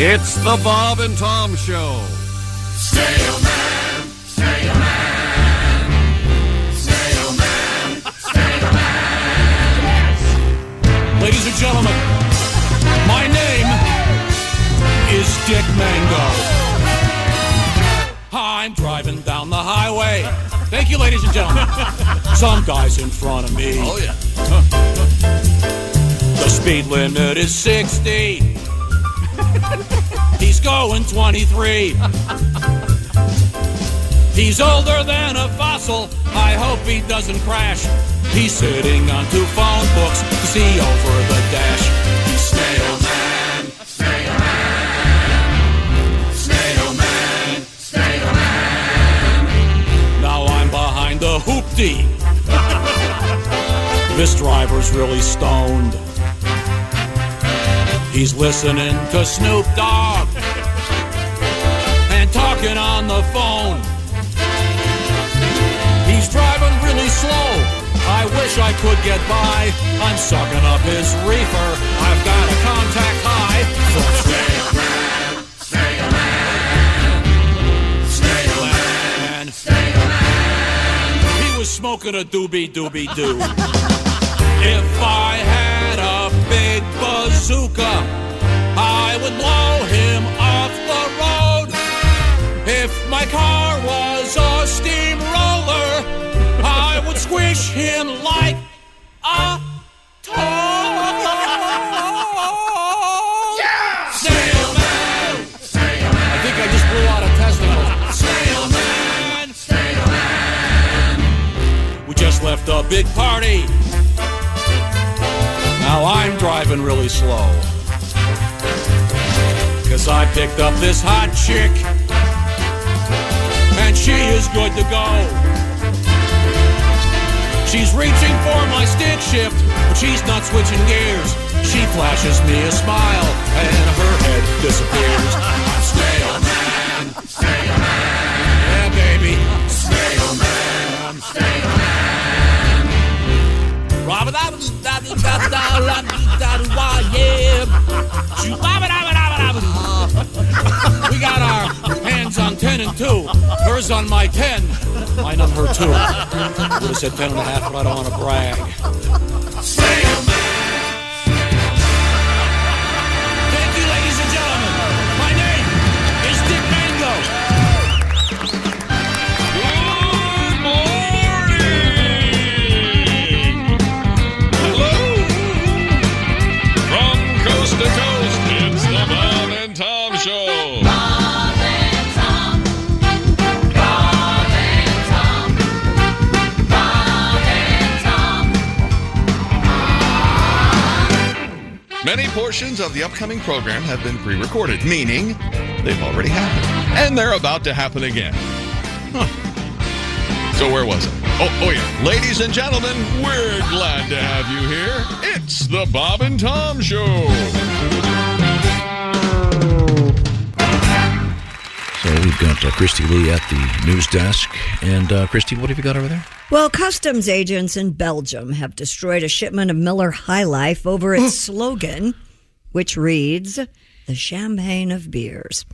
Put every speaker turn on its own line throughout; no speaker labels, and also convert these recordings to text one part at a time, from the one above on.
It's the Bob and Tom Show.
Ladies and gentlemen, my name is Dick Mango. I'm driving down the highway. Thank you, ladies and gentlemen. Some guy's in front of me. Oh, yeah. The speed limit is 60. He's going 23. He's older than a fossil. I hope he doesn't crash. He's sitting on two phone books to see over the dash. He's snail man. Snail man. Snail man. Snail man. Now I'm behind the hoopty. this driver's really stoned. He's listening to Snoop Dogg and talking on the phone. He's driving really slow. I wish I could get by. I'm sucking up his reefer. I've got a contact high. So snail man, snail man, snail man, snail man. He was smoking a doobie doobie doo. if I had a big bazooka, I would blow him off the road. If my car was a steamroller, I would squish him like a toad. Yeah! Snail man! Snail man! I think I just blew out a testicle. Snail man! Snail man! We just left a big party. Now I'm driving really slow. Cause I picked up this hot chick and she is good to go. She's reaching for my stick shift, but she's not switching gears. She flashes me a smile, and her head disappears. Snail man, snail man, yeah, baby, snail man, snail man. Robin, da da da da da da da yeah. Shoo, robin, robin, robin, robin. We got our hands on 10 and 2. Hers on my 10. Mine on her 2. Would have said 10 and a half, but I don't want to brag. Thank you, ladies and gentlemen. My name is Dick Mango. Good morning. Hello.
From coast to coast, it's the Bob and Tom Show. Many portions of the upcoming program have been pre recorded, meaning they've already happened. And they're about to happen again. Huh. So, where was it? Oh, oh, yeah. Ladies and gentlemen, we're glad to have you here. It's the Bob and Tom Show.
So we've got uh, Christy Lee at the news desk. And uh, Christy, what have you got over there?
Well, customs agents in Belgium have destroyed a shipment of Miller High Life over its slogan, which reads, the champagne of beers.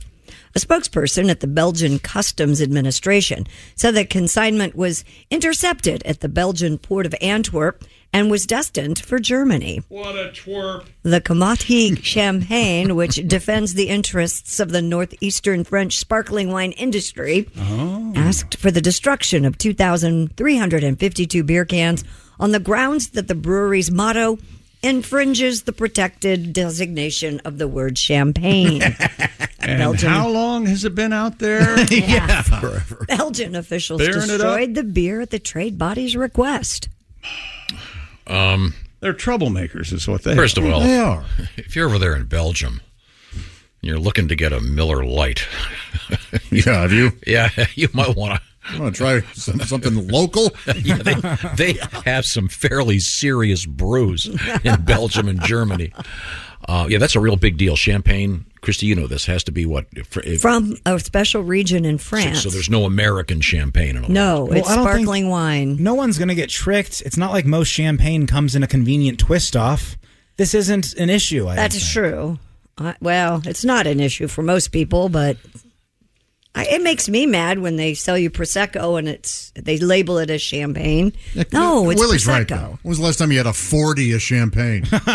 A spokesperson at the Belgian Customs Administration said the consignment was intercepted at the Belgian port of Antwerp and was destined for Germany.
What a twerp.
The Comatique Champagne, which defends the interests of the northeastern French sparkling wine industry,
Oh.
asked for the destruction of 2,352 beer cans on the grounds that the brewery's motto infringes the protected designation of the word champagne.
And
Belgium.
how long has it been out there?
Yeah,
forever.
Belgian officials
Bearing it up.
destroyed the beer at the trade body's request.
Um,
They're troublemakers, is what they
First of all,
They are.
if you're over there in Belgium and you're looking to get a Miller Light,
Yeah, have you?
yeah, you might want to.
I'm going to try some, something local.
Yeah, they, they have some fairly serious brews in Belgium and Germany. Uh, yeah, that's a real big deal. Champagne, Christy, you know this has to be what if, if-
From a special region in France.
So there's no American champagne. In all
no,
Well,
it's
I don't think-
sparkling wine.
No one's going to get tricked. It's not like most champagne comes in a convenient twist off. This isn't an issue. I
That's
don't
true.
think.
I, well, it's not an issue for most people, but I, it makes me mad when they sell you prosecco and it's they label it as champagne. No, it's
Willie's
prosecco.
right though. When was the last time you had a forty of champagne?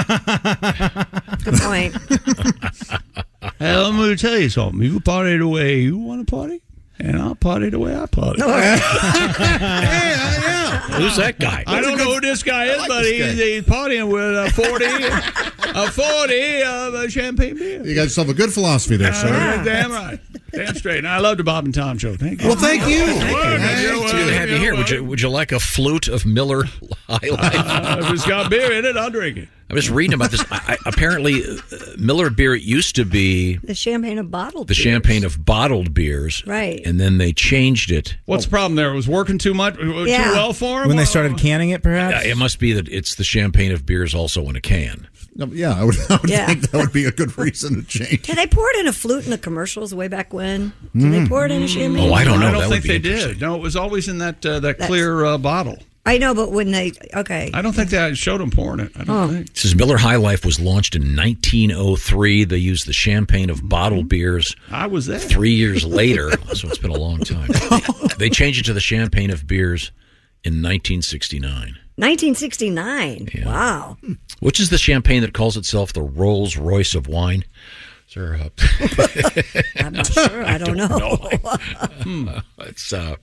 Good point.
Hey, let me tell you something. You party the way you want to party, and I'll party the way I party.
Who's that guy?
I don't know who this guy is, but
this
he's,
guy.
he's partying with a forty, a forty of uh, champagne beer.
You got yourself a good philosophy there, sir.
You're damn right, damn straight. And I love the Bob and Tom show. Thank you.
Well, thank you. Thank you.
It's good to have you here. Would you Would you like a flute of Miller High Life?
Uh, if it's got beer in it, I'll drink it.
I'm just reading about this. I, I, apparently, uh, Miller beer used to be
the champagne of bottled.
the
beers.
champagne of bottled beers,
Right.
And then they changed it.
What's the problem there? It was working too much, uh,
Yeah.
too well for him.
When they started canning it, perhaps?
Uh, It must be that it's the champagne of beers also in a can.
No, yeah, I would, I would
Yeah.
think that would be a good reason to change.
Did they pour it in a flute in the commercials way back when? Did
Mm.
they pour it in a champagne?
Oh, I don't know.
I don't
that
think
would
they
be interesting.
did. No, it was always in that uh, that
That's-
clear uh, bottle.
I know, but when they okay,
I don't think they showed him pouring it. I
Oh.
don't think.
It says Miller High Life was launched in 1903. They used the champagne of
Mm-hmm.
bottled beers
I was there.
three years later, so it's been a long time. They changed it to the champagne of beers in 1969,
1969. Wow.
which is the champagne that calls itself the Rolls Royce of wine. Sir, uh,
I'm not sure. I don't, know.
Hmm.
it's, uh,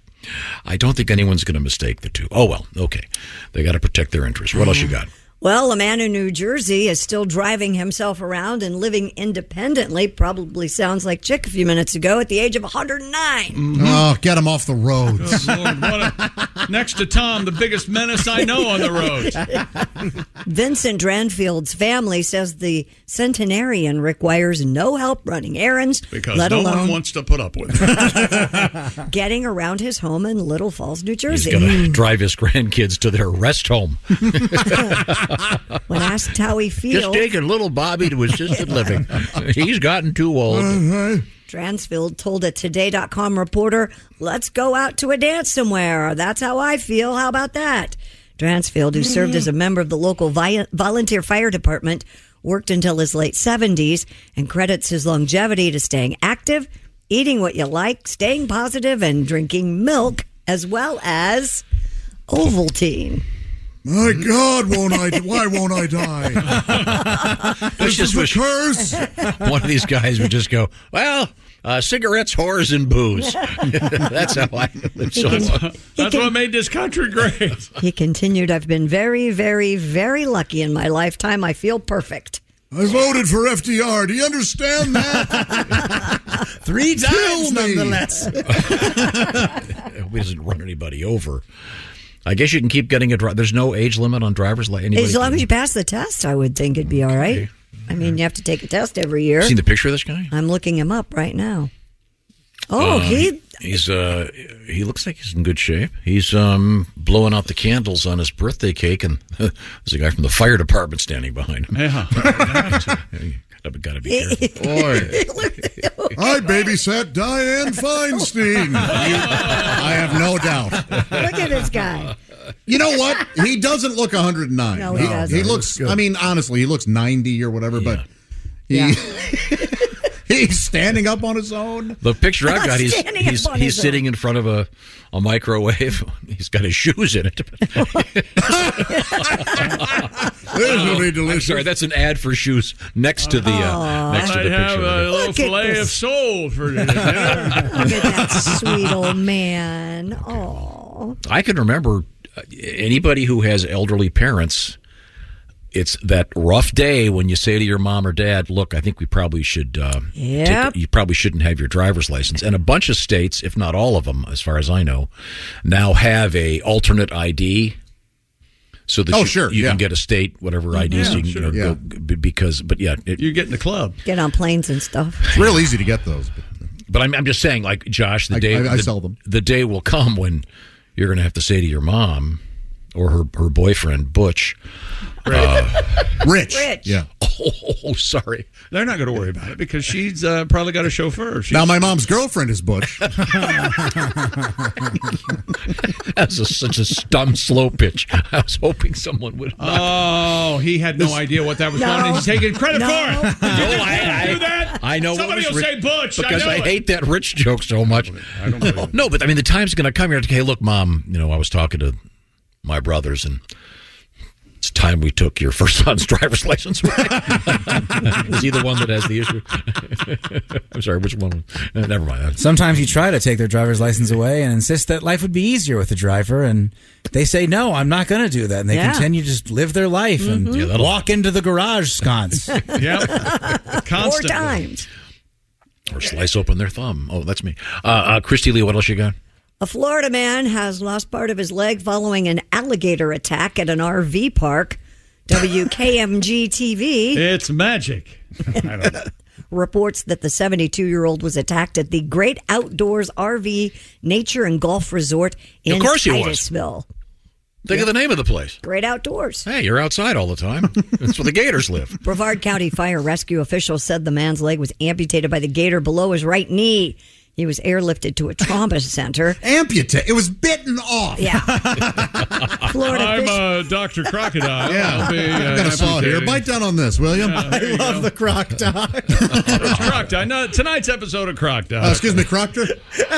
I don't think anyone's going to mistake the two. Oh, well, okay. They got to protect their interests. What else you got?
Well, a man in New Jersey is still driving himself around and living independently. Probably sounds like Chick a few minutes ago at the age of 109.
Mm-hmm.
Oh, get him off the roads.
Lord, what a- next to Tom, the biggest menace I know on the road.
Vincent Dranfield's family says the centenarian requires no help running errands, let alone
wants to put up with it.
getting around his home in Little Falls, New
He's
Jersey.
going to drive his grandkids to their rest home.
When asked how he
Just
feels,
taking little Bobby to assisted living. He's gotten too old.
Dransfield told a Today.com reporter, Let's go out to a dance somewhere. That's how I feel. How about that? Dransfield, who served as a member of the local vi- volunteer fire department, worked until his late 70s and credits his longevity to staying active, eating what you like, staying positive, and drinking milk, as well as Ovaltine.
My God, won't I? Why won't I die?
Let's
This is
just
a
wish
curse.
one of these guys would just go, well, uh, cigarettes, whores, and booze. That's how I live so long.
That's what made this country great.
He continued, I've been very, very, very lucky in my lifetime. I feel perfect.
I voted for FDR. Do you understand that?
Three
Kill me.
I hope he doesn't run anybody over. I guess you can keep getting a drive. There's no age limit on driver's license.
As long as you pass the test, I would think it'd be all right. I mean, you have to take a test every year.
seen the picture of this guy?
I'm looking him up right now.
Uh.
Oh, he
He's uh, he looks like he's in good shape. He's um, blowing out the candles on his birthday cake, and there's a guy from the fire department standing behind him.
Yeah.
Gotta, gotta be careful.
Boy. I babysat Diane Feinstein. You- I have no doubt.
look at this guy.
You know what? He doesn't look 109.
No, he doesn't.
He looks, I mean, honestly, he looks 90 or whatever, but he,
Yeah.
he's standing up on his own.
The picture I've got, he's
Standing
he's,
up on
he's
his
sitting in front of a, a microwave. He's got his shoes in it.
This will be delicious.
Sorry, that's an ad for shoes next to the uh, next to
I
the
have
picture.
a little
Look at
fillet of
this.
soul for dinner.
Look at that sweet old man. Oh,
I can remember uh, anybody who has elderly parents. It's that rough day when you say to your mom or dad, "Look, I think we probably should. Uh, take a-
Yep.
you probably shouldn't have your driver's license." And a bunch of states, if not all of them, as far as I know, now have a alternate ID. So that
Oh,
you,
sure,
you
yeah.
can get a state whatever ID so you can you know,
yeah.
go, b- because but yeah it,
You get in the club.
get on planes and stuff.
It's real easy to get those. but-
But I'm, I'm just saying, like Josh, the
I-
day
I- I
the,
sell them.
The day will come when you're going to have to say to your mom or her, her boyfriend Butch, uh,
Rich. Rich.
Yeah. Oh, sorry.
They're not going to worry about it because she's uh, probably got a chauffeur. She's,
Now my mom's girlfriend is Butch.
That's a, such a stum slow pitch. I was hoping someone would.
Oh, he had no idea what that was
No.
going on. He's taking credit
No.
for it. Did you
No,
just
I-
do that?
I know. what
Somebody
was
will
Rich-
say Butch.
because
I, know
I,
it.
hate that rich joke so much. no, but I mean the time's going to come. You're like, hey, look, mom. You know, I was talking to my brothers, and it's time we took your first son's driver's license. Is he the one that has the issue? I'm sorry, which one? Uh, never mind.
Sometimes you try to take their driver's license away and insist that life would be easier with a driver, and they say, "No, I'm not going to do that," and they
Yeah.
continue to just live their life and
Mm-hmm.
Mhm. Yeah, that'll-
walk into the garage sconce.
Yep. Constantly.
times.
Or slice open their thumb. Oh, that's me. Uh, uh, Christy Lee, what else you got?
A Florida man has lost part of his leg following an alligator attack at an RV park. WKMG TV
It's magic. I don't know.
reports that the 72 year old was attacked at the Great Outdoors RV Nature and Golf Resort in
Of course he was.
Titusville.
Think of the name of the place.
Great Outdoors.
Hey, you're outside all the time. That's where the Gators live.
Brevard County Fire Rescue officials said the man's leg was amputated by the gator below his right knee. He was airlifted to a trauma center.
Amputated? It was bitten off.
Yeah. Florida
I'm
fish-
uh, Dr. Crocodile.
Yeah.
I'll be, uh,
I've got a saw here.
amputated.
Bite down on this, William. I love the crocodile.
It's Crocodile. No, tonight's episode of Crocodile.
Uh, excuse me, Proctor.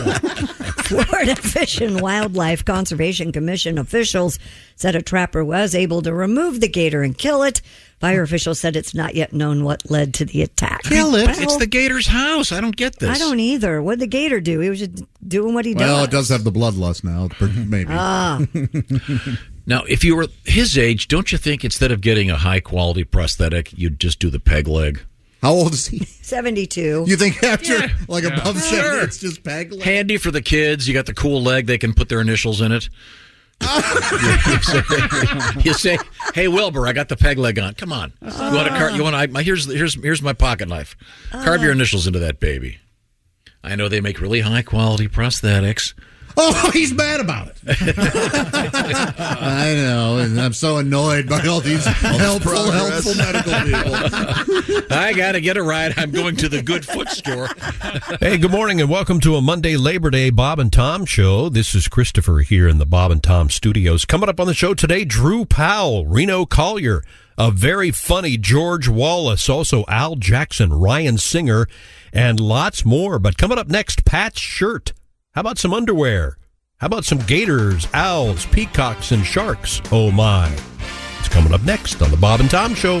Florida Fish and Wildlife Conservation Commission officials said a trapper was able to remove the gator and kill it. Fire officials said it's not yet known what led to the attack.
It's the Gators' house. I don't get this.
I don't either. What did the gator do? He was just doing what he
Well, it does
does.
have the bloodlust now, per- maybe.
Ah. e-
Now, if you were his age, don't you think instead of getting a high quality prosthetic, you'd just do the peg leg?
How old is he?
72.
You think after,
Yeah.
like
Yeah.
above
Sure.
70, it's just peg leg?
Handy for the kids. You got the cool leg; they can put their initials in it. you, say, you say, "Hey Wilbur, I got the peg leg on. Come on, you want to car- you want to, my here's here's here's my pocket knife. Carve
Uh.
your initials into that baby. I know they make really high quality prosthetics.
Oh, he's mad about it. I know, and I'm so annoyed by all these helpful, helpful medical people.
I got to get a ride. I'm going to the good foot store.
Hey, good morning and welcome to a Monday Labor Day Bob and Tom show. This is Christopher here in the Bob and Tom studios. Coming up on the show today, Drew Powell, Reno Collier, a very funny George Wallace, also Al Jackson, Ryan Singer, and lots more. But coming up next, Pat's shirt. How about some underwear? How about some gators, owls, peacocks, and sharks? Oh my. It's coming up next on the Bob and Tom show.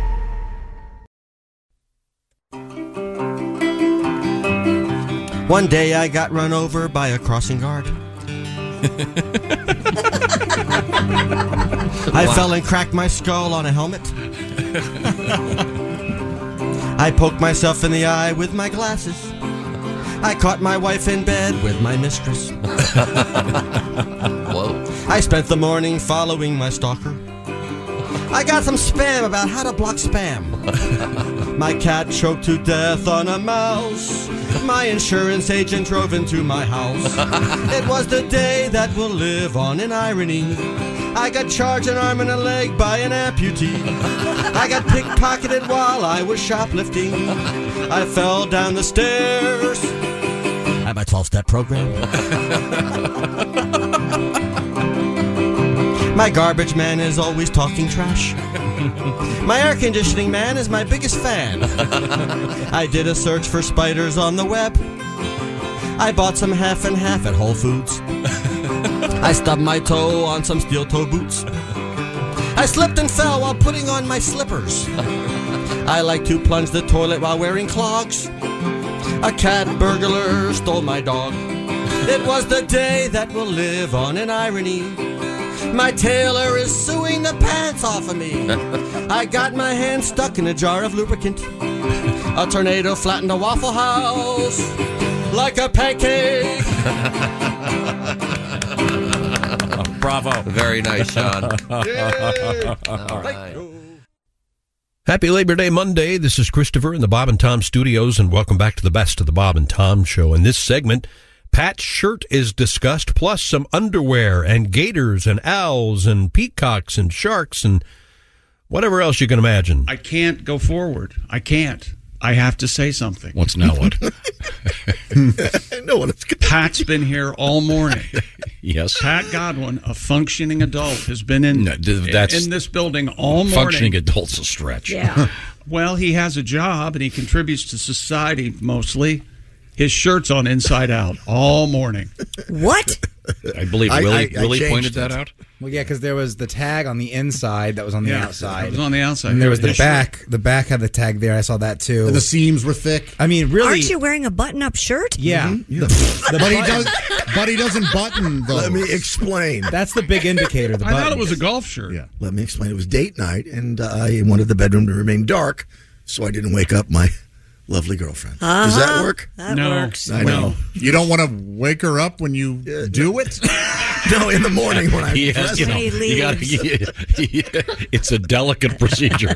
One day I got run over by a crossing guard. I
Wow.
fell and cracked my skull on a helmet. I poked myself in the eye with my glasses. I caught my wife in bed with my mistress. Whoa. I spent the morning following my stalker. I got some spam about how to block spam. my cat choked to death on a mouse. My insurance agent drove into my house. it was the day that will live on in irony. I got charged an arm and a leg by an amputee. I got pickpocketed while I was shoplifting. I fell down the stairs. I my 12 step program? my garbage man is always talking trash. My air conditioning man is my biggest fan. I did a search for spiders on the web. I bought some half and half at Whole Foods. I stubbed my toe on some steel toe boots. I slipped and fell while putting on my slippers. I like to plunge the toilet while wearing clogs. A cat burglar stole my dog. It was the day that will live on in irony. My tailor is suing the pants off of me. I got my hand stuck in a jar of lubricant. A tornado flattened a Waffle House like a pancake.
Bravo.
Very nice, Sean.
Yay.
All right.
Happy Labor Day Monday. This is Christopher in the Bob and Tom studios, and welcome back to the best of the Bob and Tom show. In this segment, Pat's shirt is discussed, plus some underwear and gators and owls and peacocks and sharks and whatever else you can imagine.
I can't go forward. I can't. I have to say something.
What's now what?
no one Pat's been here all morning.
Yes.
Pat Godwin, a functioning adult, has been in
No, th- that's-
in this building all morning.
Functioning adults a stretch. Yeah.
well, he has a job and he contributes to society mostly. His shirt's on inside out all morning.
What?
I believe
I-
Willie,
I- I
Willie
changed
pointed
it.
that out.
Well, yeah, because there was the tag on the inside that was on the
Yeah,
outside.
it was on the outside.
And there was the
His shirt.
back. The back had the tag there. I saw that too.
And the
seams were thick. I mean, really.
Aren't you wearing a button up shirt?
Yeah.
Mm-hmm.
The,
But he
but he doesn't button though.
Let me explain.
That's the big indicator. The
I thought
button.
it was
a golf shirt. Yeah.
Let me explain. It was date night, and uh, I wanted the bedroom to remain dark, so I didn't wake up my lovely girlfriend. Does that
Uh-huh.
work?
That No. works.
I
No.
know. You don't want to wake her up when you
Uh,
do it. no, in the morning when I
He
dress
has, you know,
up.
you gotta, it's a delicate procedure.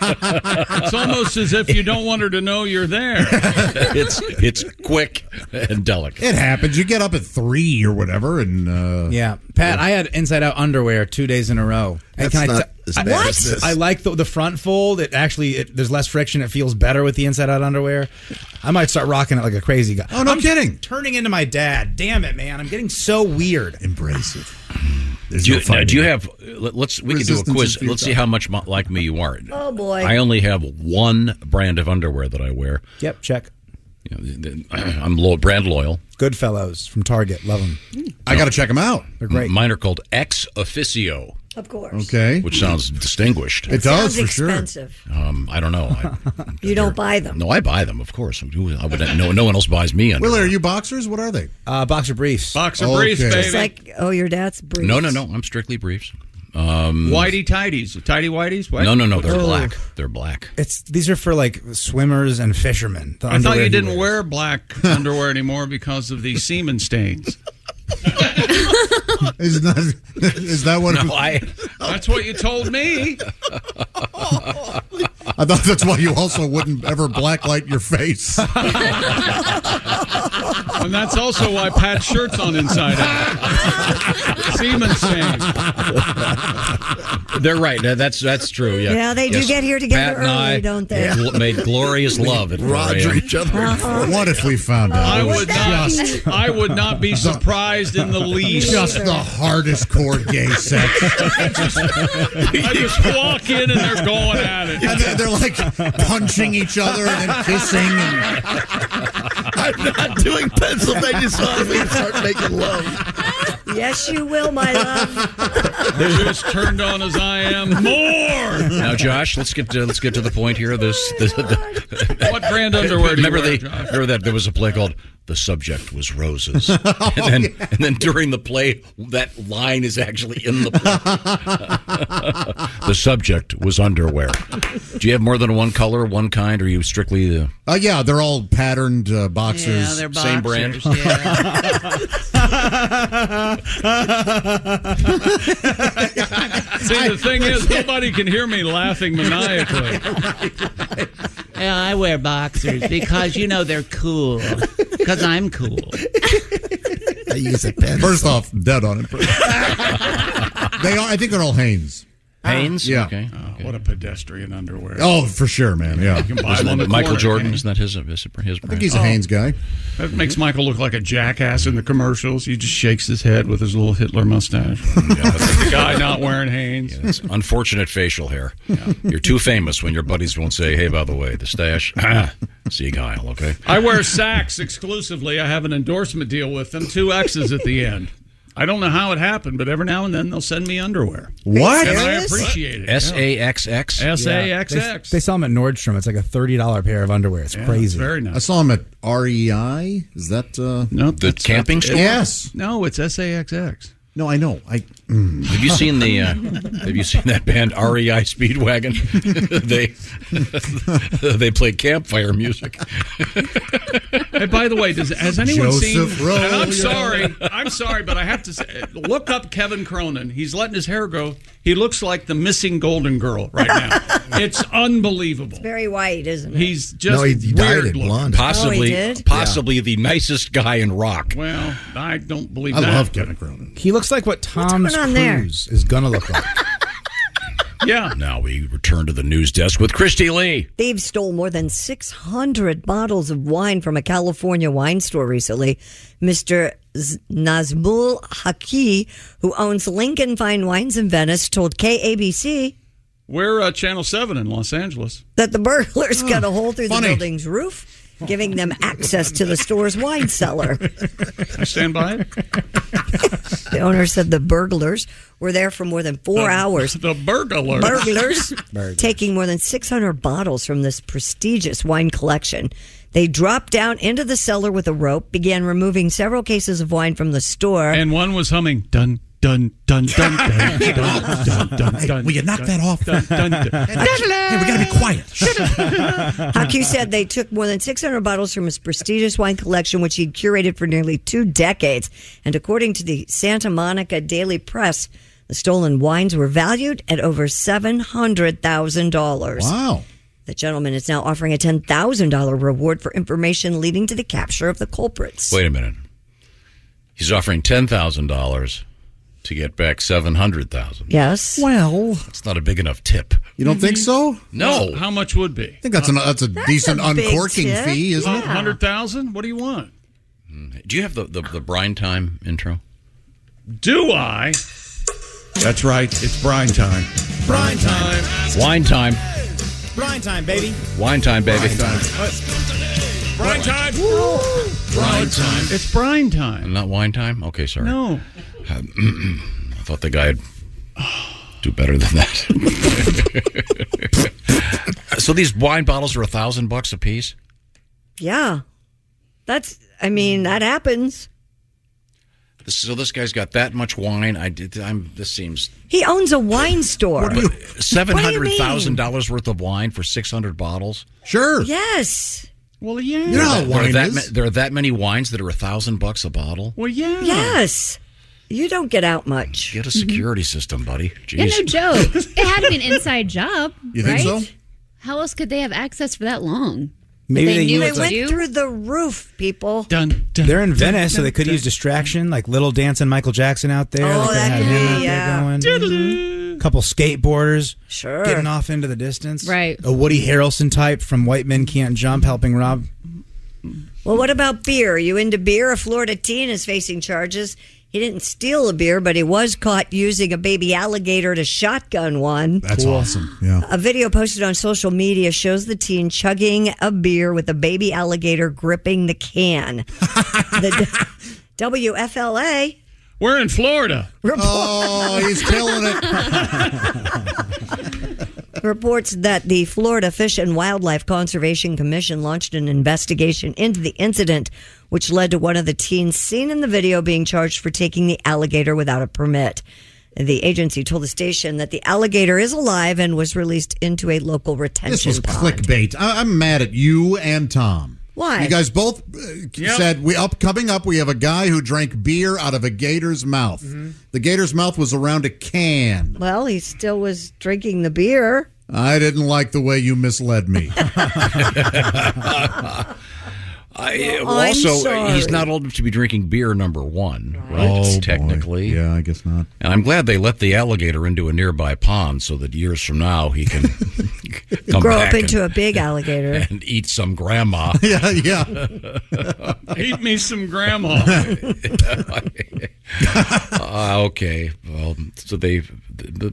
It's almost as if you don't want her to know you're there.
it's it's quick and delicate.
It happens. You get up at three or whatever, and uh,
Yeah, Pat, I had inside out underwear two days in a row.
That's not as
I-
bad as What? this.
I like the, the front fold. It actually it, there's less friction. It feels better with the inside out underwear. I might start rocking it like a crazy guy.
Oh, no
I'm
kidding.
Turning into my dad. Damn it, man! I'm getting so weird.
Embrace it.
do you,
no fun
now,
in
do you
it.
have? let- Let's we can do a
Resistance
quiz.
is futile.
Let's see how much mo- like me you are.
Oh, boy.
I only have one brand of underwear that I wear.
Yep, check.
You know, the- the- I'm lo- brand loyal.
Goodfellows from Target. Love them.
I got to check them out.
They're great.
Mine are called ex officio.
Of course.
Okay, which sounds distinguished.
It It does, sounds for sure. expensive.
Oh,
Um, I don't know. I,
You don't buy them.
no, I buy them, of course. Who- I would no no one else buys me underwear.
Willie, are you boxers? What are they?
Uh, boxer briefs.
Boxer
Okay.
briefs, baby.
It's like, oh, your dad's briefs.
No, no, no. I'm strictly briefs. Um,
Whitey tidies, tidy whiteys. What?
No, no, no. They're
Oh.
black. They're black.
It's these are for like swimmers and fishermen. The
I thought
underwear
you
he
didn't
wears.
wear black underwear anymore because of the semen stains.
Is that is that what?
No, I- That's what you told me.
I thought that's why you also wouldn't ever blacklight your face.
And that's also why Pat's shirt's on inside out. Semen stains.
They're right. That- That's that's true. Yeah.
Yeah, they do get here together
Pat and I
early, don't they?
gl- made glorious love at
Roger each
other.
What if we found out?
I
It was
would not. I would not be surprised in the least.
Just the hardest core gay sex.
I just walk in and they're going at it.
And they're, they're like punching each other and then kissing. And...
I'm not doing Pennsylvania sauce. We start making love.
Yes, you will, my love.
Just turned on as I am. More.
Now, Josh, let's get to let's get to the point here. This, this the,
What brand underwear do you
remember
wear,
the remember that there was a play called "The Subject Was Roses," and
Oh,
then and then during the play, that line is actually in the play. the subject was underwear. Do you have more than one color, one kind, or are you strictly the
Uh, yeah, they're all patterned uh, boxers.
they're Same boxers, brand?
See, the thing is, nobody can hear me laughing maniacally.
Yeah, I wear boxers because you know they're cool.
Uh,
Because I'm cool.
I use a pen. First off, dead on it. they are. I think they're all Hanes.
Hanes?
Yeah.
Okay.
Oh, What a pedestrian underwear.
Oh, for sure, man. Yeah.
You can buy
Isn't
one
that
at the
Michael
corner,
Jordan?
can't you?
Isn't
that his, his, his
I think he's a Hanes guy.
That makes Michael look like a jackass in the commercials. He just shakes his head with his little Hitler mustache. the guy not wearing Hanes.
unfortunate facial hair. You're too famous when your buddies won't say, "Hey, by the way, the stash." Ah, see Kyle, okay?
I wear Saks exclusively. I have an endorsement deal with them, two X's at the end. I don't know how it happened, but every now and then they'll send me underwear. And I appreciate it.
S A X X.
S A X
They-
X.
They, sell them at Nordstrom. It's like a thirty dollar pair of underwear. It's crazy.
very nice.
I saw him at REI. Is that uh,
no
The camping store.
Yes.
No, it's S A X X.
No, I know. I mm.
Have you seen the? Uh, have you seen that band REI Speedwagon? they they play campfire music.
Hey, by the way, does, has anyone
Joseph
seen?
Rowe,
and I'm
you're-
sorry, I'm sorry, but I have to say, look up Kevin Cronin. He's letting his hair grow. He looks like the missing Golden Girl right now. it's unbelievable.
Very white, isn't it?
He's just
No, he- he dyed
weird
it
looking.
blonde. Oh, he
Possibly,
did?
possibly the nicest guy in rock.
Well, I don't believe
I
that.
love
Kevin
Cronin.
He looks like what Tom
going on there?
Cruise is gonna look like.
Yeah.
Now we return to the news desk with Christy Lee.
Thieves stole more than 600 bottles of wine from a California wine store recently. Mr. Z- Nazmul Haki, who owns Lincoln Fine Wines in Venice, told KABC
We're uh, Channel Seven in Los Angeles.
that the burglars
Oh,
cut a hole through
funny.
the building's roof, giving them access to the store's wine cellar.
I stand by it.
The owner said the burglars were there for more than four
Oh,
The-
hours.
The burglars.
burglars taking more than 600 bottles from this prestigious wine collection. They dropped down into the cellar with a rope, began removing several cases of wine from the store.
And one was humming dun dun dun dun dun dun dun dun. dun
Will you knock
dun,
that off?
Dun, dun, dun.
Hey, we gotta be
quiet.
Haku said they took more than 600 bottles from his prestigious wine collection, which he'd curated for nearly two decades. And according to the Santa Monica Daily Press, the stolen wines were valued at over $700,000.
Wow.
The gentleman is now offering a $10,000 reward for information leading to the capture of the culprits.
Wait a minute. He's offering ten thousand dollars to get back seven hundred thousand.
Yes.
Well,
That's not a big enough tip.
You don't think so?
No.
How much would be? I
think that's an- that's a That's decent a big uncorking tip. fee, isn't it? Yeah.
Hundred thousand? What do you want?
Do you have the, the, the brine time intro?
Do I? That's right. It's brine time. Brine time.
Wine time.
Brine time, baby.
Wine time, baby.
Brine time.
Brine time. It's brine time.
Not wine time? Okay, sorry.
No.
Um, I thought the guy would do better than that. so these wine bottles are a thousand bucks a piece?
Yeah. That's, I mean, that happens.
This- So this guy's got that much wine. I did. I'm. This seems
He owns a wine store.
seven
What do you
hundred
mean?
thousand dollars worth of wine for six hundred bottles.
Sure.
Yes.
Well, yeah.
There are that- there, are that, ma- there are that many wines that are a thousand bucks a bottle.
Well, yeah.
Yes. You don't get out much.
Get a security system, buddy.
Yeah,
Jeez.
no joke. It had to be an inside job.
You think
right?
so?
How else could they have access for that long?
Maybe
they,
they
knew
knew
it
it's
was
like-
you.
Through the roof, people.
They're in
dun,
Venice, so
dun,
they could
dun.
use distraction, like Little Dancing Michael Jackson out there. Oh, that could be, A couple skateboarders.
Sure.
Getting off into the distance.
Right.
A Woody Harrelson type from White Men Can't Jump helping Rob.
Well, what about beer? Are you into beer? A Florida teen is facing charges. He didn't steal a beer, but he was caught using a baby alligator to shotgun one.
That's awesome. Yeah.
A video posted on social media shows the teen chugging a beer with a baby alligator gripping the can. the D- WFLA.
We're in Florida.
Oh, he's killing
it. Reports that the Florida Fish and Wildlife Conservation Commission launched an investigation into the incident, which led to one of the teens seen in the video being charged for taking the alligator without a permit. The agency told the station that the alligator is alive and was released into a local retention
This was
pond.
clickbait. I- I'm mad at you and Tom.
Why?
You guys both uh, said we up coming up. We have a guy who drank beer out of a gator's mouth.
Mm-hmm.
The gator's mouth was around a can.
Well, he still was drinking the beer.
I didn't like the way you misled me.
I,
Well, I'm
also, uh, he's
sorry.
not old enough to be drinking beer. Number one, right?
Oh, boy.
technically,
yeah, I guess not.
And I'm glad they let the alligator into a nearby pond so that years from now he can come
Grow
back
up into
and,
a big alligator.
and eat some grandma.
yeah, yeah.
Eat me some grandma.
Uh, okay. Well, so they the, the,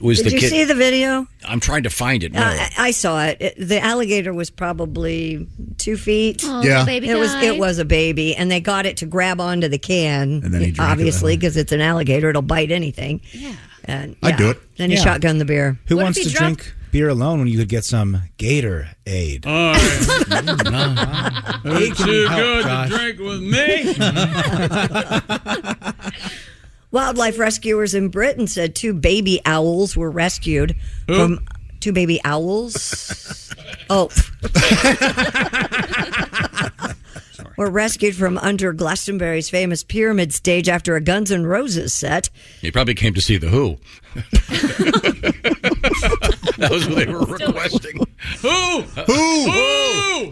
was
Did
the
you
kid.
see the video? Uh,
I'm trying to find it. No.
I, I saw it. It- The alligator was probably two feet.
Oh, Yeah. the baby
it was.
died.
It was a baby, and they got it to grab onto the can.
And then he drank it that
obviously, because it's an alligator, it'll bite anything. Yeah, and
I'd
yeah.
do it.
Then he
Yeah.
shotgunned the beer.
Who wants to drink beer alone when you could get some Gator Aid?
It's
can
too
Mm-hmm. help,
good
Josh.
to drink with me.
Wildlife rescuers in Britain said two baby owls were rescued from two baby owls. oh. were rescued from under Glastonbury's famous pyramid stage after a Guns N' Roses set.
He probably came to see the Who. that was what they were requesting.
Who?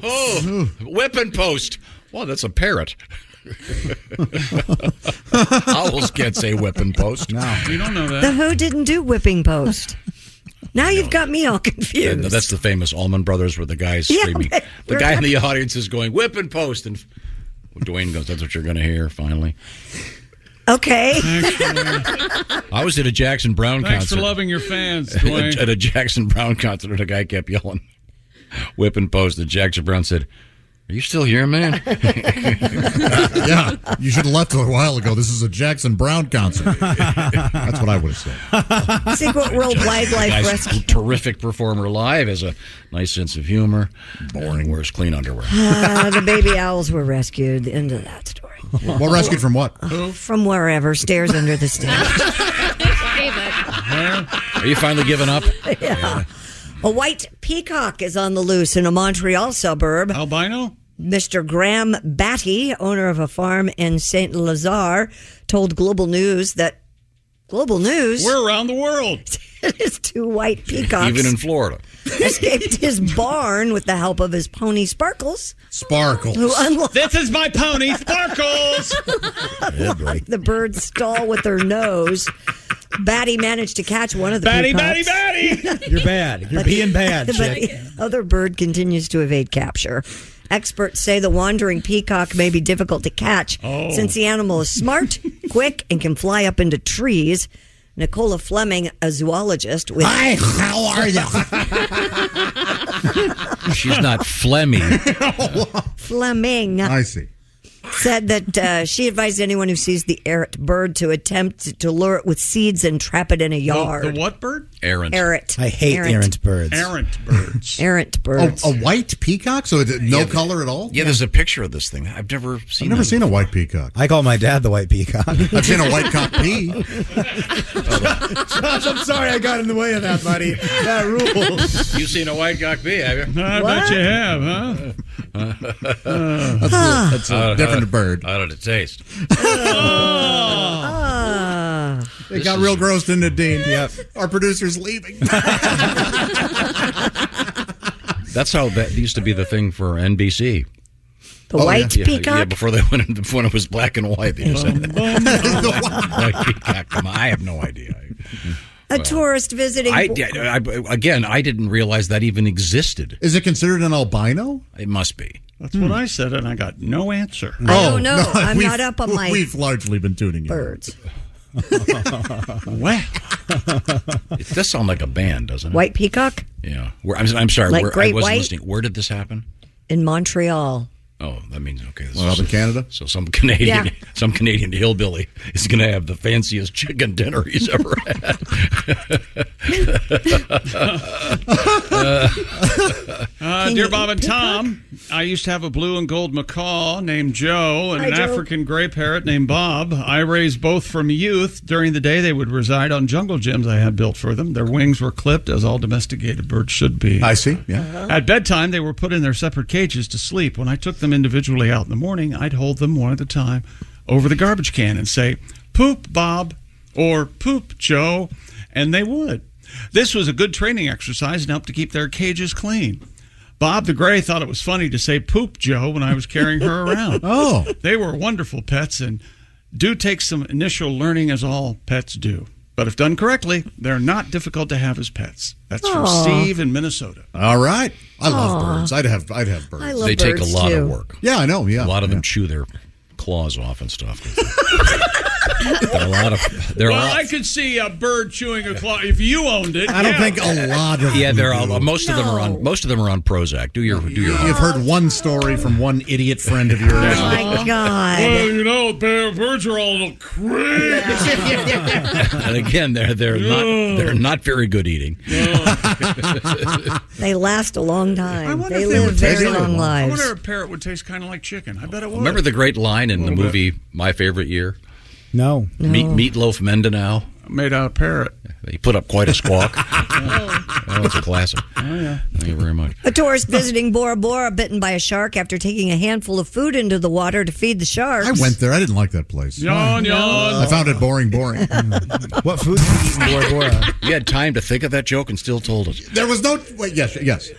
Who? Who? Who? Weapon post. Well, that's a parrot. Owls can't say weapon post. No,
you don't know
The Who didn't do whipping post. Now you've got me all confused.
that's the famous Allman Brothers where the guy's
Yeah,
screaming.
but
The
we're
guy in
not-
the audience is going, weapon post. And Dwayne goes, that's what you're going to hear finally.
Okay.
I was at a Jackson Brown
Thanks
concert.
for loving your fans, Dwayne.
at a Jackson Brown concert, and a guy kept yelling, "Whip and post." And Jackson Brown said, "Are you still here, man?"
yeah, you should have left a while ago. This is a Jackson Brown concert. That's what I would have said.
See what World Wildlife
Guy's
Rescue.
a terrific performer live, has a nice sense of humor. Boring. Wears clean underwear.
Ah, the baby owls were rescued. The end of that story. Uh,
Well, rescued from what?
From wherever. Stairs under the stairs.
Are you finally giving up?
yeah. A white peacock is on the loose in a Montreal suburb.
Albino?
Mr. Graham Batty, owner of a farm in St. Lazare, told Global News that Global News
We're around the world.
his two white peacocks
Even in Florida.
escaped his barn with the help of his pony Sparkles.
Sparkles.
Who unlocked
This is my pony, Sparkles.
unlocked the bird's stall with her nose. Batty managed to catch one of the
Batty,
peacocks.
Batty,
Batty!
You're bad. You're being bad,
But
chick.
the other bird continues to evade capture. Experts say the wandering peacock may be difficult to catch
Oh.
since the animal is smart, quick, and can fly up into trees. Nicola Fleming, a zoologist with
Hi, how are you?
She's not Flemmy.
Fleming
see.
said that uh, she advised anyone who sees the errant bird to attempt to lure it with seeds and trap it in a yard.
The what bird?
Errant.
Errant.
I hate errant, birds.
Errant birds.
Errant birds.
A, a white peacock? So it's no
Yeah, the-
color at all?
Yeah, there's a picture of this thing. I've never seen.
I've never
that.
seen a white peacock.
I call my dad the white peacock.
I've seen a white cock pee.
Josh, I'm sorry I got in the way of that, buddy. That rules.
You've seen a white cock bee, have you?
I bet you have, huh?
that's
Ah.
that's a different bird.
Uh, Out of the taste.
Oh.
Oh.
It got real gross, didn't it, Dean? Yep. Our producer's leaving.
That's how that used to be the thing for NBC.
The Oh, white
yeah.
peacock?
Yeah, before they went into, when it was black and white, they just had that. white peacock. Come on, I have no idea.
a tourist visiting.
I, uh, I, I- again, I didn't realize that even existed.
Is it considered an albino? Hmm.
It must be.
That's what I said, and I got no answer.
I don't know. I'm not up on my
We've largely been tuning in.
birds.
Wow.
It does sound like a band, doesn't it?
White peacock
Yeah. Where, I'm, I'm sorry.
Like
where, I
great
wasn't
white?
listening. Where did this happen?
in Montreal.
Oh, that means okay. This
Well, up in Canada?
So some Canadian,
Yeah.
some Canadian hillbilly is going to have the fanciest chicken dinner he's ever had.
Uh,
Can
dear
you
Bob
eat
and Tom, I used to have a blue and gold macaw named Joe and
Hi,
an
Joe.
African gray parrot named Bob. I raised both from youth. During the day, they would reside on jungle gyms I had built for them. Their wings were clipped, as all domesticated birds should be. I
see, yeah.
Uh-huh. At bedtime, they were put in their separate cages to sleep. When I took them individually out in the morning, I'd hold them one at a time over the garbage can and say, Poop, Bob, or Poop, Joe, and they would. This was a good training exercise and helped to keep their cages clean. Bob the Gray thought it was funny to say poop Joe when I was carrying her around.
oh.
They were wonderful pets and do take some initial learning, as all pets do. But if done correctly, they're not difficult to have as pets. That's from
Aw.
Steve in Minnesota.
All right. I love
Aw.
birds. I'd have I'd have birds.
I
love They take a birds, lot of too. work.
Yeah, I know. Yeah.
a lot of them chew their claws off and stuff. there are a lot of there are a
well,
lot-
I could see a bird chewing a claw if you owned it. yeah.
Yeah, there are most of them are on most of them are on Prozac. Do your do your.
You've heard one story from one idiot friend of yours.
Oh
Well, you know, bear- birds are all crazy.
and again, they're they're not they're not very good eating.
They last a long time. They
if
live
would
very
taste-
long
I
lives.
wonder if parrot would taste kind of like chicken. I bet it would.
Remember the great line in the movie My Favorite Year?
No.
Meat, meatloaf Mendenau
made out of parrot.
He put up quite a squawk. oh, it's a classic. Oh yeah. Thank you very much.
A tourist visiting Bora Bora bitten by a shark after taking a handful of food into the water to feed the sharks.
I went there. I didn't like that place.
Yawn, yawn.
I found it boring, boring.
what food did you eat in Bora Bora?
You had time to think of that joke and still told it.
There was no. Wait, yes, yes.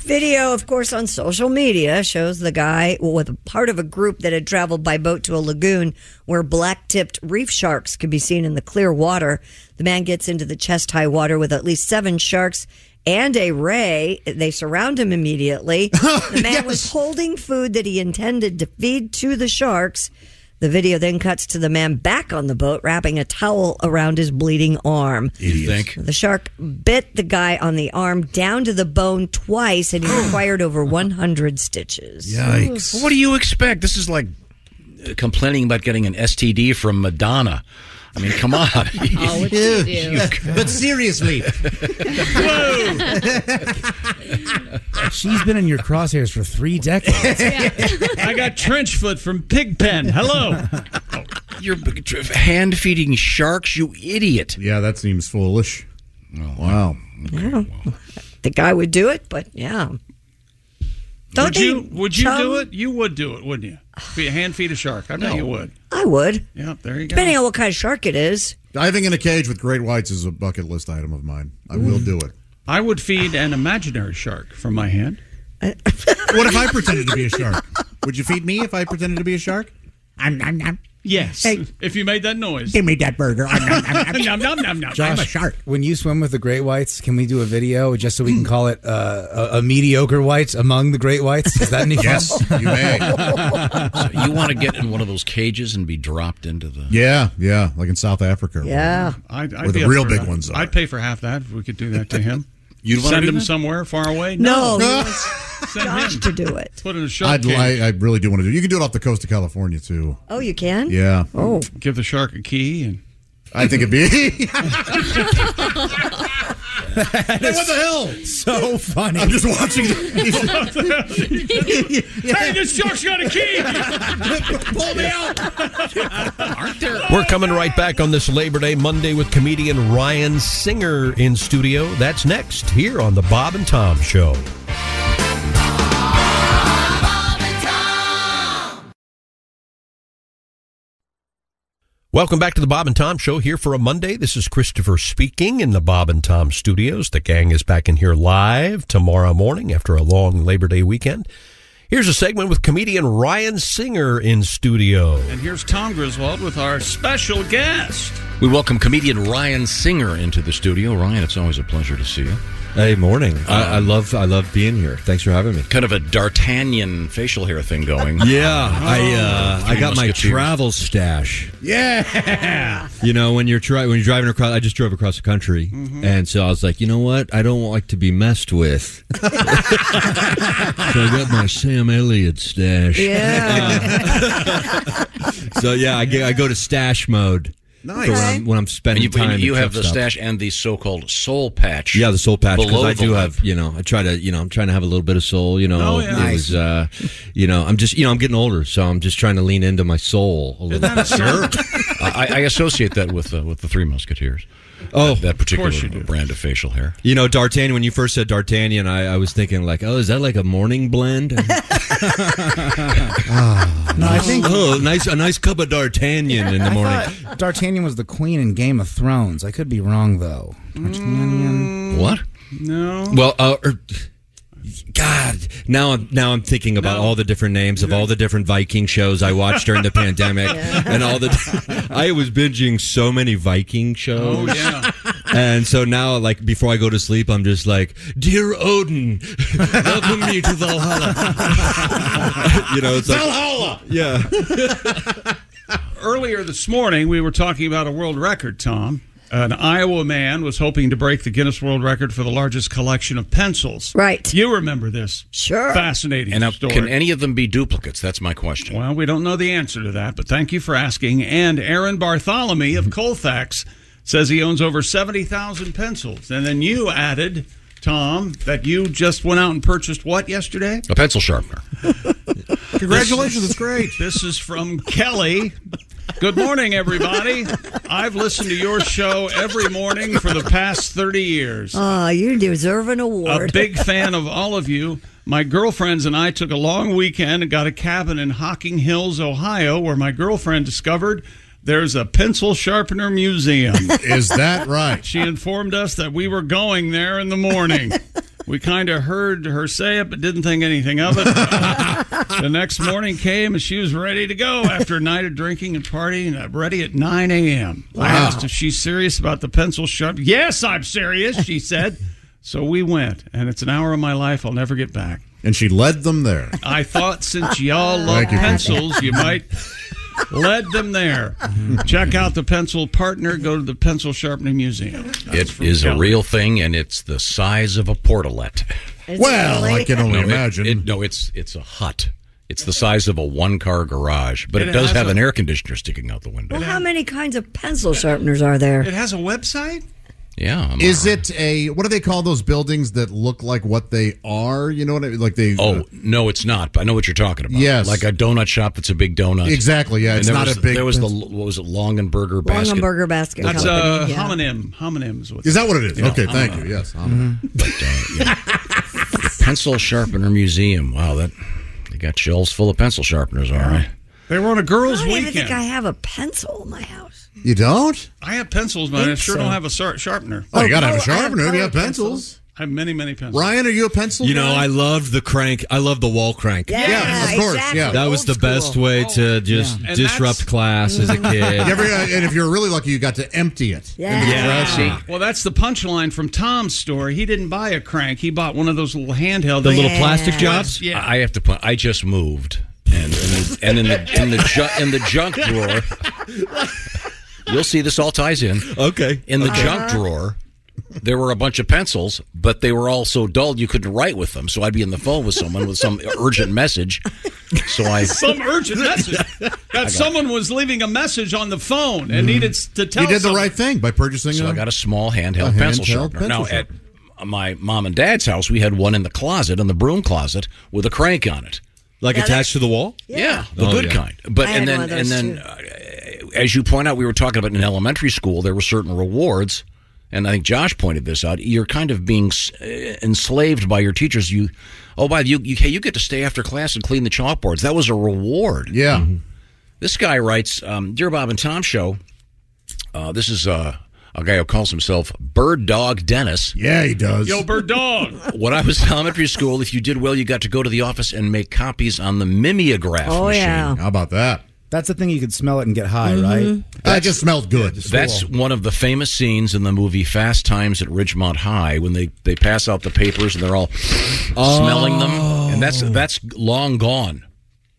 Video, of course, on social media shows the guy with part of a group that had traveled by boat to a lagoon where black tipped reef sharks could be seen in the clear water. The man gets into the chest high water with at least seven sharks and a ray. They surround him immediately. The man was holding food that he intended to feed to the sharks. The video then cuts to the man back on the boat, wrapping a towel around his bleeding arm.
You think?
The shark bit the guy on the arm down to the bone twice, and he required over 100 stitches.
What do you expect? This is like uh, complaining about getting an STD from Madonna. I mean, come on.
Oh, what you do? But seriously.
She's been in your crosshairs for three decades.
I got trench foot from Pigpen. Hello.
You're hand feeding sharks, you idiot. Oh,
Yeah, that seems foolish. wow.
Yeah. The guy would do it, but yeah. Don't
would you?
they
Would you do
chum-
it? You would do it, wouldn't you? Feed- hand feed a shark. I bet
No.
you would.
I would.
Yeah, there you go.
Depending on what kind of shark it is.
Diving in a cage with great whites is a bucket list item of mine. I will do it.
I would feed an imaginary shark from my hand.
What if I pretended to be a shark? Would you feed me if I pretended to be a shark? I'm, I'm, I'm.
Yes. If you made that noise.
Give me that burger.
Nom, nom, nom, nom.
Josh, When you swim with the great whites, can we do a video just so we can call it uh, a, a mediocre whites among the great whites? Is that any fun?
Yes, you may. So you want to get in one of those cages and be dropped into the.
Yeah, yeah, like in South Africa.
I, I'd
where
be
the
up
real
for
big
that.
ones are.
I'd pay for half that if we could do that to him.
You'd wanna
send
do
him
that?
somewhere far away?
No, he
Send
Josh
him.
to do it.
Put in a shark
I'd,
cage.
I, I really do want to do. You can do it off the coast of California too.
Oh, you can?
Yeah.
Oh.
Give the shark a key and.
I think it'd be.
Hey, what the hell?
So funny.
I'm just watching.
hey, this shark's got a key.
Pull me out.
We're coming right back on this Labor Day Monday with comedian Ryan Singer in studio. That's next here on the Bob and Tom Show. Welcome back to the Bob and Tom Show here for a Monday. This is Christopher speaking in the Bob and Tom studios. The gang is back in here live tomorrow morning after a long Labor Day weekend. Here's a segment with comedian Ryan Singer in studio.
And here's Tom Griswold with our special guest.
We welcome comedian Ryan Singer into the studio. Ryan, it's always a pleasure to see you. Um,
Hey, morning. I, I love I love being here. Thanks for having me.
Kind of a D'Artagnan facial hair thing going. Oh,
Yeah, I uh, I
Three
got my
Musketeers.
travel stash.
Yeah.
You know, when you're tri- when you're driving across, I just drove across the country, and so I was like, you know what? I don't like to be messed with. so I got my Sam Elliott stash. so yeah, I, get, I go to stash mode.
Nice.
for when, I'm, when I'm spending
And you,
time.
and you
at
have
truck
the
stops.
stash and the so-called soul patch.
Yeah, the soul patch because
Below
I
the
do
lip.
have you know I try to you know I'm trying to have a little bit of soul you know
Oh, yeah.
it
Nice.
was uh, you know I'm just you know I'm getting older so I'm just trying to lean into my soul a little bit.
I, I associate that with uh, with the Three Musketeers.
Oh,
that, that particular
course you do.
brand of facial hair.
You know, D'Artagnan. When you first said D'Artagnan, I, I was thinking like, oh, is that like a morning blend? Ah,
No, I
nice.
think-
oh, nice a nice cup of D'Artagnan in the
I
morning.
thought D'Artagnan was the queen in Game of Thrones. I could be wrong though. D'Artagnan.
What?
No.
Well, uh, er, Now I'm now I'm thinking about all the different names of all the different Viking shows I watched during the pandemic, and all the I was binging so many Viking shows.
Oh, yeah.
And so now, like before I go to sleep, I'm just like, "Dear Odin, welcome me to Valhalla." you know, it's like
Valhalla!
Yeah.
Earlier this morning, we were talking about a world record, Tom. An Iowa man was hoping to break the Guinness World Record for the largest collection of pencils.
Right.
You remember this.
Sure.
Fascinating
And now,
story.
can any of them be duplicates? That's my question.
Well, we don't know the answer to that, but thank you for asking. And Aaron Bartholomew of Colfax says he owns over 70,000 pencils. And then you added, Tom, that you just went out and purchased what yesterday?
A pencil sharpener.
Congratulations, it's great. This is from Kelly. Good morning, everybody. I've listened to your show every morning for the past 30 years.
Oh, you deserve an award.
A big fan of all of you. My girlfriends and I took a long weekend and got a cabin in Hocking Hills, Ohio, where my girlfriend discovered there's a pencil sharpener museum.
Is that right?
She informed us that we were going there in the morning. We kind of heard her say it, but didn't think anything of it. the next morning came and she was ready to go after a night of drinking and partying. uh, Ready at 9 a.m. I
Wow.
asked if she's serious about the pencil sharpener. Yes, I'm serious, she said. So we went, and it's an hour of my life I'll never get back.
And she led them there.
I thought since y'all love
Thank you, Pencil.
pencils, you might led them there. Check out the pencil partner. Go to the pencil sharpening museum.
It is a real thing, and it's the size of a portalette.
Is Well, it really? I can only
No, it-
imagine.
it- no, it's it's a hut. It's the size of a one-car garage, but it,
It
does
has
have
a-
an air conditioner sticking out the window.
well, how many kinds of pencil sharpeners are there?
It has a website.
Yeah. I'm
Is it a what do they call those buildings that look like what they are? You know what I mean? Like they uh,
Oh no, it's not. But I know what you're talking about.
Yes.
like a donut shop that's a big donut.
Exactly, yeah,
And
it's
there
not
was-
a big-
There was the what was it, Longenberger basket?
Longenberger basket.
That's a
company, yeah.
homonym. Homonym is what. Mm-hmm.
Is that what it is?
Yeah,
Okay, thank
homonym.
you. Yes.
Mm-hmm.
uh,
pencil sharpener museum. Wow, that they got shelves full of pencil sharpeners. All right.
They were on a girls'
I don't even
weekend.
think I have a pencil in my house.
You don't?
I have pencils, but I
Think
sure don't
so.
have a sar- sharpener.
Oh, you gotta have a Oh, I have sharpener. You have colored pencils.
I have many, many pencils.
Ryan, are you a pencil?
You know,
guy?
I loved the crank. I love the wall crank.
Yeah, Yeah, of course, exactly. yeah.
That was
Old
the
school. Oh.
best way to just
Yeah. And
disrupt class as a kid.
You ever- uh, and if you're really lucky, you got to empty it.
Yeah. Yeah. See?
Well, that's the punchline from Tom's story. He didn't buy a crank. He bought one of those little handheld,
The little plastic jobs.
Oh, Yeah.
I I have to put. I just moved, and and, in the in the ju- in the junk drawer, you'll see this all ties in.
Okay.
In the
Okay.
junk drawer, there were a bunch of pencils, but they were all so dull you couldn't write with them. So I'd be on the phone with someone with some urgent message. So
Ah.
I
some urgent message that someone was leaving a message on the phone
Mm-hmm.
and needed s- to tell. someone.
thing by purchasing.
So I got a small handheld
a
pencil
handheld
sharpener.
pencil
now at my mom and dad's house, we had one in the closet, in the broom closet, with a crank on it,
like
attached
to the wall.
Yeah, the
Oh,
good
yeah.
kind. But
I
and
had
then
one of
and
those,
then, uh, as you point out, we were talking about in elementary school there were certain rewards. And I think Josh pointed this out. You're kind of being s- uh, enslaved by your teachers. You, oh, by you, you, hey, you get to stay after class and clean the chalkboards. That was a reward.
Yeah.
This guy writes, um, "Dear Bob and Tom Show." Uh, this is uh, a guy who calls himself Bird Dog Dennis.
Yeah, he does.
Yo, bird dog.
When I was in elementary school, if you did well, you got to go to the office and make copies on the mimeograph
Oh,
machine.
yeah.
How about that?
That's the thing you could smell it and get high, right?
That just smelled good.
That's one of the famous scenes in the movie Fast Times at Ridgemont High when they, they pass out the papers and they're all smelling them, and that's that's long gone.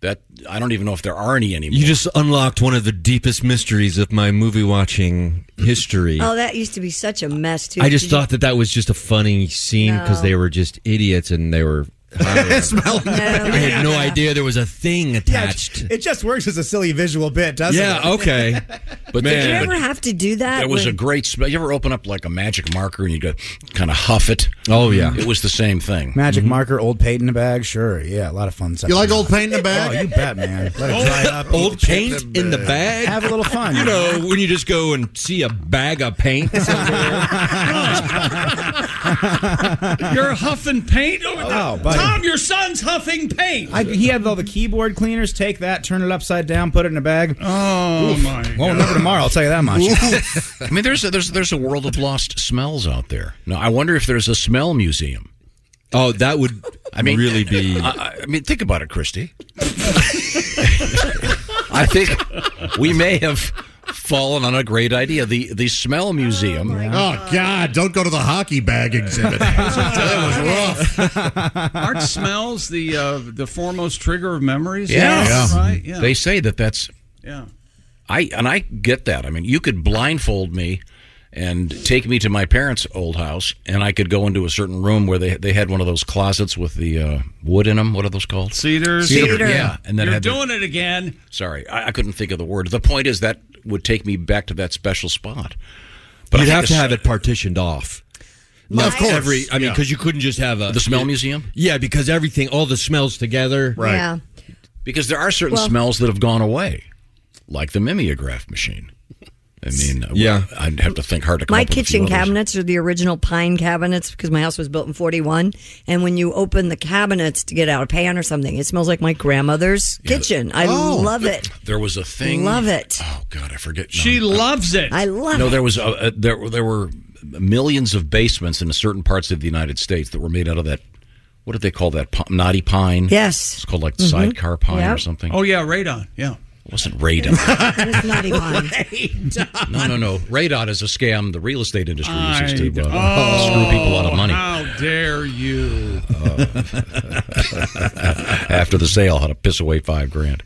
That I don't even know if there are any
Mm.
anymore.
You just unlocked one of the deepest mysteries of my movie watching history.
Oh, that used to be such a mess too.
I just
Did you-
thought that that was just a funny scene because
No.
they were just idiots and they were.
Smell
I had no idea there was a thing attached.
It just works as a silly visual bit, doesn't it?
But
Did you
man,
ever have to do that?
There was a
when-
great smell. You ever open up like a magic marker and you go kind of huff it?
Oh yeah.
it was the same thing.
Magic marker, old paint in a bag, sure. Yeah, a lot of fun stuff.
You like old paint in a bag?
Oh, you bet, man. Let it dry up.
Old paint in the bag.
Have a little fun. Oh,
You know, when you just go and see a bag of paint somewhere.
You're huffing paint over there.
Oh, buddy.
Tom, your son's huffing paint.
I, he had all the keyboard cleaners. Take that, turn it upside down, put it in a bag.
Oh my!
Won't remember tomorrow. I'll tell you that much.
I mean, there's a, there's there's a world of lost smells out there. Now, I wonder if there's a smell museum.
Oh, that would
I mean,
really be.
I, I mean, think about it, Christy. I think we may have fallen on a great idea. The the smell museum.
Oh God! Don't go to the hockey bag exhibit. that was rough.
Aren't smells the uh, the foremost trigger of memories?
Yeah.
right. Yeah.
They say that that's
yeah.
I and I get that. I mean, you could blindfold me and take me to my parents' old house, and I could go into a certain room where they they had one of those closets with the uh, wood in them. What are those called?
Cedars.
Yeah, and then
you're
had the-
doing it again.
sorry, I, I couldn't think of the word. The point is that would take me back to that special spot. But
You'd
I
have
think
to
it's-
have it partitioned off.
Well,
Not
of course.
Every, I mean,
Yeah.
because you couldn't just have a
The smell museum?
Yeah, because everything, all the smells together.
Right. Yeah. because there are certain
Well-
smells that have gone away, like the mimeograph machine. I mean, yeah, I'd have to think hard to. Come
My
up with a few
kitchen
others.
cabinets are the original pine cabinets because my house was built in 41. And when you open the cabinets to get out a pan or something, it smells like my grandmother's kitchen. I
Oh.
love it.
There was a thing.
Love it.
Oh God, I forget. No,
She loves it.
I love
no,
it.
there was a, a, there there were millions of basements in certain parts of the United States that were made out of that. What did they call that? P- knotty pine.
Yes, Mm-hmm.
it's called like
Mhm.
sidecar pine or
Yep.
something.
Oh yeah, radon. Yeah.
It wasn't radon.
It's not even
no, no, no. Radon is a scam. The real estate industry
I-
uses to uh,
oh,
screw people out of money.
How dare you?
after the sale how to piss away five grand.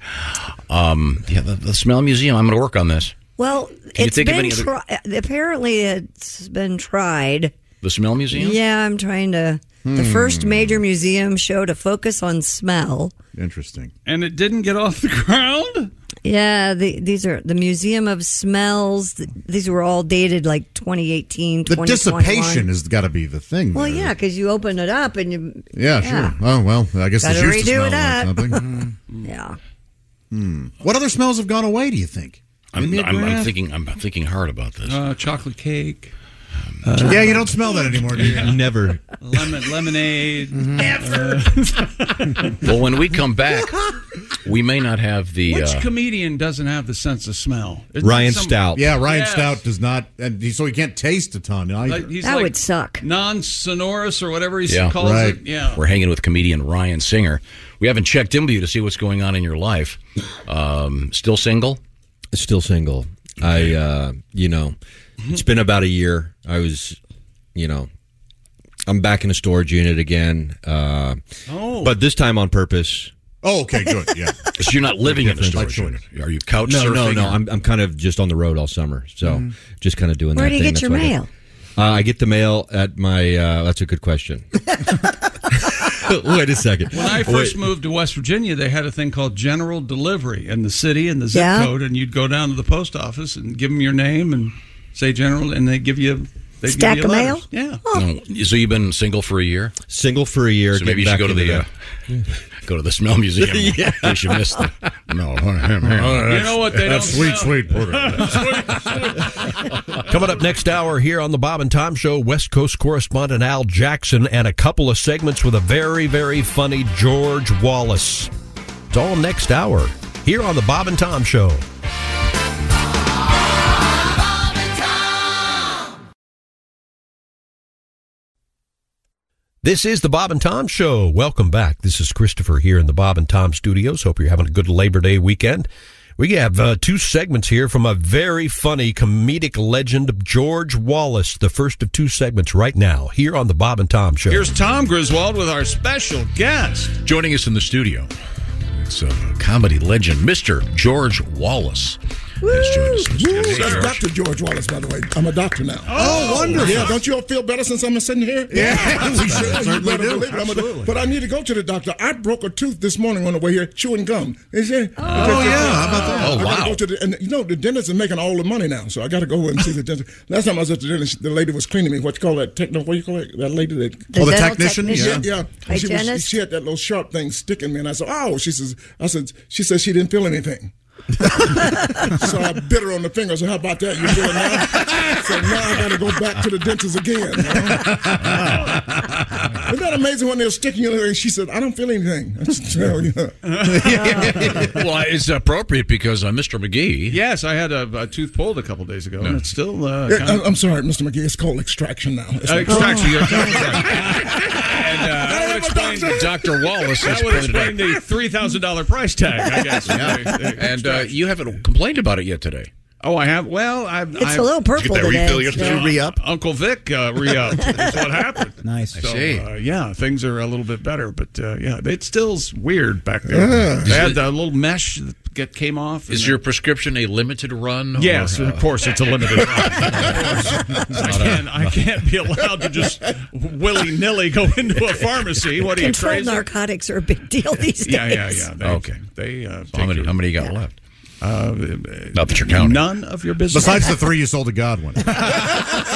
Um, yeah, the, the smell museum. I'm going to work on this.
Well,
Can you
it's
think of
been
any other-
tri- apparently it's been tried.
The smell museum.
Yeah, I'm trying to. The
Hmm.
first major museum showed a focus on smell.
Interesting.
And it didn't get off the ground.
Yeah, the, these are the Museum of Smells. Th- These were all dated like 2018,
The
2021.
dissipation has got to be the thing.
Well,
there.
yeah, because you open it up and you.
Yeah, sure. Oh well, I guess
Gotta
this used to smell
redo it
like
up.
something.
Mm-hmm.
yeah.
Hmm. What other smells have gone away? Do you think?
I'm, I'm, I'm
Mimeograph?
thinking. I'm thinking hard about this.
Uh, chocolate cake.
Um, yeah, you don't smell that anymore, do you? Mm-hmm.
Never.
Lemon lemonade. Uh, Never.
well, when we come back, we may not have the.
Which
Uh,
comedian doesn't have the sense of smell? Some-
Yeah, Ryan
Yes.
Stout does not, and he, so he can't taste a ton either.
Like, he's
That
like
would suck.
Non-sonorous or whatever he
yeah,
calls it. Yeah.
We're hanging with comedian Ryan Singer. We haven't checked in with you to see what's going on in your life. Um, still single?
Still single. I, uh, you know, it's
Mm-hmm.
been about a year. I was, you know, I'm back in a storage unit again. Uh,
Oh.
But this time on purpose.
Oh, okay, good. Yeah.
So you're not living in a
Different.
storage unit. Are you couch
no,
surfing?
No, no,
or-
I'm, I'm kind of just on the road all summer, so
Mhm.
just kind of doing
Where
that.
do you
thing.
get your
what I do.
mail?
Uh, I get the mail at my. Uh, that's a good question. Wait a second.
When I
Wait.
first moved to West Virginia, they had a thing called general delivery in the city and the zip
Yeah.
code, and you'd go down to the post office and give them your name and say general, and they give you they give you letters. Yeah.
No. So you've been single for a year?
Hmm. Single for a year.
So maybe you should go to
getting
the uh,
back
go to the smell museum.
Yeah.
In case you missed it.
Oh,
No.
You know what they
that's
don't
sweet,
sell.
sweet pudding.
Coming up next hour here on the Bob and Tom Show, West Coast correspondent Al Jackson and a couple of segments with a very, very funny George Wallace. It's all next hour here on the Bob and Tom Show. This is the Bob and Tom Show. Welcome back. This is Christopher here in the Bob and Tom Studios. Hope you're having a good Labor Day weekend. We have uh, two segments here from a very funny comedic legend, George Wallace. The first of two segments right now here on the Bob and Tom Show.
Here's Tom Griswold with our special guest.
Joining us in the studio, it's a comedy legend, Mr. George Wallace.
That's Dr. George Wallace, by the way. I'm a doctor now.
Oh, wonderful.
Yeah, don't you all feel better since I'm sitting here?
Yeah, we
You
certainly
better
do.
believe it. I'm a doc-
Absolutely.
But I need to go to the doctor. I broke a tooth this morning on the way here chewing gum. Is it? Oh,
yeah. How about that? Oh,
I gotta
wow.
Go to the, and you know, the dentist is making all the money now, so I got to go and see the dentist. Last time I was at the dentist, the lady was cleaning me. What you call that? Techno, what you call it? That lady that.
The Oh, the dental technician? technician?
Yeah, yeah.
Hey,
She, was-
Janice?
she had that little sharp thing sticking me, and I said, "Oh," she says. I said, "She said she didn't feel anything." so I bit her on the finger. So how about that? You feel it now? so now I got to go back to the dentist again. you know? Isn't that amazing when they're sticking you in there? And she said, "I don't feel anything." I just tell you.
well, it's appropriate because uh, Mr. McGee.
Yes, I had a, a tooth pulled a couple days ago, and it's still uh,
Yeah,
kind
I- I'm sorry, Mr. McGee. It's called extraction now. It's
Uh,
like-
extraction, you're-
I
would explain
Dr. Wallace
That
has
would
pointed
explain
out.
the three thousand dollar price tag. I guess.
Yeah. And uh, you haven't complained about it yet today.
Oh, I have. Well, I've.
It's
I've- Uh,
a little purple Did you get that today. refill yesterday? Did you re-up?
Uncle Vic uh, re-upped. That's what happened.
Nice.
So, Uh, yeah, things are a little bit better, but uh, yeah, it still's weird back there.
Yeah.
They had the little mesh that get, came off.
Is
and-
your prescription a limited run? uh,
Yes, of course, it's a limited run. I
Not a-
can't. I can't be allowed to just willy nilly go into a pharmacy. What are you
Controlled
crazy?
narcotics are a big deal these days.
Yeah, yeah, yeah. They,
Okay.
They. Uh,
How many? How many you got left?
Uh,
Not that you're counting.
None of your business.
Besides the three you sold to Godwin.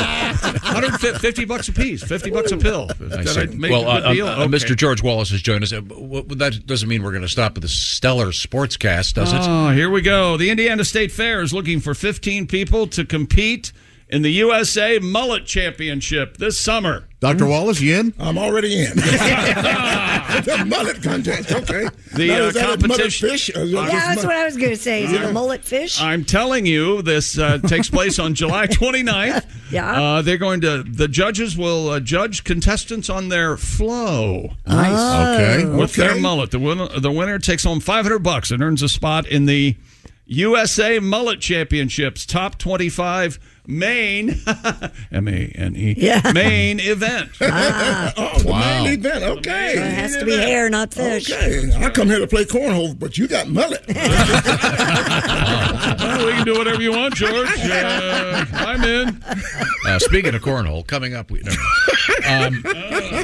150 bucks a piece, 50 bucks a pill. Did
I
I
said,
make
well,
a good
uh, uh,
deal?
uh,
Okay.
Mr. George Wallace has joined us. Uh, w- w- That doesn't mean we're going to stop at the stellar sportscast, does it?
Oh, here we go. The Indiana State Fair is looking for 15 people to compete in the USA Mullet Championship this summer.
Dr. Wallace, you in?
I'm already in.
the mullet contest. Okay.
The,
Now,
uh,
is that a mullet
competition- Uh,
fish? Or is
Yeah,
that just
that's
mu-
what I was going to say. Is it a mullet fish?
I'm telling you, this uh, takes place on July 29th.
Yeah.
Uh, they're going to, the judges will uh, judge contestants on their flow.
Nice. Oh. Okay.
With
Okay.
their mullet. The winner, the winner takes home 500 bucks and earns a spot in the USA Mullet Championships top 25 main, M A N E,
Yeah.
main event.
oh, the main event. Okay.
So it has
to be hair, not fish.
Okay. I come here to play cornhole, but you got mullet.
Well, we can do whatever you want, George. Uh, I'm in.
Uh, speaking of cornhole, coming up, we, no. um,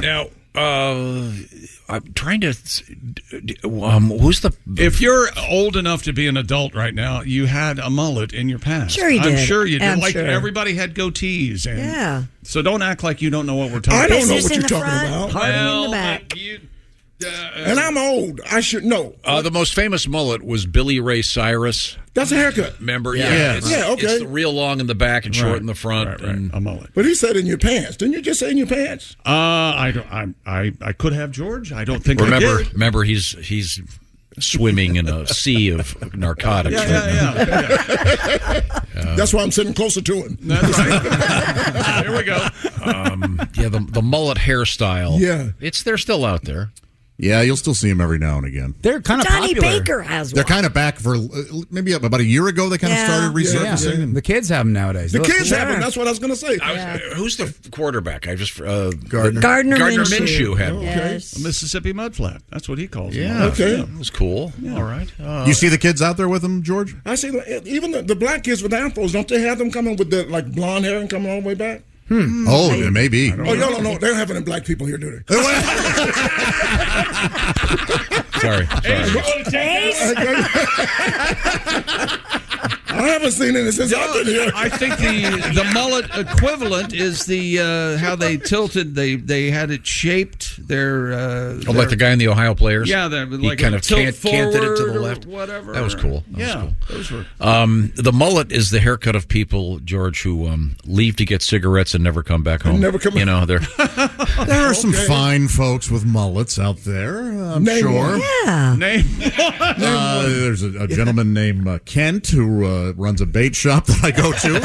now uh, I'm trying to. s- d- d- Um, who's the?
If you're old enough to be an adult right now, you had a mullet in your past.
Sure you
I'm
did.
sure you did.
I'm
like
sure.
everybody had goatees. And
Yeah.
So don't act like you don't know what we're talking
I
about.
don't know what you're talking about.
Well,
and I'm old. I should know.
Uh, the most famous mullet was Billy Ray Cyrus.
That's a haircut.
Remember?
Yeah.
It's,
Yeah, okay.
It's the real long in the back and short
Right,
in the front. And
a mullet.
But he said in your pants. Didn't you just say in your pants?
Uh, I don't. I, I I could have George. I don't think.
remember,
I did.
remember, he's he's swimming in a sea of narcotics.
Yeah,
right now.
That's why I'm sitting closer to him.
Here we go.
Um, yeah, the, the mullet hairstyle.
Yeah.
it's they're still out there.
Yeah, you'll still see them every now and again.
They're kind
Johnny Baker has
They're
one.
kind of back for uh, maybe about a year ago. They kind
Yeah.
of started resurfacing.
Yeah. The kids have them nowadays.
The
Look.
kids
have 'em. That's what I was going to say.
I was-
uh,
Who's the quarterback? I just uh,
Gardner.
Gardner Minshew, had one.
A Mississippi mudflap. That's what he calls it.
Yeah.
Oh, Okay.
It was cool. All right. Uh,
you see the kids out there with them, George?
I see. the- Even the, the black kids with afros, don't they have them coming with the like blonde hair and coming all the way back?
Hmm. Oh, it may be.
Oh, y'all don't know. They don't have any black people here, do they?
Sorry.
I haven't seen any since I've been here.
I think the the mullet equivalent is the uh, how they tilted. They they had it shaped. Their, uh,
Oh, like the guy in the Ohio players.
Yeah, they're
He
like
kind
a
of
tilt
cant- canted it to
forward
the
or
left.
whatever.
That was cool. That was
yeah,
cool.
those were.
Um, the mullet is the haircut of people, George, who um, leave to get cigarettes and never come back home.
never come
You know, they're
There are some
Okay.
fine folks with mullets out there, I'm
Name
sure.
one.
Yeah.
Name.
Uh, there's a, a gentleman named uh, Kent who uh, runs a bait shop that I go to.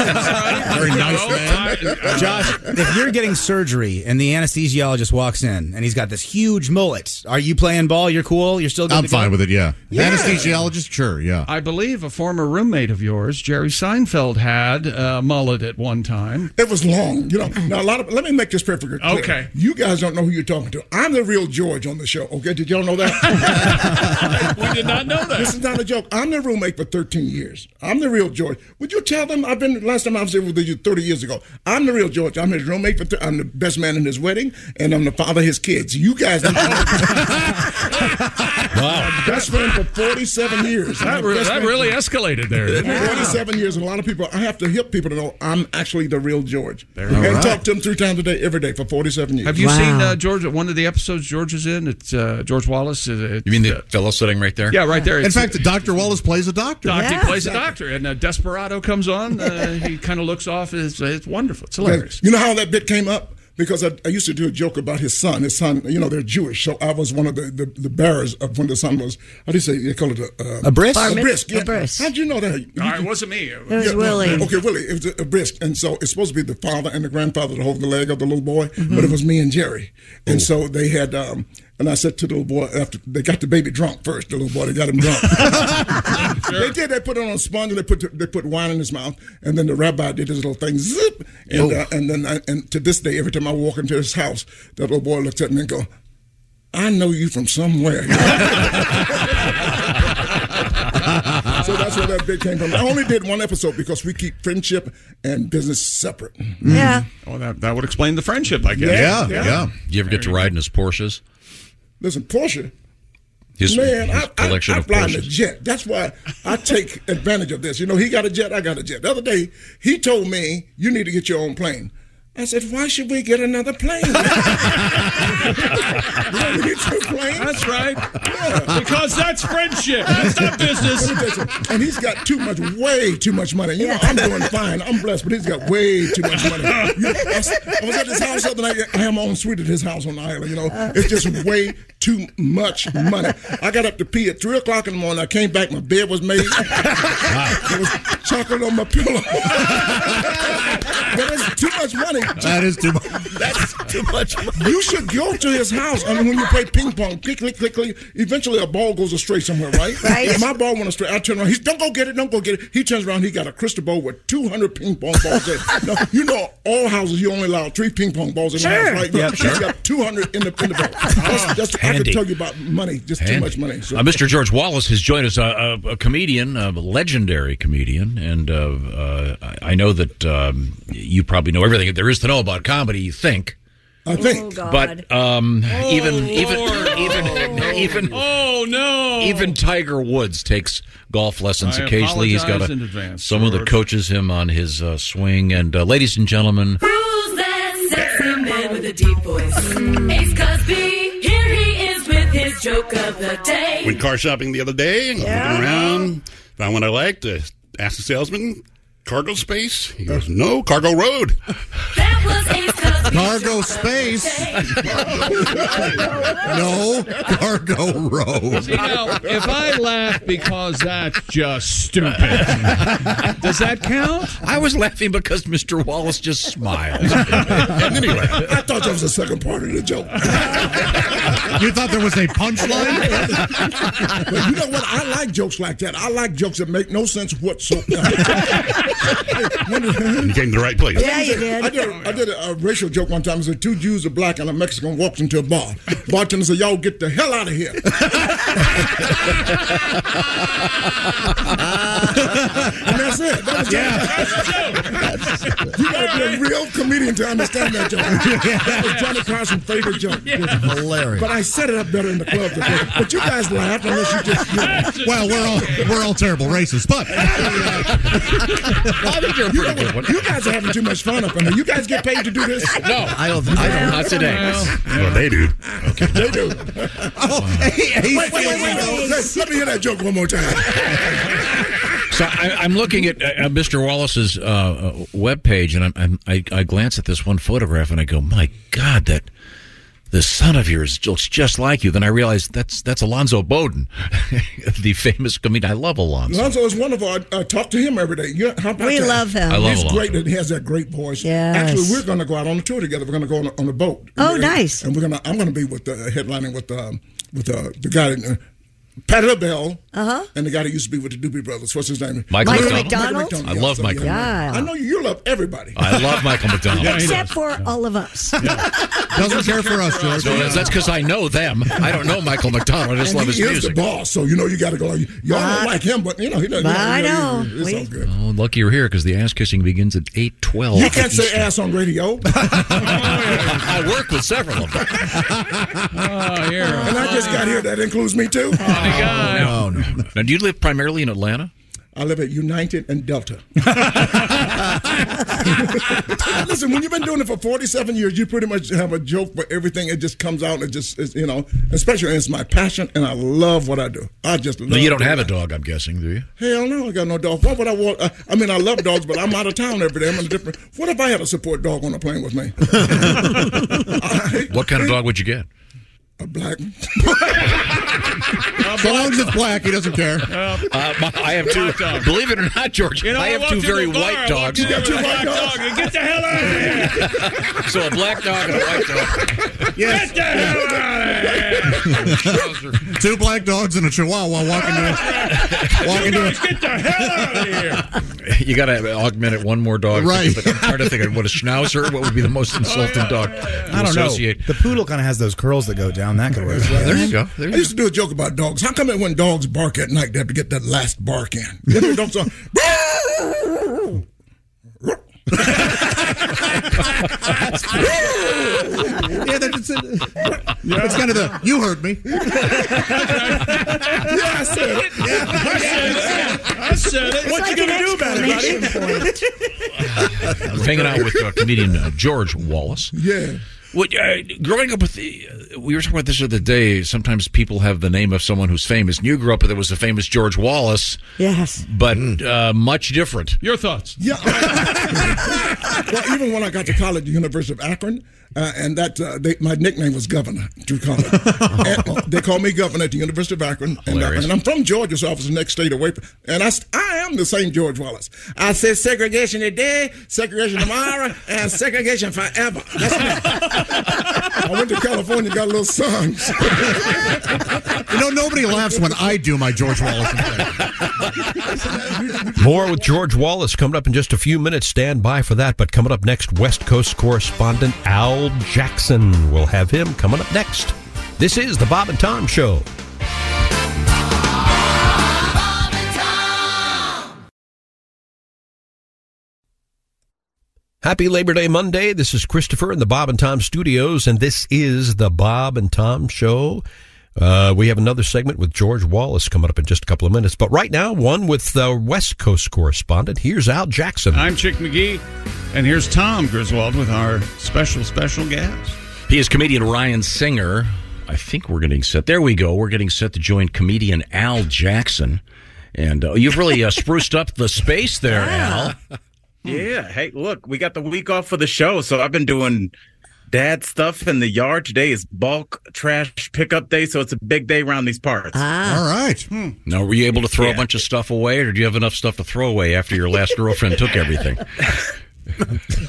Very nice man.
Josh, if you're getting surgery and the anesthesiologist walks in and he's got this huge mullet, are you playing ball? You're cool. You're still. Good
I'm
to go?
fine with it, yeah.
Yeah.
Anesthesiologist, sure, yeah.
I believe a former roommate of yours, Jerry Seinfeld, had a mullet at one time.
It was long, you know. Now a lot of let me make this perfectly clear.
Mm. Okay.
you guys don't know who you're talking to. I'm the real George on the show. Okay, did y'all know that?
we did not know that.
This is not a joke. I'm their roommate for 13 years. I'm the real George. Would you tell them I've been last time I was there with you 30 years ago? I'm the real George. I'm his roommate for. Th- I'm the best man in his wedding, and I'm the father of his kids. You guys, don't know.
Oh,
wow,
best friend for 47 years.
That,
My
re-
best
that
friend-
really escalated there. didn't it?
47 years, and a lot of people. I have to help people to know I'm actually the real George.
you
and
go.
talk to them three times a day, every day for 47 years.
Have you seen uh, George? One of the episodes George is in. It's uh, George Wallace. It- it's, uh,
you mean the fellow sitting right there?
Yeah, right there.
In
It's-
fact, Dr. Wallace plays a doctor.
Doctor he plays a doctor, and uh, Desperado comes on. Uh, he kind of looks off. It's, it's wonderful. It's hilarious.
You know how that bit came up? because I, I used to do a joke about his son. His son, you know, they're Jewish, so I was one of the, the, the bearers of when the son was. How do you say they call it a uh,
A brisk?
A brisk.
A
Yeah. How'd you know that?
No, it wasn't me. It
Yeah, no, Okay, Willie. It was a, a brisk, and so it's supposed to be the father and the grandfather to hold the leg of the little boy, but it was me and Jerry, and so they had. Um, and I said to the little boy after they got the baby drunk first. The little boy, they got him drunk. They did. They put it on a sponge and they put they put wine in his mouth, and then the rabbi did his little thing, zip, and
Oh.
uh, and then I, and to this day, every time I walk into his house, that little boy looks at me and go, "I know you from somewhere." so that's where that bit came from. I only did one episode because we keep friendship and business separate.
Yeah.
Well, Oh, that, that would explain the friendship, I guess.
Yeah, Yeah. yeah.
Do you ever get to ride in his Porsches?
Listen, Porsche.
His,
man,
his
I, I, I
collection of
fly in a
Porsches.
jet. That's why I take advantage of this. You know, he got a jet, I got a jet. The other day, he told me, you need to get your own plane. I said, why should we get another plane? That's
right. Because that's friendship. That's not business.
And he's got too much, way too much money. You know, I'm doing fine. I'm blessed, but he's got way too much money. You know, I, was, I was at his house the other night. I am en suite at his house on the island. You know, it's just way too much money. I got up to pee at three o'clock in the morning. I came back. My bed was made. there was chocolate on my pillow. that is too much money.
That is too much.
That's too much money. You should go to his house. I mean, when you play ping pong, click, click, click, click. Eventually, a ball goes astray somewhere, right?
Right.
If my ball went astray, I turn around. He's don't go get it, don't go get it. He turns around. He got a crystal ball with two hundred ping pong balls. in it. now, you know, all houses you only allow three ping pong balls in the
Sure.
house, right?
Yeah,
He's
sure.
got two hundred in the in the ball. That's, that's, I could
Handy.
tell you about money. Just too
Handy.
much money. So-
Uh, Mr. George Wallace has joined us, a, a, a comedian, a legendary comedian, and uh, uh, I I know that um, you probably know everything there is to know about comedy. You think,
I think,
but um, even even
even
even
oh no
even Tiger Woods takes golf lessons
I
occasionally. He's got
apologize in
a,
advance,
someone that
George.
coaches him on his uh, swing. And uh, ladies and gentlemen,
Who's that sexy man with a deep voice? Ace Cosby, here he is with his joke of the day.
Went car shopping the other day and
Yeah.
looking around, found one I liked. Uh, asked the salesman, cargo space? He goes, no, cargo road.
That was Ace Cosby.
Cargo
space.
no, cargo road.
See, now, if I laugh because that's just stupid, does that count?
I was laughing because Mr. Wallace just smiled.
anyway, I thought that was the second part of the joke.
You thought there was a punchline?
but you know what? I like jokes like that. I like jokes that make no sense whatsoever.
You came to the right place.
I did, a, I did a, a racial joke one time. It said two Jews, a black and a Mexican, walks into a bar. Bartender said, "Y'all get the hell out of here." and that's it. That was yeah. You gotta be a real comedian to understand that joke. That was Johnny Carson's favorite joke.
Hilarious.
But I set it up better in the club. Today. But you guys laughed unless you just. You
Well, we're all we're all terrible racists, but
I think you're a pretty good one. You guys are having too much fun up in here. You guys get paid to do this?
No,
I don't. I don't.
Not today.
Well, they do.
They do. Oh, hey,
he's-
wait, wait, wait, wait, wait. Let, let me hear that joke one more time.
So I, I'm looking at uh, Mr. Wallace's uh, uh, webpage, and I'm, I'm, I, I glance at this one photograph, and I go, "My God, that the son of yours looks just like you." Then I realize that's that's Alonzo Bowden, the famous comedian. I love Alonzo.
Lonzo is wonderful. I, I uh, talk to him every day. You, how about
We
that?
love him. I
love
He's
Lonzo.
great. That he has that great voice.
Yes.
Actually, we're going to go out on a tour together. We're going to go on a, on a boat.
Oh,
We're-
nice.
And we're going to. I'm going to be with the headlining with um, with uh, the guy. that, Uh, Patty LaBelle uh-huh. and the guy that used to be with the Doobie Brothers. What's his name?
Michael Michael McDonald? McDonald? I love
so,
Michael
McDonald.
I know you love everybody.
I love Michael McDonald.
Except for all of us.
Doesn't care for us, George.
No, that's because I know them. I don't know Michael McDonald. I just
And
love
he
his
is
music.
the boss, so you know you got to go. Y'all
Uh,
don't like him, but you know he doesn't.
I
you
know.
you- It's all good.
Oh, lucky you're here because the ass kissing begins at eight twelve.
You can't say ass on radio.
I work with several of them.
Oh, yeah. And I just got here. That includes me too.
no, no, Now, do you live primarily in Atlanta?
I live at United and Delta. Listen, when you've been doing it for 47 years, you pretty much have a joke for everything. It just comes out. It just, is, you know, especially it's my passion, and I love what I do. I just love
No, you don't
doing
have a
it.
dog, I'm guessing, do you?
Hell no, I got no dog. Why would I want? Uh, I mean, I love dogs, but I'm out of town every day. I'm in a different. What if I had a support dog on a plane with me?
What kind of dog would you get?
A black. one.
So long as it's black, he doesn't care.
Uh, my- I have two. Believe it or not, George,
You know,
I
I
have
walked
two
into a
very
bar,
white
I
dogs.
walked in with a black
dog and get the hell out of here.
so a black dog and a white dog.
Yes. Two black dogs and a chihuahua walking to walking to
get the hell out of here.
You got to augment it one more dog.
Right. Oh,
But I'm trying to think of what a schnauzer. What would be the most insulting dog? to
I don't know.
associate.
The poodle kind of has those curls that go down. That could work.
There you go.
I used to do a joke about dogs. How come that when dogs bark at night, they have to get that last bark in? When your dogs are,
yeah, they're just, It's kind of the you heard me.
Yeah, I said it. I said it. I said it.
It's like an
I was hanging out with uh, comedian uh, George Wallace.
Yeah.
What, uh, growing up with the, uh, we were talking about this the other day. Sometimes people have the name of someone who's famous. And you grew up with there was a famous George Wallace.
Yes.
But uh, much different.
Your thoughts?
Yeah. well, even when I got to college, the University of Akron, uh, and that uh, they, my nickname was Governor through college. And, uh, they called me Governor at the University of Akron, and, uh,
Hilarious.
and I'm from Georgia, so I was the next state away. From, and I, st- I am the same George Wallace. I said segregation today, segregation tomorrow, and segregation forever. That's me. I went to California, got a little songs.
You know, nobody laughs when I do my George Wallace.
More with George Wallace coming up in just a few minutes. Stand by for that. But coming up next, West Coast correspondent Al Jackson. We'll have him coming up next. This is the Bob and Tom Show. Happy Labor Day Monday. This is Christopher in the Bob and Tom Studios, and this is the Bob and Tom Show. Uh, we have another segment with George Wallace coming up in just a couple of minutes, but right now, one with the West Coast correspondent. Here's Al Jackson.
I'm Chick McGee, and here's Tom Griswold with our special, special guest.
He is comedian Ryan Singer. I think we're getting set. There we go. We're getting set to join comedian Al Jackson. And uh, you've really uh, spruced up the space there, Al.
Yeah. Hey, look, we got the week off for the show, so I've been doing dad stuff in the yard. Today is bulk trash pickup day, so it's a big day around these parts.
Ah.
All right.
Hmm.
Now, were you able to throw a bunch of stuff away, or do you have enough stuff to throw away after your last girlfriend took everything?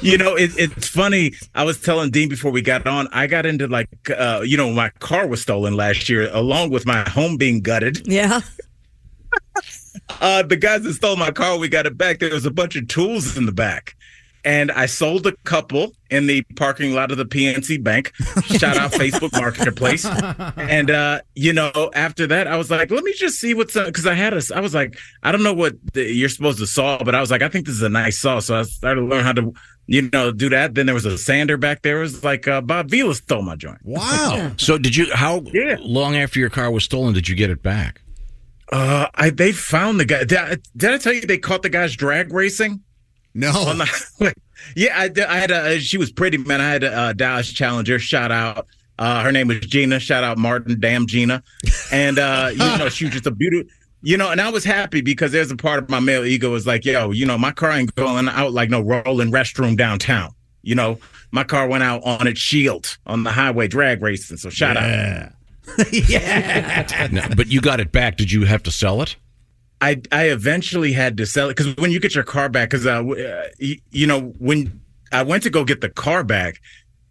you know, it, it's funny. I was telling Dean before we got on, I got into like, uh, you know, my car was stolen last year, along with my home being gutted.
Yeah.
Uh, the guys that stole my car, we got it back. There was a bunch of tools in the back. And I sold a couple in the parking lot of the PNC Bank. Shout out Facebook Marketplace. And, uh, you know, after that, I was like, let me just see what's up. Cause I had a, I was like, I don't know what the, you're supposed to saw, but I was like, I think this is a nice saw. So I started to learn how to, you know, do that. Then there was a sander back there. It was like, uh, Bob Vila stole my joint.
Wow. so, did you? How long after your car was stolen did you get it back?
Uh, I they found the guy. Did I, did I tell you they caught the guys drag racing?
No.
On the highway. yeah, I, did- I had a. She was pretty man. I had a, uh Dodge Challenger. Shout out. Uh, her name was Gina. Shout out Martin. Damn Gina. And uh, you know she was just a beauty. You know, and I was happy because there's a part of my male ego was like, yo, you know, my car ain't going out like no rolling restroom downtown. You know, my car went out on its shield on the highway drag racing. So shout out.
No, but you got it back. Did you have to sell it?
I I eventually had to sell it because when you get your car back, because uh, w- uh, y- you know when I went to go get the car back,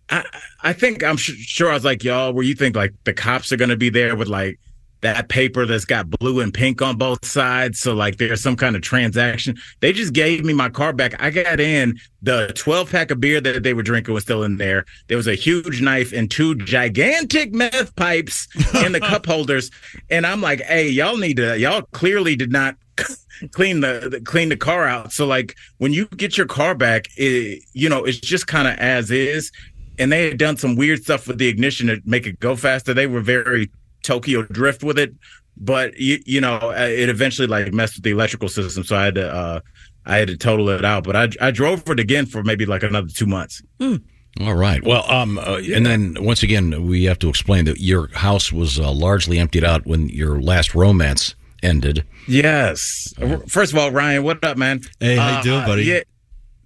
I I think I'm su- sure I was like y'all, where you think like the cops are gonna be there with like that paper that's got blue and pink on both sides, so like there's some kind of transaction. They just gave me my car back. I got in the 12 pack of beer that they were drinking was still in there. There was a huge knife and two gigantic meth pipes in the cup holders, and I'm like, hey, y'all need to y'all clearly did not clean the, the clean the car out. So like when you get your car back, it, you know it's just kind of as is. And they had done some weird stuff with the ignition to make it go faster. They were very Tokyo drift with it, but you, you know, uh, it eventually like messed with the electrical system, so I had to uh, I had to total it out. But I I drove it again for maybe like another two months.
Hmm.
All right. Well, um, uh, and then once again, we have to explain that your house was uh, largely emptied out when your last romance ended.
Yes. First of all, Ryan, what up, man? Uh,
Hey, how you doing, buddy?
Yeah,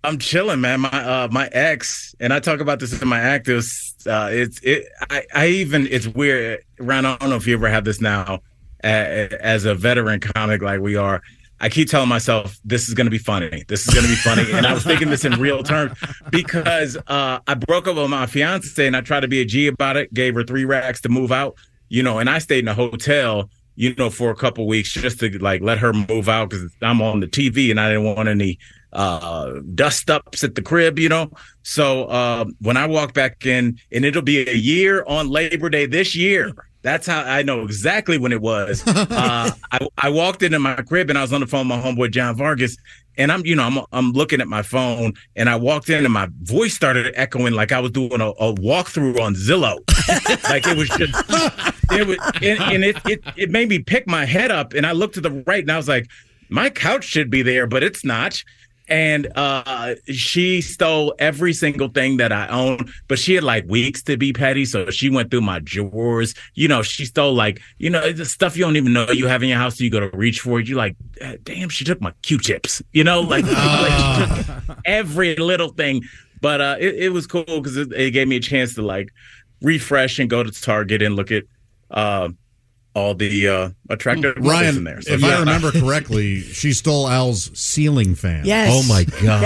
I'm chilling, man. My uh, my ex, and I talk about this in my actives. Uh, it's it. I, I even it's weird, Ryan. I don't know if you ever have this now, uh, as a veteran comic like we are. I keep telling myself this is going to be funny. This is going to be funny, and I was thinking this in real terms because uh, I broke up with my fiance, and I tried to be a G about it. Gave her three racks to move out, you know, and I stayed in a hotel, you know, for a couple weeks just to like let her move out because I'm on the TV and I didn't want any uh, dust ups at the crib, you know. So uh, when I walk back in, and it'll be a year on Labor Day this year. That's how I know exactly when it was. Uh, I, I walked into my crib and I was on the phone with my homeboy John Vargas, and I'm you know I'm I'm looking at my phone, and I walked in and my voice started echoing like I was doing a, a walkthrough on Zillow, like it was just it was and, and it, it it made me pick my head up, and I looked to the right, and I was like, my couch should be there, but it's not. And uh, she stole every single thing that I own, but she had like weeks to be petty. So she went through my drawers. You know, she stole like, you know, the stuff you don't even know you have in your house. So you go to reach for it. You're like, "Eh, damn, she took my Q tips, you know, like, like, she took every little thing. But uh, it, it was cool because it, it gave me a chance to like refresh and go to Target and look at uh, all the uh, attractive
Hmm. Ryan,
in there. So,
if
yeah.
I remember correctly, she stole Al's ceiling fan.
Yes. Oh, my God.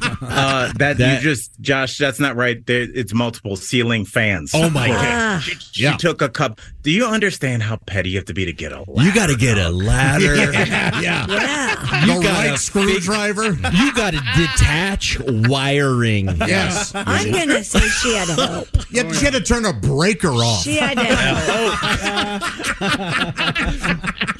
Yes.
uh, that,
That-
you just Josh, that's not right. There, it's multiple ceiling fans.
Oh, my
God!
God.
She, she took a cup. Do you understand how petty you have to be to get a? Ladder?
You got to get a ladder.
Yeah.
yeah. You
The
gotta
right
screwdriver. You got to detach wiring.
Yes.
I'm going to say she had hope.
You had, she had to turn a breaker off.
She had hope.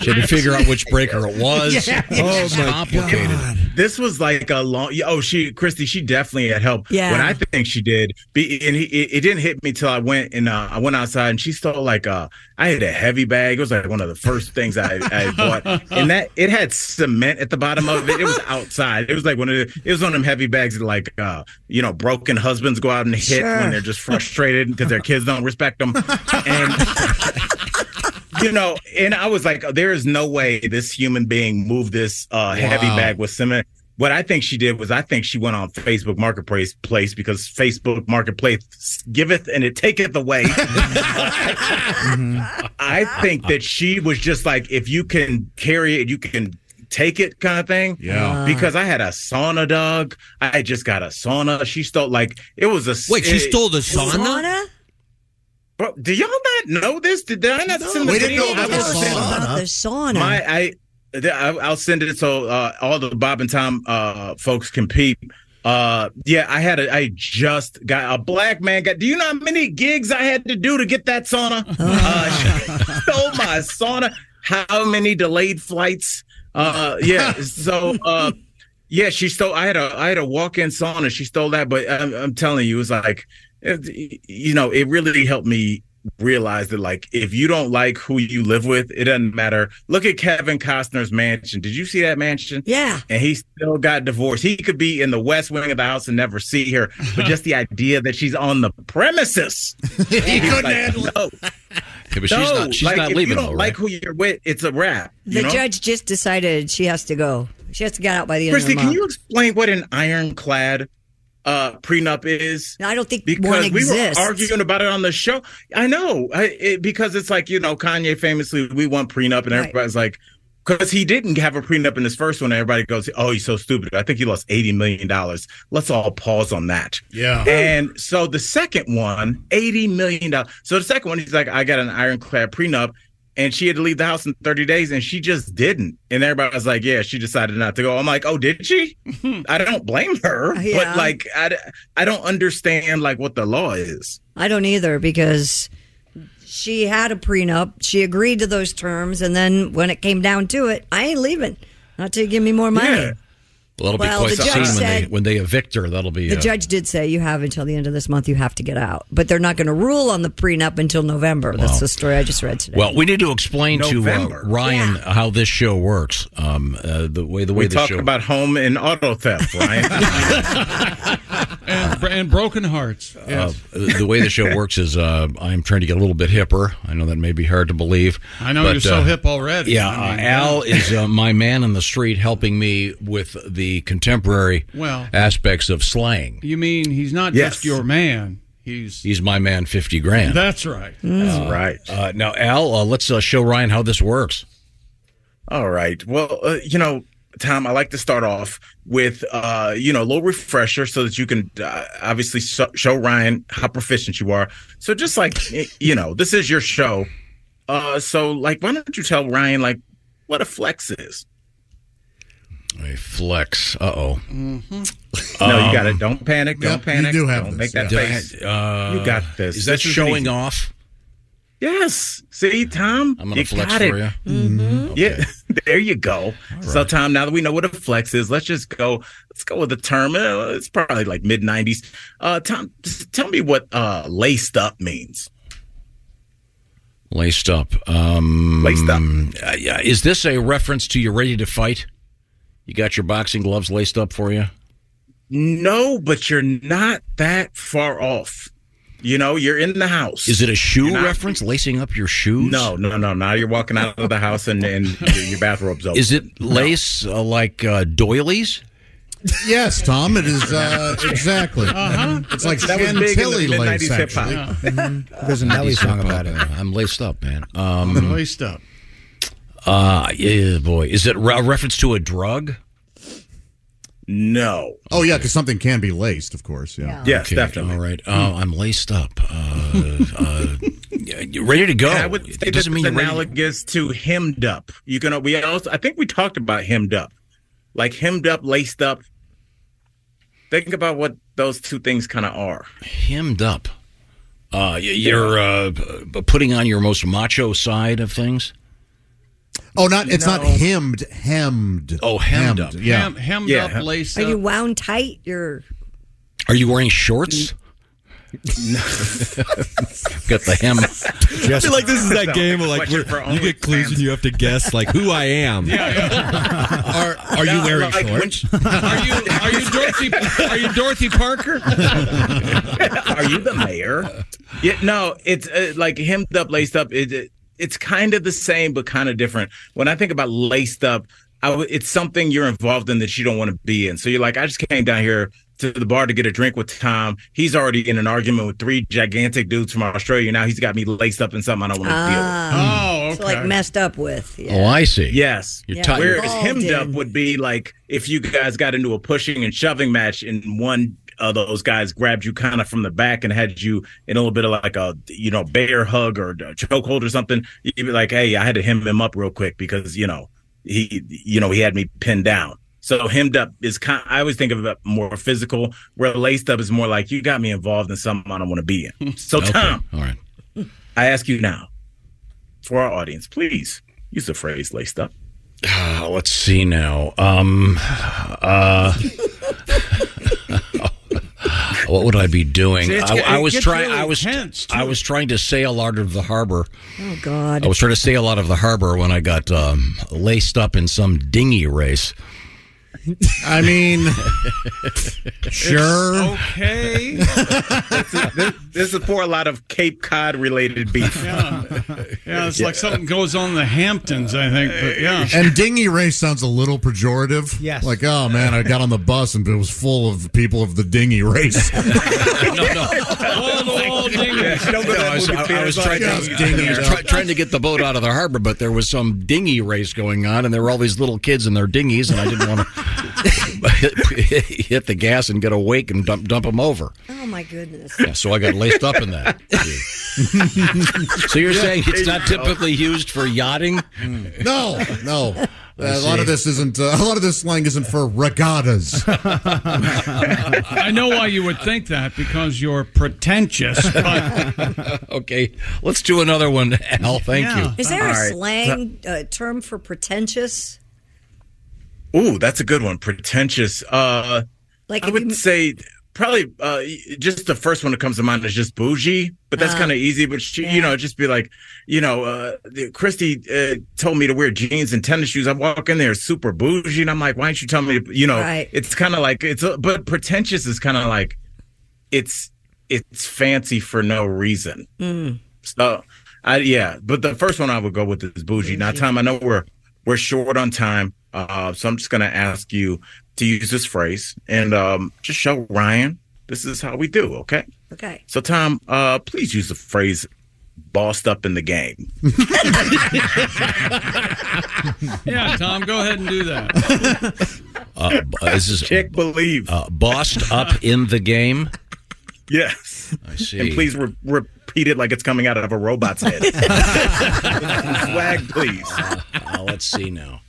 She had to figure out which breaker it was.
Yeah.
It's
Oh, my
complicated.
This was like a long. Oh, she Christy. She definitely had help.
Yeah.
What I think she did, be, and he, it, it didn't hit me till I went and uh, I went outside and she stole like uh I had a heavy bag. It was like one of the first things I, I had bought, and that it had cement at the bottom of it. It was outside. It was like one of the. It was one of them heavy bags that like uh you know broken husbands go out and hit
Sure.
when they're just frustrated because their kids don't respect them, and you know, and I was like, there is no way this human being moved this uh, heavy
Wow.
bag with cement. What I think she did was, I think she went on Facebook Marketplace place because Facebook Marketplace giveth and it taketh away. I
Mm-hmm.
think that she was just like, if you can carry it, you can take it kind of thing.
Yeah. Ah.
Because I had a sauna dog. I just got a sauna. She stole like it was a
Wait, she stole the sauna?
Sauna?
Bro, do y'all not know this? Did, did I not send the
we didn't
video?
know about
I will
the
send-
sauna. About the sauna.
My, I, th- I, I'll send it so uh, all the Bob and Tom uh, folks can peep. Uh, yeah, I had a, I just got a black man. Got do you know how many gigs I had to do to get that sauna?
Oh.
Uh, stole my sauna. How many delayed flights? Uh, yeah. So, uh, yeah, she stole. I had a I had a walk in sauna. She stole that, but I'm, I'm telling you, it was like, it- you know, it really helped me realize that like if you don't like who you live with, it doesn't matter. Look at Kevin Costner's mansion. Did you see that mansion?
Yeah.
And he still got divorced. He could be in the west wing of the house and never see her, but just the idea that she's on the premises, he couldn't handle it. No,
Yeah, but she's
No,
not. She's
like,
not
if
leaving
You
though,
don't like
right?
who you're with. It's a wrap.
The
you know?
judge just decided she has to go. She has to get out by the end
Christy,
of the
can
month.
you explain what an ironclad uh, prenup is?
I don't think
because
one
we were
exists.
arguing about it on the show. I know I, it, because it's like you know Kanye famously we want prenup, and
Right.
everybody's like. Because he didn't have a prenup in his first one, and everybody goes, "Oh, he's so stupid." I think he lost eighty million dollars. Let's all pause on that.
Yeah.
And so the second one, eighty million dollars. So the second one, he's like, I got an ironclad prenup, and she had to leave the house in thirty days, and she just didn't. And everybody was like, Yeah, she decided not to go. I'm like, Oh, did she? I don't blame her,
Yeah.
but like, I, I don't understand like what the law is.
I don't either because she had a prenup. She agreed to those terms, and then when it came down to it, I ain't leaving. Not till you give me more money.
Well, that'll
Well,
be quite
the
the
judge
scene when, they,
said-
when they evict her. That'll be
The
uh,
judge did say you have until the end of this month. You have to get out, but they're not going to rule on the prenup until November. That's the story I just read today.
Well, we need to explain
November.
to uh, Ryan how this show works. Um, uh, the way the way
we
the
talk
show
about home and auto theft, right?
and, and broken hearts. Yes.
uh, the way the show works is uh, I'm trying to get a little bit hipper. I know that may be hard to believe.
I know
but,
you're so
uh,
hip already.
Yeah,
I mean,
uh, Al is uh, my man on the street, helping me with the contemporary
Well-
aspects of slang.
You mean he's not
Yes.
just your man? He's
He's my man, fifty grand.
That's right.
Uh, Uh, now, Al, uh, let's uh, show Ryan how this works.
All right. Well, uh, you know, Tom, I like to start off with, uh, you know, a little refresher so that you can uh, obviously so- show Ryan how proficient you are. So just like, y- you know, this is your show. Uh, so like, why don't you tell Ryan like what a flex is?
A flex. Um, Uh oh.
Mm-hmm. No, you got it. Don't panic. Don't panic. don't make that face.
Uh,
you got this.
Is that
This
showing
easy.
off?
Yes. See, Tom,
I'm gonna
you
flex
got
for
it.
you.
Mm-hmm.
Yeah, there you go. So,
right.
Tom, now that we know what a flex is, let's just go. Let's go with the term. Uh, It's probably like mid '90s. Uh, Tom, just tell me what uh, laced up means.
Laced up. Um, Laced up. yeah. Is this a reference to you ready to fight? You got your boxing gloves laced up for you?
No, but you're not that far off. You know, you're in the house.
Is it a shoe
You're not-
reference? Lacing up your shoes?
No, no, no. Now you're walking out of the house and, and your, your bathrobe's open.
Is it lace uh, like uh, doilies?
Yes, Tom, it is uh, exactly. It's like
Uh-huh. That was big in the
Chantilly
mid-nineties
lace,
hip-hop.
actually. Mm-hmm.
Mm-hmm.
There's
a Nelly song
about it. I'm laced up, man. Um,
I'm laced up.
Uh, yeah, boy. Is it re- a reference to a drug?
No.
Oh yeah, because something can be laced, of course. Yeah.
Yes, Okay, definitely. All right. Uh, I'm laced up. Uh, uh, you ready to go?
And I would say
it doesn't
this
mean
is
you're ready.
analogous to hemmed up. You can we also I think we talked about hemmed up, like hemmed up, laced up. Think about what those two things kind of are.
hemmed up. Uh, y- you're uh, p- p- putting on your most macho side of things.
Oh, not it's not
No.
hemmed, hemmed.
Oh, hemmed up.
Yeah.
Hem- hemmed Yeah. up,
laced
Are you wound tight? You're
Are you wearing shorts? Got the hem.
I feel like this is that game where like
Question
where
for
you get clues and you have to guess like who I am.
Are,
are you wearing shorts?
are you are you Dorothy? Are you Dorothy Parker?
Are you the mayor? Yeah, no, it's uh, like hemmed up, laced up. It, it- it's kind of the same, but kind of different. When I think about laced up, I w- it's something you're involved in that you don't want to be in. So you're like, I just came down here to the bar to get a drink with Tom. He's already in an argument with three gigantic dudes from Australia. Now he's got me laced up in something I don't want to deal with.
ah,
oh,
so like messed up with. Yeah.
Oh, I see.
Yes.
You're tired.
Whereas hemmed up would be like if you guys got into a pushing and shoving match and one of those guys grabbed you kind of from the back and had you in a little bit of like a you know bear hug or a chokehold or something. You'd be like, hey, I had to hem him up real quick because you know he you know he had me pinned down. So hemmed up is kind. I always think of it more physical. Where laced up is more like you got me involved in something I don't want to be in. So
Okay,
Tom,
all right.
I ask you now, for our audience, please use the phrase laced up.
Uh, let's see now. Um, uh, what would I be doing?
See, it's-
I, I
it
was
gets
trying.
really
I was.
tense, too.
I was trying to sail out of the harbor.
Oh God.
I was trying to sail out of the harbor when I got um, laced up in some dinghy race.
I mean,
sure.
Okay.
this, this is for a lot of Cape Cod related beef.
Yeah, it's like something goes on in the Hamptons, I think. But yeah.
And dinghy race sounds a little pejorative. Yes. Like, oh man, I got on the bus and it was full of people of the dinghy race.
All the wall dinghies.
I was, I- I was trying, to, I was try- trying to get the boat out of the harbor, but there was some dinghy race going on, and there were all these little kids in their dinghies, and I didn't want to hit the gas and get awake and dump dump them over.
Oh my goodness.
Yeah, so I got laced up in that. so you're saying it's not typically used for yachting?
No, no. Uh,
I
a lot
see.
of this isn't. Uh, a lot of this slang isn't for regattas.
I know why you would think that because you're pretentious. But...
okay, let's do another one, Al. Thank you.
Is there a slang uh, term for pretentious?
Ooh, that's a good one. Pretentious. Uh,
like
I would say probably uh, just the first one that comes to mind is just bougie, but that's
Ah.
kind of easy. But she, you know, just be like, you know, uh, the- Christy uh, told me to wear jeans and tennis shoes. I walk in there super bougie, and I'm like, why didn't you tell me? To, you know,
Right.
it's kind of like it's. A, but pretentious is kind of like it's it's fancy for no reason.
Mm.
So, I yeah, but the first one I would go with is bougie. Now, Tom, I know we're we're short on time, uh, so I'm just going to ask you to use this phrase and um, just show Ryan this is how we do. Okay.
Okay.
So, Tom, uh, please use the phrase "bossed up in the game."
Yeah, Tom, go ahead and do that.
Uh, b- is this
Can't believe
uh, bossed up in the game.
Yes. I
see.
And please re- repeat it like it's coming out of a robot's head. Swag, please.
Uh, let's see now.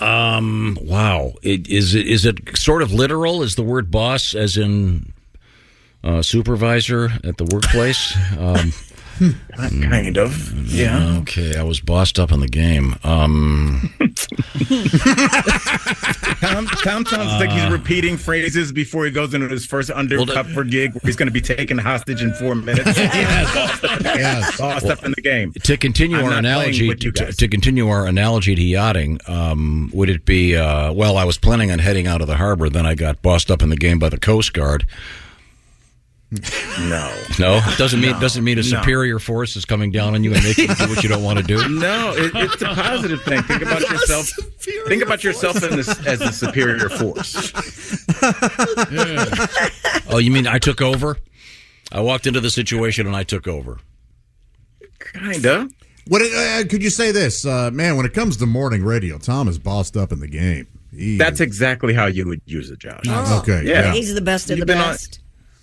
Um. Wow. It, is it is it sort of literal? Is the word boss as in uh, supervisor at the workplace? Um,
kind of. Yeah.
Okay. I was bossed up in the game. Um.
Tom, Tom sounds like he's
Uh.
repeating phrases before he goes into his first undercover gig where he's going to be taken hostage in four minutes. yes. Lost up in the game.
To continue
I'm
our
not playing
analogy,
with you
to,
guys.
to continue our analogy to yachting, um, would it be? Uh, well, I was planning on heading out of the harbor, then I got bossed up in the game by the Coast Guard.
No,
no, doesn't mean
No.
doesn't mean a
No.
superior force is coming down on you and making you do what you don't want to do.
No, it, it's a positive thing. Think about yourself. Think about yourself in this, as the superior force.
Oh, you mean I took over? I walked into the situation and I took over.
Kinda.
What it, uh, could you say this, uh, man? When it comes to morning radio, Tom is bossed up in the game. He-
That's exactly how you would use it, Josh.
Oh. Okay, yeah.
He's the best of
You've
the
been on-
best.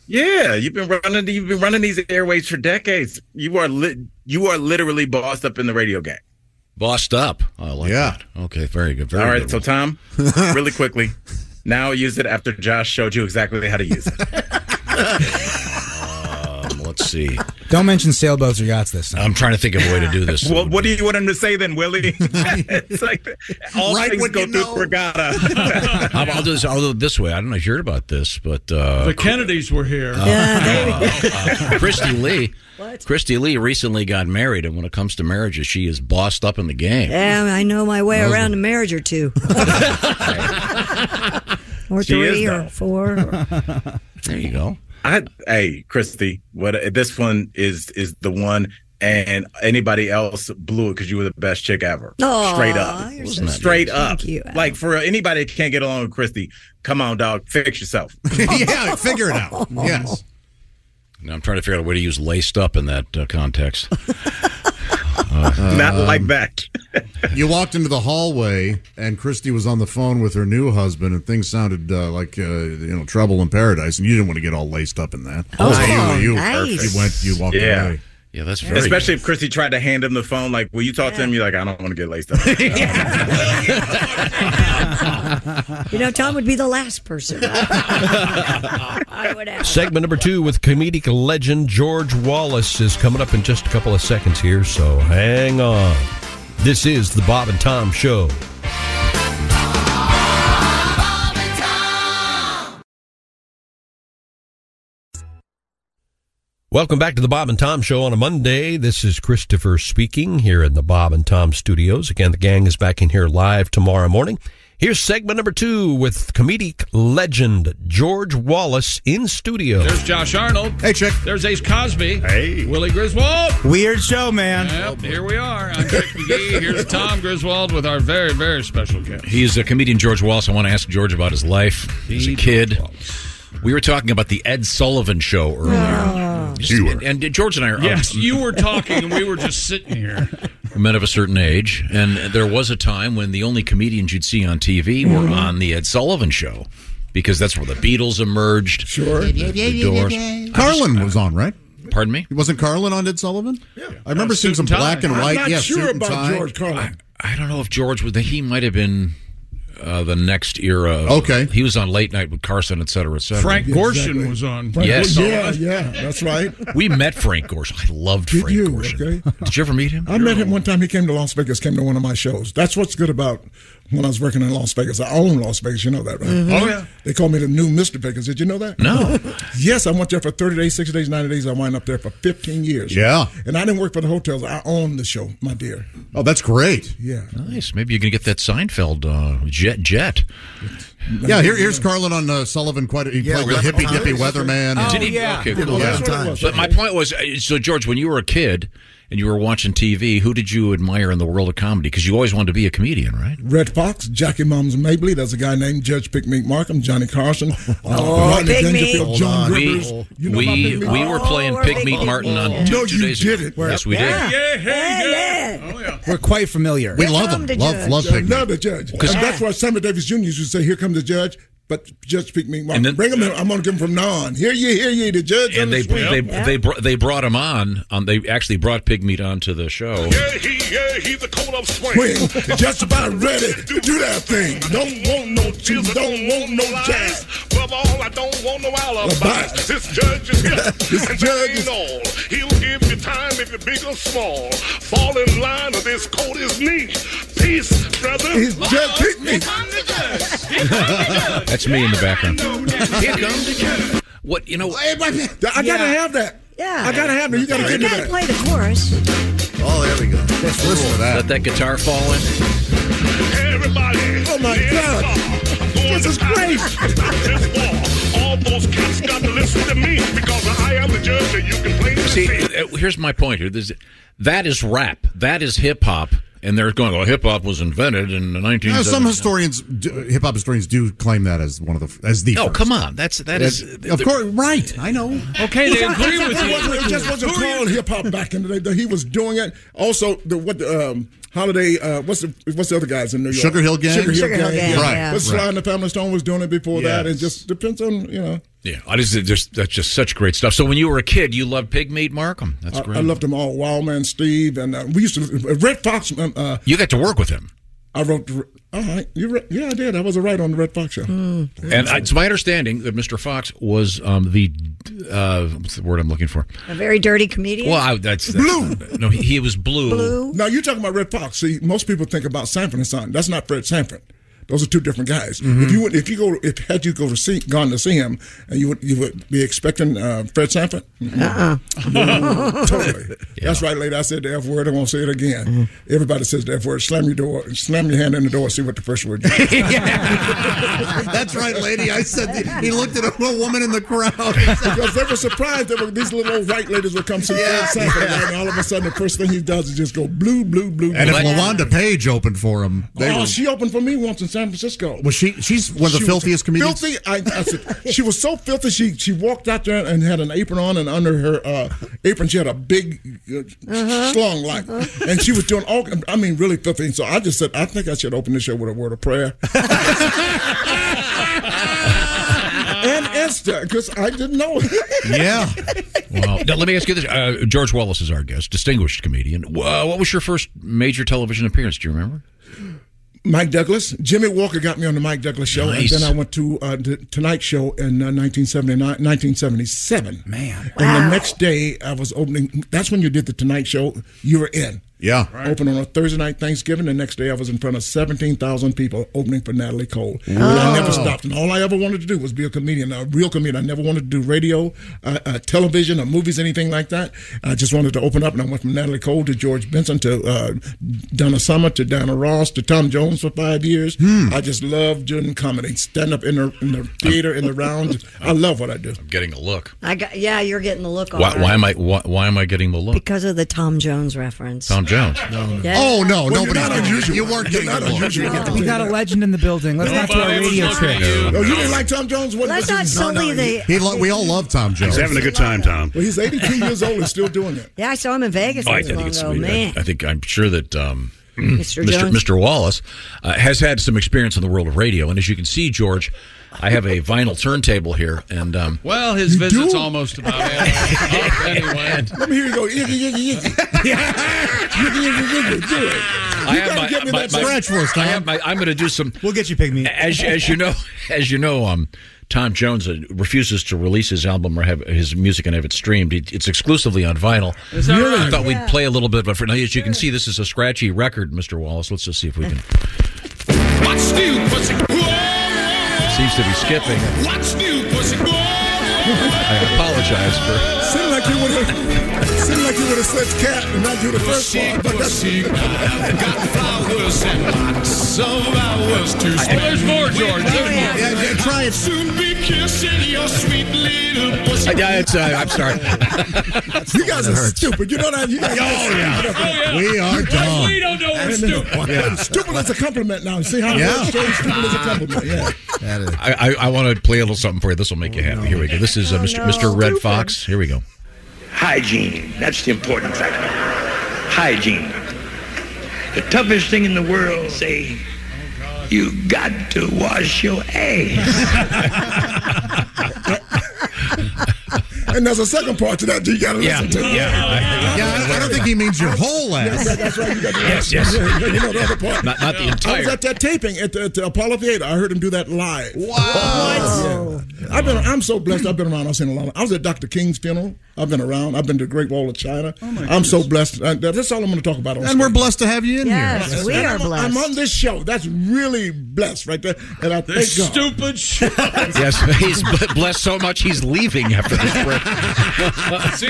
yeah, you've been running. You've been running these airways for decades. You are lit. You are literally bossed up in the radio game.
Bossed up. I like
Yeah.
that. Okay, very good. Very
All right,
good.
so Tom, really quickly, now use it after Josh showed you exactly how to use it.
Um, let's see.
Don't mention sailboats or yachts this time.
I'm trying to think of a way to do this.
well, what do you want him to say then, Willie? it's like all
Right
things
when
go
you
through Brigada.
I'll, I'll do this. I'll do it this way. I don't know if you heard about this, but uh,
The Kennedys were here.
Uh, uh, uh, Christy Lee. Christy Lee recently got married, and when it comes to marriages, she is bossed up in the game.
Yeah, I know my way
Those-
around a marriage or two. or
She is,
three or
though.
four. or-
There you go.
Oh. I hey Christy, what this one is is the one, and anybody else blew it because you were the best chick ever.
Aw,
Straight up,
you're so
straight
nice.
up.
Thank you, Al.
like for anybody that can't get along with Christy, come on, dog, fix yourself.
yeah, figure it out. Yes.
Now I'm trying to figure out a way to use laced up in that uh, context. Uh, um,
Not like that.
Um, you walked into the hallway, and Christy was on the phone with her new husband, and things sounded uh, like uh, you know trouble in paradise, and you didn't want to get all laced up in that.
Oh,
So you, you,
nice.
you went, you walked
Yeah.
away.
Yeah, that's
Especially if Christy tried to hand him the phone, like, will you talk to him? You're like, I don't want to get laced up.
you know, Tom would be the last person. I would ask.
Segment number two with comedic legend George Wallace is coming up in just a couple of seconds here, so hang on. This is the Bob and Tom Show. Welcome back to the Bob and Tom Show on a Monday. This is Christopher speaking here in the Bob and Tom studios. Again, the gang is back in here live tomorrow morning. Here's segment number two with comedic legend George Wallace in studio.
There's Josh Arnold. Hey,
Chick.
There's Ace Cosby. Hey. Willie Griswold.
Weird show, man.
Yep, here we are. I'm Chick McGee. Here's Tom Griswold with our very, very special guest.
He's a comedian, George Wallace. I want to ask George about his life as a kid. We were talking about the Ed Sullivan show earlier.
Oh.
Just- and, and George and I are
Yes, you were talking and we were just sitting here.
men of a certain age, and there was a time when the only comedians you'd see on TV
Mm-hmm.
were on the Ed Sullivan show because that's where the Beatles emerged. Sure. The, the doors.
Carlin was on, right?
Pardon me?
Wasn't Carlin on Ed Sullivan? Yeah. I remember seeing some black and white. yeah, suit and tie.
I, I don't know if George was. He might have been. uh, the next era. Of, okay, he was on Late Night with Carson, et cetera, et cetera.
Frank Gorshin was on. Frank
yes,
Gorshin.
Yeah, yeah, that's right.
we met Frank Gorshin. I loved
Did
Frank
you?
Gorshin.
Okay.
Did you ever meet him?
I met him one time. He came to Las Vegas, came to one of my shows. That's what's good about when I was working in Las Vegas. I own Las Vegas. You know that, right?
Mhm. Oh, yeah.
They call me the new Mr. Vegas. Did you know that?
No.
yes, I went there for 30 days, 60 days, 90 days. I wound up there for 15 years.
Yeah.
And I didn't work for the hotels. I owned the show, my dear.
Oh, that's great.
Yeah.
Nice. Maybe you can get that Seinfeld uh, jet jet.
Yeah, here-
Here's Carlin on uh, Sullivan. Quite a, he
Yeah,
played the
well,
hippy
oh,
dippy
yeah.
weatherman.
Did he? Okay, cool.
Yeah.
But my point was, uh, so George, when you were a kid and you were watching TV, who did you admire in the world of comedy? Because you always wanted to be a comedian, right?
Red Fox, Jackie Mums Mabley. There's a guy named Judge Pick Meek Markham, Johnny Carson,
Oh,
Rodney
Big
Dangerfield,
Meat.
Joan
Hold on.
Rivers.
We-
You know about
we-
Big Meat?
we were playing Oh, Pig we're Meat Big Martin Meat. on
no,
two
you
days
did
ago.
it.
Yes, we did. Yeah,
We're quite familiar.
We love
him.
him.
Love- love Big Meat.
Love the judge. And that's why Sammy Davis Jr. used to say, "Here comes the judge." But Judge Pick Meek Markham, bring him in. I'm going to give him from now on. Here ye, here ye. The judge on
And
the
they
swing.
they they, br- they brought him on. Um, they actually brought Pigmeat onto the show.
he, yeah, he's the cold up swing. Just about ready to do that thing. Don't want no cheese, don't want no jazz.
Above all, I don't want no
alibis.
This judge is here.
This
and
judge
ain't
is-
all. He'll give you time if you're big or small. Fall in line or this coat is knee. Peace, brother.
He's Judge Pinkney.
That's me in the background.
Here comes the judge.
What you know?
I gotta have that.
Yeah,
I gotta have that. You gotta
You
get me
gotta
that.
play the chorus.
Oh, there we go. Let's listen to that. Let that guitar fall in.
Everybody. Oh my God. This is great. All those cats got to listen to me because I am the judge and you can play the
See, uh, here's my point here. This, that is rap. That is hip hop. And they're going, well, hip hop was invented in the 1970s.
Now, some historians, hip hop historians, do claim that as one of the as the.
No,
first.
come on. That's that is
of course right. I know.
Okay,
they agree with you.
It just wasn't
Who are
called hip hop back in the day. He was doing it. Also, the what the, um, holiday? Uh, what's the what's the other guys in New York?
Sugar Hill Gang?
Sugar Hill
Sugar Hill
Gang.
Gang,
yeah.
Right, yeah.
But Sly
right.
and the Family Stone was doing it before that. It just depends on you know.
Yeah, I just, just- that's just such great stuff. So when you were a kid, you loved pig meat, Markham. That's
I,
great.
I loved them all. Wildman Steve and uh, we used to Red Fox. um, Uh,
you got to work with him.
I wrote. The, all right, you re- yeah, I did. I was a writer on the Red Fox show.
And I, it's my understanding that Mr. Fox was um, the uh, what's the word I'm looking for?
A very dirty comedian.
Well, I, that's, that's
Blue.
No, he, he was blue.
Now you're talking about Red Fox. See, most people think about Sanford and Son. That's not Fred Sanford. Those are two different guys. If you would, if you go, if had you go to see, gone to see him, and you would, you would be expecting uh, Fred Sanford.
Uh-uh.
No, totally. That's right, lady. I said the F word. I won't say it again. Everybody says the F word. Slam your door. Slam your hand in the door. See what the first word. Is.
That's right, lady. I said the, he looked at a little woman in the crowd.
because they were surprised that these little old white ladies would come see Fred Sanford, and all of a sudden the first thing he does is just go blue, blue, blue.
And if
blue.
LaWanda Page opened for him, they
oh,
were,
she opened for me once in San Francisco.
was she? She's one of the
She was
filthiest comedians.
Filthy. I, I said, she was so filthy. She she walked out there and had an apron on, and under her uh, apron she had a big uh,
Uh-huh.
slung like, and she was doing all. I mean, really filthy. And so I just said, I think I should open this show with a word of prayer. and Esther, because I didn't know.
Yeah. Wow. Now, let me ask you this: uh, George Wallace is our guest, distinguished comedian. Uh, what was your first major television appearance? Do you remember?
Mike Douglas, Jimmy Walker got me on the Mike Douglas show,
Nice.
and then I went to uh, the Tonight Show in uh, 1979, 1977. Man, and the next day I was opening. That's when you did the Tonight Show. You were in.
Yeah.
Open on a Thursday night Thanksgiving. The next day I was in front of 17,000 people opening for Natalie Cole. And
Wow.
I never stopped. And all I ever wanted to do was be a comedian, a real comedian. I never wanted to do radio, uh, uh, television, or movies, anything like that. I just wanted to open up. And I went from Natalie Cole to George Benson to uh, Donna Summer to Donna Ross to Tom Jones for five years.
Hmm.
I just love doing comedy, stand up in the, in the theater, in the round. I love what I do.
I'm getting a look.
I got. Yeah, you're getting the look. on
Why, why am I? Why, why am I getting the look?
Because of the Tom Jones reference.
Tom Jones.
Yes.
Oh no, nobody's
Well, you're not
gonna-
unusual.
You weren't
You're
getting
not
the ball.
unusual.
You're not
We got a legend in the building. Let's not do a radio trick.
No, Oh, you didn't like Tom Jones? What
Let's not sully the-
He lo- we all love Tom Jones.
He's having a good time, Tom.
Well, he's 82 years old and still doing it.
Yeah, I saw him in Vegas.
Oh, I
not
think
long
it's
ago.
I-
man.
I think I'm sure that um,
Mr.
Mr.
Jones?
Mr. Wallace uh, has had some experience in the world of radio, and as you can see, George, I have a vinyl turntable here, and um,
Well, his visit's almost about it.
Let me hear you go. "Yiggy, yiggy, yiggy."
Mm. I have my, my- my- I have my, I'm going to do some. We'll
get you, pygmy.
As as you know, as you know, um, Tom Jones uh, refuses to release his album or have his music and have it streamed. It- It's exclusively on vinyl.
Is that Really? right?
I thought we'd
Yeah.
play a little bit, but for now, as you can see, this is a scratchy record, Mr. Wallace. Let's just see if we can.
What's new, pussy?
Seems to be skipping.
What's new, pussy?
I apologize for.
Seemed like you would have seemed like you would have said cat and not do the first one. But that's
I've got flowers and lots of hours to spend.
there's more, George.
Oh,
There's more.
Yeah, yeah, try it. Soon be kissing your sweet little pussy.
Yeah, it's, uh, I'm sorry.
you guys are stupid. You know that. You guys
Oh, yeah. Oh, yeah.
We
are dumb. We
don't know
we're stupid.
Yeah. Stupid is a compliment now. See how
Yeah.
yeah. stupid is a compliment. Yeah.
I, I, I want to play a little something for you. This will
Oh,
make you happy. Here we go. This
Oh,
is uh, Mr. Mr. Red Fox. Here we go.
Hygiene. That's the important factor. Hygiene. The toughest thing in the world, say, you got to wash your ass.
And there's a second part to that. You got to
Yeah,
listen to.
yeah.
I,
Yeah, I don't think he means your whole ass.
Yeah, that's right. You got the-
Yes, yes.
Yeah, yeah, you know the other part.
Not- not the
I was
entire-
at that taping at the, at the Apollo Theater. I heard him do that live. Wow. Yeah. I've been. I'm so blessed. I've been around. I've seen a lot. Of, I was at Dr. King's funeral. I've been around. I've been to the Great Wall of China.
Oh my
I'm so blessed. Uh, that- that's all I'm going to talk about. On
And we're blessed to have you in
Yes,
here.
we are I'm, blessed. I'm on this show. That's really blessed right there. And I
This
thank God.
stupid shit.
Yes, he's bl- blessed so much he's leaving after this break.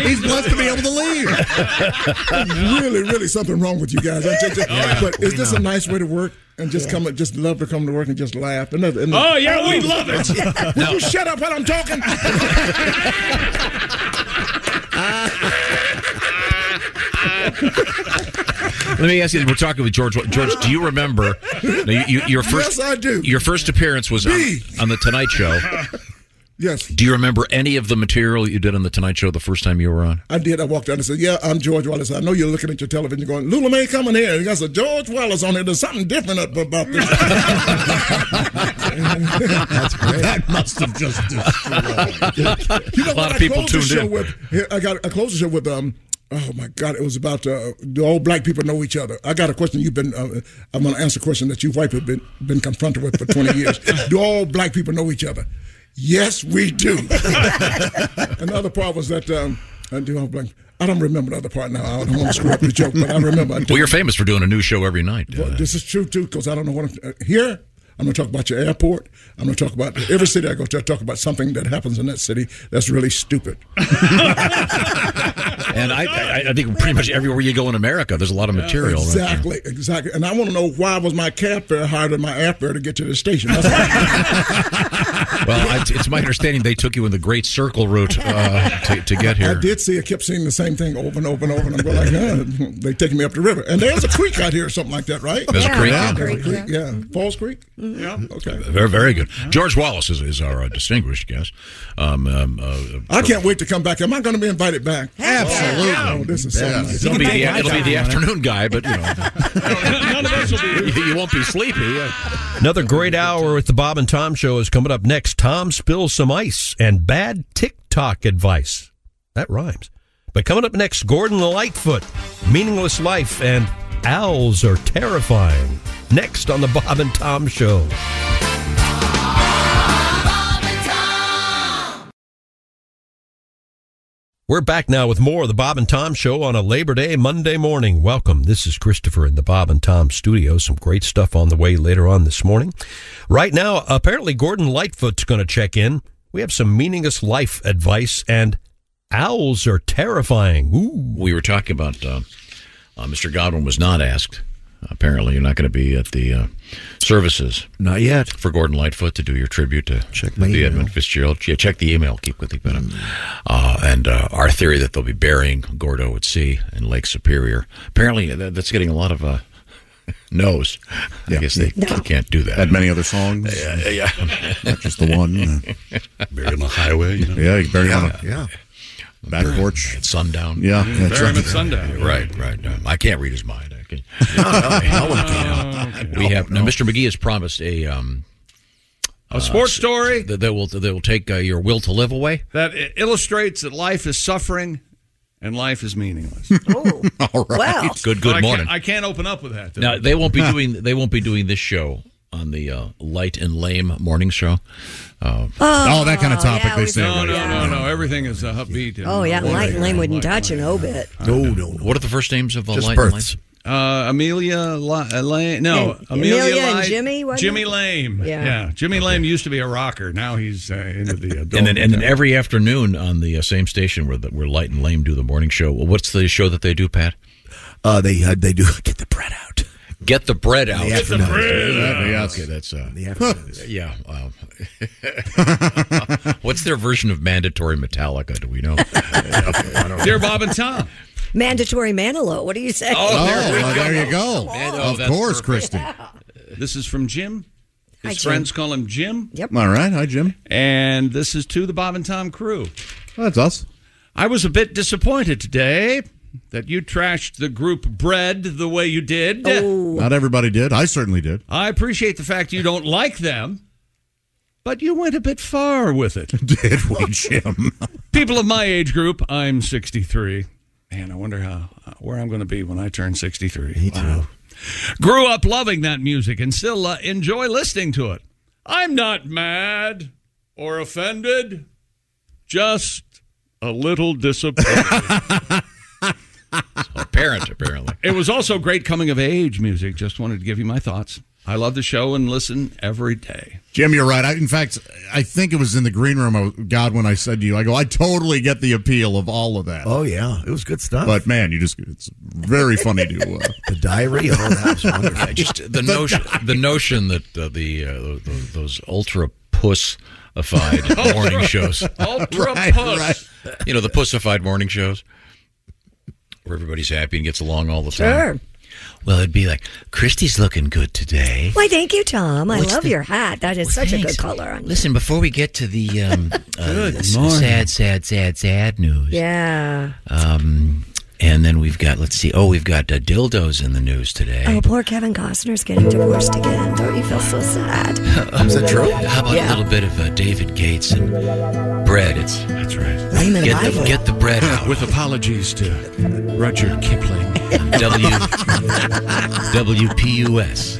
He's blessed to be able to leave. There's really, really something wrong with you guys. I just- But is this a nice way to work? And just come, just love to come to work and just laugh. And, and-
Oh, yeah, we love it.
Would
No.
you shut up while I'm talking?
Let me ask you. We're talking with George. George, do you remember now, you, you, your first?
Yes, I do.
Your first appearance was on,
Me.
on the Tonight Show.
Yes,
Do you remember any of the material you did on the Tonight Show the first time you were on?
I did. I walked out and said, "Yeah, I'm George Wallace. I know you're looking at your television, You're going, Lula May coming here." And I said, "George Wallace on here. There's something different up about this." That's great. That must have just you
A
know,
lot
what?
of people
I closed the
tuned
show
in.
With, here, I got I closed the show with um. Oh my God! It was about uh, do all black people know each other? I got a question. You've been uh, I'm going to answer a question that you white people been been confronted with for 20 years. do all black people know each other? Yes, we do. and the other part was that um, I do all black. I don't remember the other part now. I don't want to screw up the joke, but I remember. I do.
Well, you're famous for doing a new show every night.
Well, this is true too, because I don't know what I'm uh, here. I'm going to talk about your airport. I'm going to talk about every city I go to. I talk about something that happens in that city that's really stupid.
And I, I, I think pretty much everywhere you go in America, there's a lot of material. right?
Exactly, exactly. And I want to know why was my cab fare higher than my airfare to get to the station? That's why
Well, I, it's my understanding they took you in the Great Circle route uh, to, to get
I
here.
did see. I kept seeing the same thing over and over and over, and I'm going like, huh, they taking me up the river. And there's a creek out here or something like that, right?
There's a Mm-hmm. Yeah, creek, yeah.
There's a
creek,
creek, yeah. Falls Creek.
Mm-hmm.
Yeah. Okay.
Very, very good. George Wallace is, is our uh, distinguished guest. Um, um, uh,
I can't wait to come back. Am I going to be invited back? Absolutely. Oh, this is so nice.
It'll be the, it'll be the afternoon guy, but you know,
None of us will be.
you, you won't be sleepy. Uh,
Another great hour with the Bob and Tom Show is coming up next. Tom spills some ice and bad TikTok advice. That rhymes. But coming up next, Gordon Lightfoot, Meaningless Life, and Owls Are Terrifying. Next on the Bob and Tom Show. We're back now with more of the Bob and Tom Show on a Labor Day Monday morning. Welcome. This is Christopher in the Bob and Tom studio. Some great stuff on the way later on this morning. Right now, apparently Gordon Lightfoot's going to check in. We have some meaningless life advice, and owls are terrifying. Ooh.
we were talking about uh, uh, Mr. Godwin was not asked. Apparently, you're not going to be at the uh, services.
Not yet.
For Gordon Lightfoot to do your tribute to check the Edmund Fitzgerald. Yeah, check the email. Keep with the venom. Uh, and uh, our theory that they'll be burying Gordo at sea in Lake Superior. Apparently, that, that's getting a lot of uh, no's. I guess they, they can't do that.
Had many other songs.
Yeah, yeah.
Not just the one. yeah.
Bury him on the highway. You know?
Yeah, you bury him on a-
yeah.
Back porch.
At sundown.
Yeah.
Mm,
that's
bury him
right.
at sundown.
Right, right. Um, I can't read his mind. I can. No one can. We have now. Mr. McGee has promised a um,
A sports story
uh, that they will that they will take uh, your will to live away.
that i- illustrates that life is suffering and life is meaningless.
Oh,
All right. Well. Good- good
I can't-
morning.
I can't open up with that. though.
Now they won't be doing they won't be doing this show on the uh, light and lame morning show. Uh,
Oh, that kind of topic yeah, they we- say,
No,
right?
no,
Yeah.
no, no. Everything is a upbeat. and-
Oh yeah, Light and Lane wouldn't touch an obit. No,
no, What are the first names of uh,
Just
light
births. and lame? Uh, Amelia Li- uh, Lane. No,
And
Amelia,
Amelia and
Li-
Jimmy, wasn't
Jimmy
it?
Lame.
Yeah.
Yeah. Jimmy Lame used to be a rocker. Now he's uh, into the adult.
and then and then every afternoon on the uh, same station where the, where light and lame do the morning show. Well, what's the show that they do, Pat?
Uh, they uh, they do
Get the bread out.
the Get the afternoon. bread
Yeah,
out.
Okay, that's uh,
The afternoons.
yeah. Um, what's their version of mandatory Metallica? Do we know?
Dear Bob and Tom.
Mandatory Manilow. What do you say?
Oh, there we Oh, go.
there you go.
oh,
Of course, Christy.
This is from Jim.
Hi,
His
Jim.
friends call him Jim.
Yep.
All right. Hi, Jim.
And this is to the Bob and Tom crew.
That's us.
I was a bit disappointed today that you trashed the group Bread the way you did.
Oh.
Not everybody did. I certainly did.
I appreciate the fact you don't like them, but you went a bit far with it. Did we, Jim? People of my age group, I'm 63. Man, I wonder how uh, where I'm going to be when I turn 63. Me too. Grew up loving that music and still uh, enjoy listening to it. I'm not mad or offended, just a little disappointed.
Apparent, apparently.
It was also great coming of age music. Just wanted to give you my thoughts. I love the show and listen every day.
Jim, you're right. I, in fact, I think it was in the green room, I- God, when I said to you, I go, I totally get the appeal of all of that. Oh,
yeah. It was good stuff.
But, man, you just, it's very funny to. Uh,
the diary of all that was wonderful.
I just the notion the notion that uh, the uh, th- th- those ultra pussified morning shows
Ultra
Right,
puss.
right. you know the pussified morning shows where everybody's happy and gets along all the time
Sure.
well it'd be like christy's looking good today
Why, thank you, Tom. I
What's
love
the-
your hat. That is such a good color on you.
listen before we get to the um, uh,
Good
s-
morning.
sad sad sad sad news
Yeah.
um, and then we've got let's see oh we've got uh, dildos in the news today
Oh, poor Kevin Costner's getting divorced again. Don't you feel so sad?
Is that true? How about
Yeah.
a little bit of uh, David Gates and bread? It's that's right.
Lame and
Get the,
lively.
get the bread out.
With apologies to Roger Kipling.
W WPUS.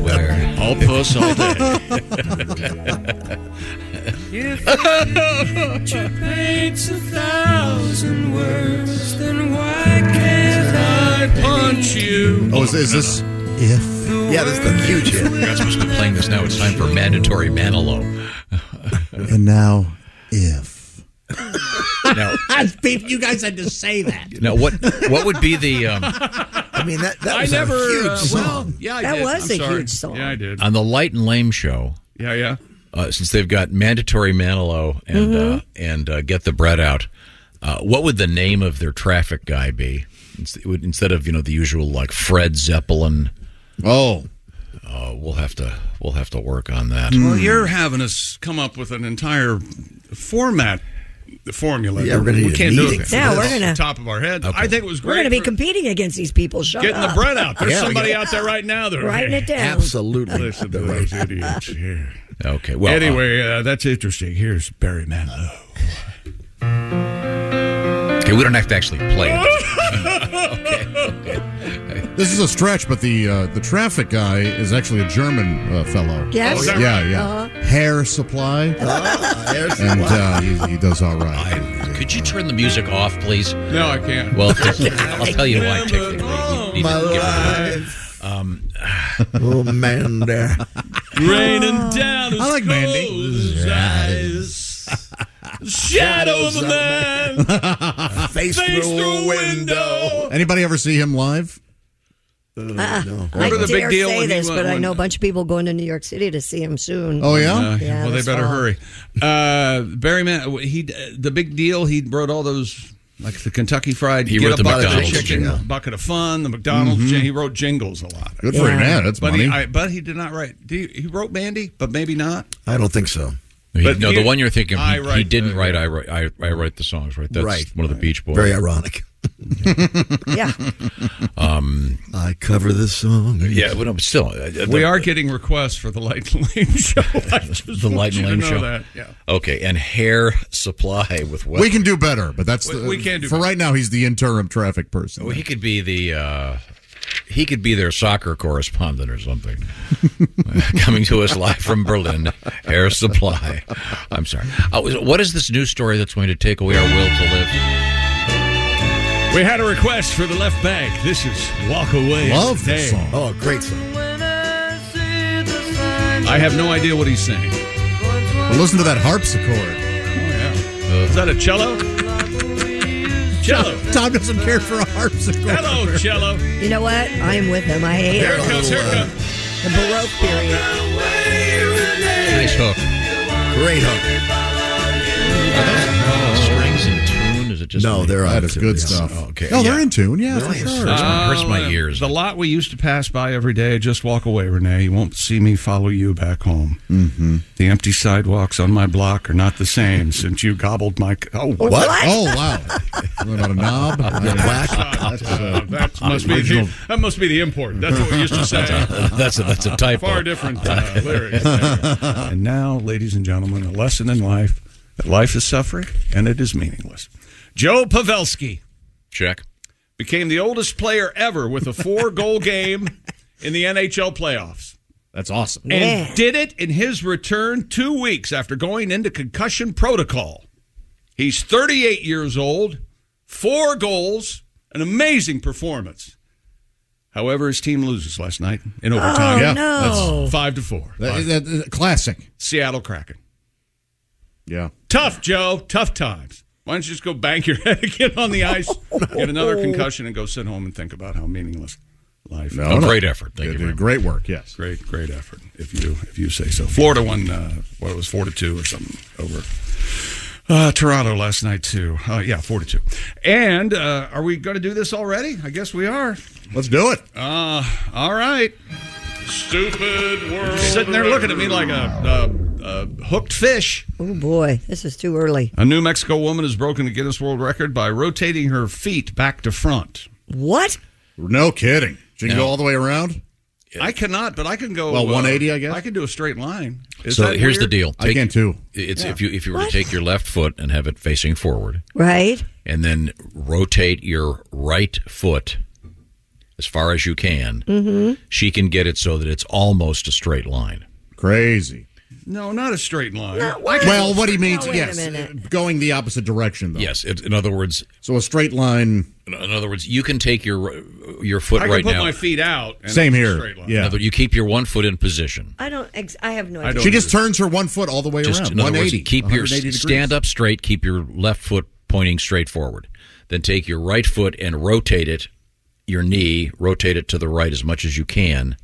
Where
all puss all
Picture paints a thousand words, then why can't I punch you?
oh, is, is this?
If. Yeah, this is the huge hit.
We're not supposed to be playing this now. It's time for mandatory Manilow.
And now, if.
Now,
you guys had to say that.
now what what would be the um,
I mean, that, that
I
was
never,
a huge
uh,
song.
well, yeah, I
That
did.
was
I'm
a
sorry.
huge song.
Yeah, I did.
on the Light and Lame show?
Yeah, yeah.
Uh, since they've got mandatory Manilow and uh,
Mm-hmm.
Mhm.
and uh, get the bread out, uh, what would the name of their traffic guy be? Ins- it would- Instead of you know the usual like Fred Zeppelin.
Oh,
uh, we'll have to we'll have to work on that.
Hmm.
Hmm.
Well, you're having us come up with an entire format formula.
Yeah, we're gonna
we
need a
can't do
meeting
it.
for Yeah, this. we're
off the
gonna-
top of our head. I think it was
We're
great.
going to be
for
competing against these people. Shut
getting
up.
the bread out. There's
Yeah, we
somebody
got-
out there right now. That
Writing it down.
Absolutely.
Listen to those idiots here.
Okay. Well,
anyway, uh, that's interesting. Here's Barry Manilow.
Okay, we don't have to actually play it.
This is a stretch, but the uh, the traffic guy is actually a German uh, fellow.
Yes. Oh, is that
yeah,
right?
yeah.
Uh-huh.
Hair supply.
hair
And
supply.
uh, he, he does all right.
Could you turn the music off, please?
No, I can't.
Well, I'll tell you why. Technically, you need
My
to get rid of it.
life.
Um,
oh man, there.
Oh.
Raining down his
I like Mandy.
closed eyes. Shadow of a man.
Face through a
window.
Anybody ever see him live?
Uh,
Uh-uh.
Remember
I
the big
dare
deal
say
when he
this,
went-
but I
when-
know a bunch of people going to New York City to see him soon.
Oh,
Oh,
Uh,
yeah
well, they
this
better
fall.
hurry. Uh, Barry Man, he uh, the big deal. He wrote all those like the Kentucky Fried.
He
get
wrote
up
the
out of
McDonald's
chicken,
jingle.
bucket of fun. The McDonald's.
Mhm.
jing- He wrote jingles a lot.
Good for him, Yeah. yeah, that's
but He,
money.
I, but he did not write. Do you, he wrote Mandy, but maybe not.
I don't think so.
But
no,
here-
the one you're thinking, of,
I
he, he
write
didn't write I, write. I I write the songs, right? That's
Right.
one of the Beach Boys.
Very ironic.
yeah.
Um,
I cover this song.
Yeah, but I'm still. uh,
we are getting requests for the Light and Lane show. I just
the
want
Light
you to
and Lane
know
show.
That. Yeah.
Okay, and hair supply with what?
we can do better, but that's the,
We- we can do
for
better.
right now. He's the interim traffic person.
Well, he could be the uh, he could be their soccer correspondent or something. Coming to us live from Berlin, Air Supply. I'm sorry. Uh, what is this news story that's going to take away our will to live?
We had a request for the left bank. This is Walk Away.
Love
Today.
this song.
Oh, great song.
I have no idea what he's saying.
But listen to that harpsichord.
Is that a cello? Cello.
Tom doesn't care for a harpsichord.
Hello, cello.
You know what? I'm with him. I hate
Here
it.
it comes, here
uh,
it comes.
The Baroque period.
Nice hook.
Great hook.
Strings in tune? Is it just
No, they're out
That is good stuff.
okay.
No, they're in tune. Yeah,
They're
for
in tune.
sure.
Hurts my- hurts my ears.
Uh, The lot we used to pass by every day. Just walk away, Renee. You won't see me follow you back home. Mm-hmm. The empty sidewalks on my block are not the same since you gobbled my. c- Oh,
What? Oh, wow. About a knob.
That's, uh, that must be the, that must be the import. That's what we used to say.
That's a- that's a typo.
Far different uh, lyrics. and now, ladies and gentlemen, a lesson in life that life is suffering and it is meaningless. Joe Pavelski.
Check.
Became the oldest player ever with a four goal game in the NHL playoffs.
That's awesome.
And did it in his return two weeks after going into concussion protocol. He's 38 years old, four goals, an amazing performance. However, his team loses last night in overtime.
Oh, Yeah, no. that's-
five to four.
That- that- that- classic.
Seattle Kraken.
Yeah.
Tough, Joe. Tough times. Why don't you just go bank your head, get on the ice, get another concussion, and go sit home and think about how meaningless life
No,
is.
no.
Great effort. Thank
They
you
did
very
great work. Yes.
Great, great effort. If you if you say so. Florida won. Uh, what it was four to two or something over uh, Toronto last night too. Uh, yeah, four to two. And uh, are we going to do this already? I guess we are.
Let's do it.
Uh, all right. Stupid world. Sitting there looking at me like a, a, a hooked fish.
Oh boy, this is too early.
A New Mexico woman has broken a Guinness World Record by rotating her feet back to front.
What?
No kidding. She can
No.
go all the way around.
I cannot, but I can go.
Well,
uh,
180, I guess?
I can do a straight line. Is
so
that
here's the
weird?
deal.
I can too.
It's
Yeah.
if you if you were to take your left foot and have it facing forward,
Right?
and then rotate your right foot as far as you can,
Mm-hmm.
she can get it so that it's almost a straight line.
Crazy.
No, not a straight line.
well, what he means,
wait a
yes, uh,
minute.
going the opposite direction though.
Yes. It, in other words,
so a straight line.
In other words, you can take your your foot
I can
right
put
now.
my feet out. and
Same
it's a
here.
straight line.
In other words, you keep your one foot in position.
I don't. Ex- I have no
I
idea.
don't She just
Turns her one foot all the way
Just
around.
in other words,
180.
keep your
180 degrees.
stand up straight. Keep your left foot pointing straight forward. Then take your right foot and rotate it, your knee, rotate it to the right as much as you can,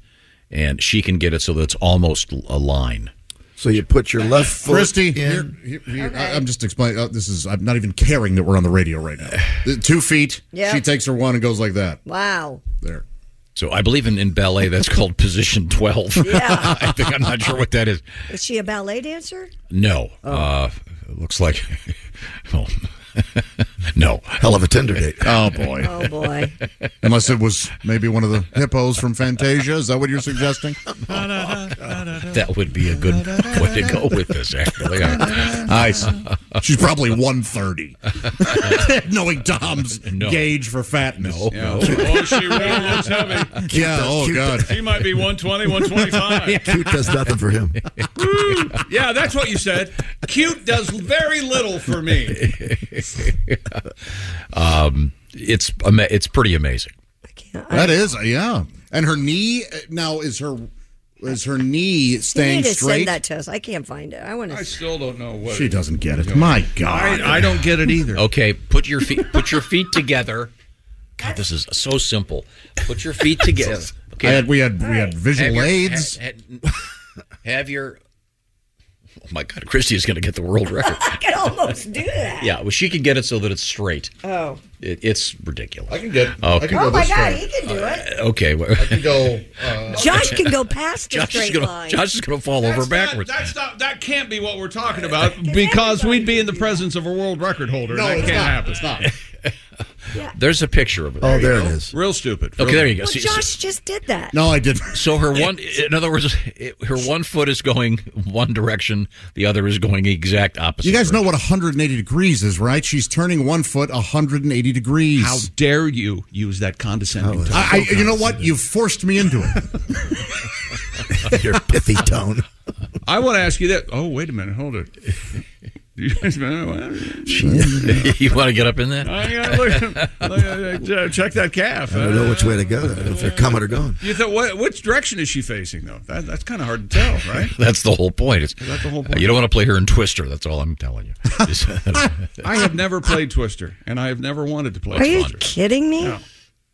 and she can get it so that it's almost a line.
So you put your left foot.
Christy,
in.
here- here- here, I, am just explaining. Uh, this is I'm not even caring that we're on the radio right now. The Two feet.
Yeah.
She takes her one and goes like that.
Wow.
There.
So I believe in, in ballet that's called position twelve.
Yeah.
I think I'm not sure what that is.
Is she a ballet dancer?
No, uh, it looks like well, no
hell of a tender date.
Oh boy.
Oh boy.
Unless it was maybe one of the hippos from Fantasia. Is that what you're suggesting?
that would be a good way to go with this. Actually,
I see. She's probably 130. Knowing Dom's
No.
gauge for fatness.
No. No.
Oh, she really looks heavy.
Yeah, oh, God.
She might be 120, 125.
Cute does nothing for him.
Yeah, that's what you said. Cute does very little for me.
um, it's ama- it's pretty amazing.
That is, uh, yeah. And her knee uh, now is her is her knee
you
staying
need to
straight?
send that to us. I can't find it. I want to.
I still don't know what.
She doesn't get it. My God.
I, I don't get it either.
Okay, put your feet put your feet together. God, this is so simple. Put your feet together. Okay.
I had, we had we had visual
Have your-
aids.
ha- ha- have your. Oh my God, Christy is going to get the world record.
I can almost do that.
yeah, well, she can get it so that it's straight.
Oh.
It, it's ridiculous. I
can get.
Okay.
Oh my God, he can do it.
Uh, Okay. I can
go.
Josh can go past the
Josh is
straight
gonna,
line.
Josh is going to fall over backwards.
That's not, that can't be what we're talking about because we'd be in the presence of a world record holder.
No,
that
it's
can't
not.
happen.
It's not.
There's a picture of it.
Oh,
you
there
go.
it is.
Real stupid.
Okay, there you go.
Well,
See-
Josh just did that.
No, I did. So her one, in other words, it, her one foot is going one direction, the other is going the exact opposite.
You guys know what 180 degrees is, right? She's turning one foot 180 degrees.
How
dare you use that condescending
tone.
I, I, you know what? You forced me into it.
Your pithy tone.
I want to ask you that. Oh, wait a minute. Hold it. You guys-
you want to get up in that?
I gotta look- look- look- Check that calf.
I don't know which way to go. If they're coming or going.
You thought, what, which direction is she facing, though? That, that's kind of hard to tell, right?
That's the whole point. It's, uh,
Is that the whole point?
you don't want to play her in Twister. That's all I'm telling you. uh, Just-
I have never played Twister, and I have never wanted to play
Are you
Twister.
kidding me?
No.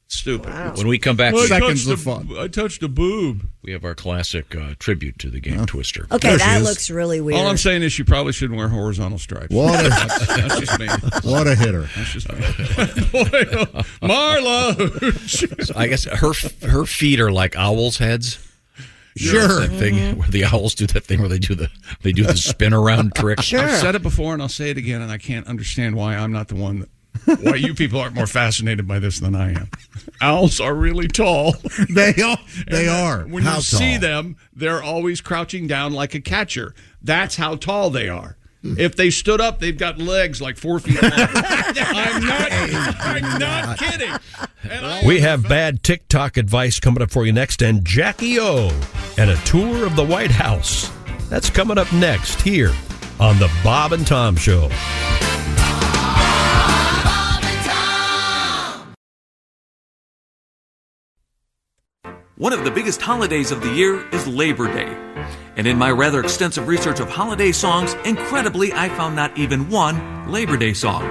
Stupid.
When we come back,
Well, I
seconds
touched
of
a- I touched a uh, boob.
we have our classic uh, tribute to the game Twister.
Okay, There she that is. looks really
All I'm
weird.
saying is she probably shouldn't wear horizontal stripes.
What a-
that's, that's just me.
What a hitter.
That's just me. Boy, oh, Marlo.
So I guess her her feet are like owls' heads. You know,
Sure.
that thing where the owls do that thing where they do the they do the spin around trick.
I've said it before and I'll say it again, and I can't understand why I'm not the one that, why you people aren't more fascinated by this than I am. Owls are really tall.
They are. They are.
When
How
you see
tall?
them, they're always crouching down like a catcher. That's how tall they are. If they stood up, they've got legs like four feet long. I'm not. I'm not kidding.
We have bad TikTok advice coming up for you next, and Jackie O and a tour of the White House. That's coming up next here on the Bob and Tom Show.
One of the biggest holidays of the year is Labor Day. And in my rather extensive research of holiday songs, incredibly, I found not even one Labor Day song.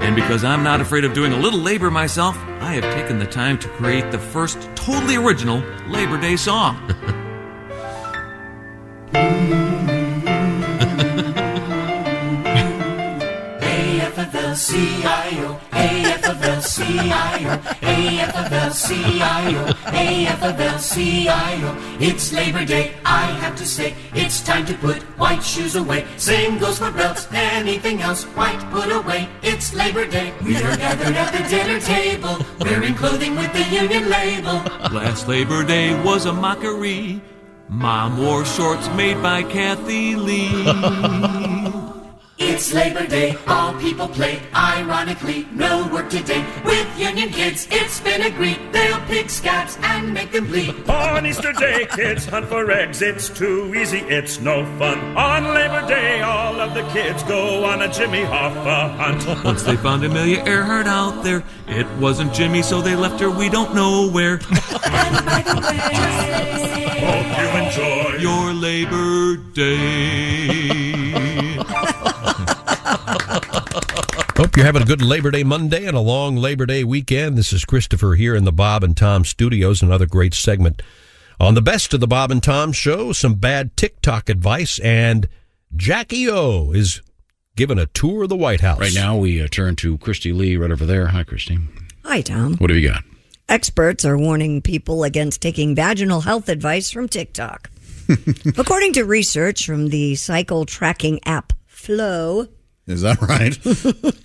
And because I'm not afraid of doing a little labor myself, I have taken the time to create the first totally original Labor Day song.
AFL-CIO, AFL-CIO, AFL-CIO, AFL-CIO. It's Labor Day, I have to say, it's time to put white shoes away. Same goes for belts, anything else, white put away. It's Labor Day, we are gathered at the dinner table, wearing clothing with the union label.
Last Labor Day was a mockery. Mom wore shorts made by Kathy Lee.
It's Labor Day, all people play. Ironically, no work today. With union kids, it's been agreed they'll pick scabs and make them bleed.
On Easter Day, kids hunt for eggs. It's too easy, it's no fun. On Labor Day, all of the kids go on a Jimmy Hoffa hunt.
Once they found Amelia Earhart out there, it wasn't Jimmy, so they left her we don't know where.
Hope you enjoy
your Labor Day.
Hope you're having a good Labor Day Monday and a long Labor Day weekend. This is Christopher here in the Bob and Tom studios. Another great segment on the best of the Bob and Tom show. Some bad TikTok advice, and Jackie O is giving a tour of the White House.
Right now, we uh, turn to Christy Lee right over there. Hi, Christy.
Hi, Tom.
What have you got?
Experts are warning people against taking vaginal health advice from TikTok. According to research from the cycle tracking app Flow,
Is that right?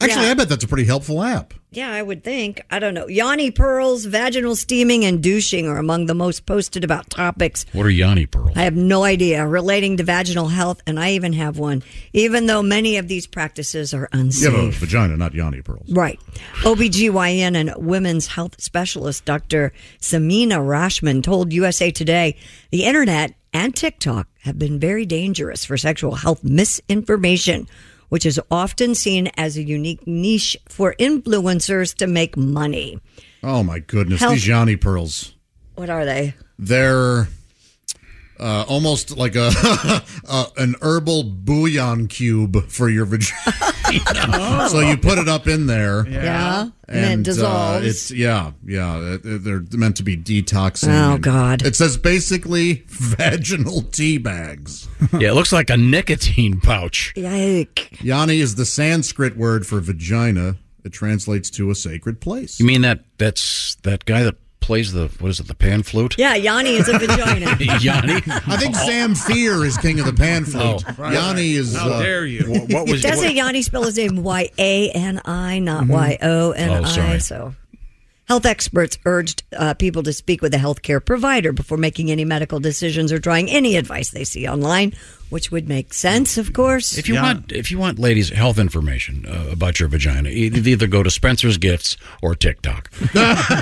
Actually, I bet that's a pretty helpful app.
yeah, I would think, I don't know, Yanni pearls, vaginal steaming, and douching are among the most posted about topics
What are Yanni Pearl?
I have no idea relating to vaginal health, and I even have one, even though many of these practices are
You have a
unsafe.
vagina, not Yanni pearls.
Right. OBGYN and women's health specialist Dr. Samina Rashman told USA Today the internet and TikTok have been very dangerous for sexual health misinformation, which is often seen as a unique niche for influencers to make money.
Oh my goodness,
Health-
these Yanni pearls.
What are they?
They're uh, almost like a uh, an herbal bouillon cube for your vagina.
Oh.
So you put it up in there.
Yeah. And it dissolves.
Uh, it's yeah, yeah. it- it- They're meant to be detoxing.
Oh,
And
God.
It says basically vaginal tea bags.
yeah, it looks like a nicotine pouch.
Yike.
Yanni is the Sanskrit word for vagina. It translates to a sacred place.
You mean that that's that guy that plays the what is it, the pan flute?
Yeah, Yanni is a vagina.
Yanni.
I think Sam Fear is king of the pan flute.
Oh. Right.
Yanni is.
How
uh,
dare you. Wha- what was- Mm-hmm.
Doesn't Yanni spell his name Y A N I, not
Mhm.
Y O N
Oh,
I?
sorry.
So, health experts urged uh, people to speak with a healthcare provider before making any medical decisions or trying any advice they see online, which would make sense, of course.
If you want, if you want, ladies, health information uh, about your vagina, e- either go to Spencer's Gifts or TikTok.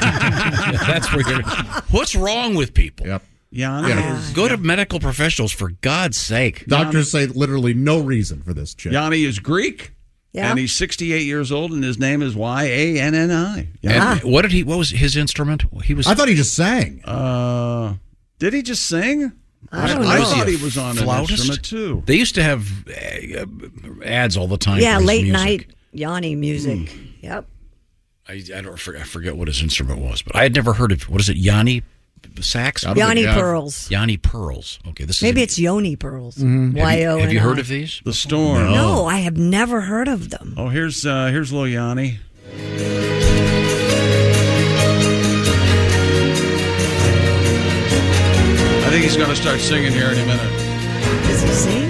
That's where you're. What's wrong with people? Yep.
Yeah.
Go to medical professionals for God's sake.
Doctors say literally no reason for this chick.
Yanni is Greek.
Yeah.
And he's 68 years old, and his name is Y A N N I.
And What did he? What was his instrument? He was.
I thought he
just sang.
Uh, did he just sing?
I don't know.
thought
Was he
he
a
was on
flautist?
an instrument too.
They used to have uh, ads all the time.
yeah,
for his
late
music.
night Yanni music.
Hmm.
Yep.
I, I don't. I forget- I forget what his instrument was, but I had never heard of. What is it? Yanni sax.
I don't Yanni think- yeah. Pearls.
Yanni pearls. Okay, this
Maybe
is. Mm-hmm.
it's Yoni pearls.
Have you- Oh.
Y O N I.
Have you heard of these?
The storm.
No, I have never heard of them.
Oh, here's uh, here's Lil Yanni. I think he's going to start singing here any minute.
Does he sing?